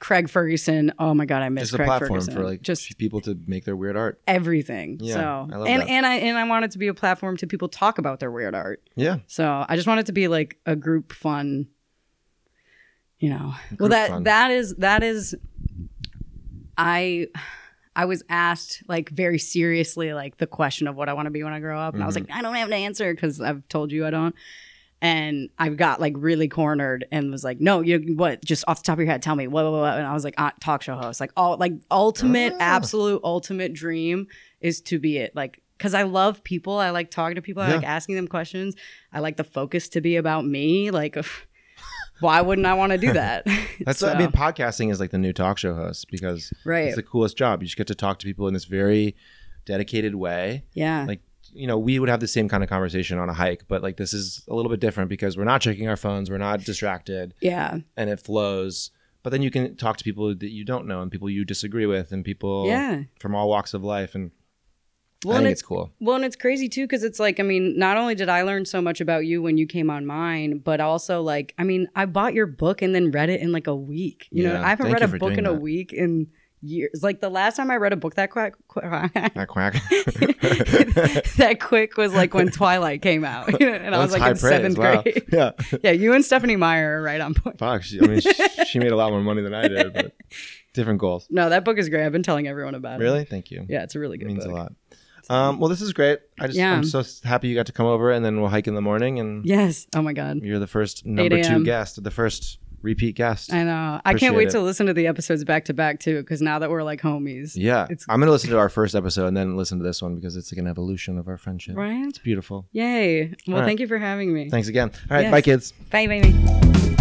Speaker 2: craig ferguson oh my god i miss
Speaker 1: Just a
Speaker 2: craig
Speaker 1: platform
Speaker 2: ferguson
Speaker 1: for like
Speaker 2: just
Speaker 1: people to make their weird art.
Speaker 2: everything
Speaker 1: Yeah,
Speaker 2: so
Speaker 1: I love
Speaker 2: and
Speaker 1: that.
Speaker 2: and i and i want it to be a platform to people talk about their weird art
Speaker 1: Yeah.
Speaker 2: so I just want it to be like a group fun, you know. well,
Speaker 1: Group
Speaker 2: that
Speaker 1: fun.
Speaker 2: that is that is. I I was asked like very seriously like the question of what I want to be when I grow up, and I was
Speaker 1: Mhm.
Speaker 2: like, I don't have an answer because I've told you I don't. And I've got like really cornered and was like, no, you what? Just off the top of your head, tell me what? what, what? And I was like, uh, talk show host, like all like ultimate,
Speaker 1: Ah.
Speaker 2: absolute ultimate dream is to be it like because I love people. I like talking to people. I
Speaker 1: Yeah.
Speaker 2: like asking them questions. I like the focus to be about me. Like, why wouldn't I want to do that?
Speaker 1: That's what I
Speaker 2: So,
Speaker 1: mean. Podcasting is like the new talk show host because
Speaker 2: right?
Speaker 1: it's the coolest job. You just get to talk to people in this very dedicated way.
Speaker 2: yeah,
Speaker 1: like, You know, we would have the same kind of conversation on a hike, but like this is a little bit different because we're not checking our phones, we're not distracted,
Speaker 2: yeah,
Speaker 1: and it flows. But then you can talk to people that you don't know and people you disagree with and people
Speaker 2: yeah.
Speaker 1: from all walks of life, and
Speaker 2: Well,
Speaker 1: I
Speaker 2: and
Speaker 1: think
Speaker 2: it's
Speaker 1: it's cool.
Speaker 2: well, and it's crazy too because it's like I mean, not only did I learn so much about you when you came on mine, but also like I mean, I bought your book and then read it in like a week. You know,
Speaker 1: Yeah,
Speaker 2: I haven't
Speaker 1: thank
Speaker 2: read
Speaker 1: you for
Speaker 2: a book
Speaker 1: doing
Speaker 2: in a
Speaker 1: that.
Speaker 2: week in years. Like the last time I read a book that quick. quick
Speaker 1: Not quack.
Speaker 2: that quick was like when Twilight came out, you know, and I was
Speaker 1: That's
Speaker 2: like
Speaker 1: high
Speaker 2: in
Speaker 1: praise,
Speaker 2: seventh
Speaker 1: wow.
Speaker 2: grade.
Speaker 1: Yeah.
Speaker 2: Yeah, you and Stephanie Meyer are right on point.
Speaker 1: Fuck. She, I mean, she, she made a lot more money than I did, but different goals.
Speaker 2: No, that book is great. I've been telling everyone about it.
Speaker 1: Really? Thank you.
Speaker 2: Um, Yeah, it's a really
Speaker 1: it
Speaker 2: good
Speaker 1: means
Speaker 2: book.
Speaker 1: a lot. Um, well, this is great. I just
Speaker 2: Yeah.
Speaker 1: I'm so s- happy you got to come over, and then we'll hike in the morning, and
Speaker 2: Yes. Oh my god.
Speaker 1: you're the first number
Speaker 2: a.m..
Speaker 1: two guest, the first repeat guest.
Speaker 2: I know. I can't wait
Speaker 1: Appreciate
Speaker 2: to listen to the episodes back to back too, because now that we're like homies,
Speaker 1: yeah,
Speaker 2: It's-
Speaker 1: I'm gonna listen to our first episode and then listen to this one because it's like an evolution of our friendship.
Speaker 2: right?
Speaker 1: It's beautiful.
Speaker 2: Yay! Well,
Speaker 1: All right.
Speaker 2: thank you for having me.
Speaker 1: Thanks again. All right,
Speaker 2: Yes.
Speaker 1: bye, kids.
Speaker 2: Bye, baby.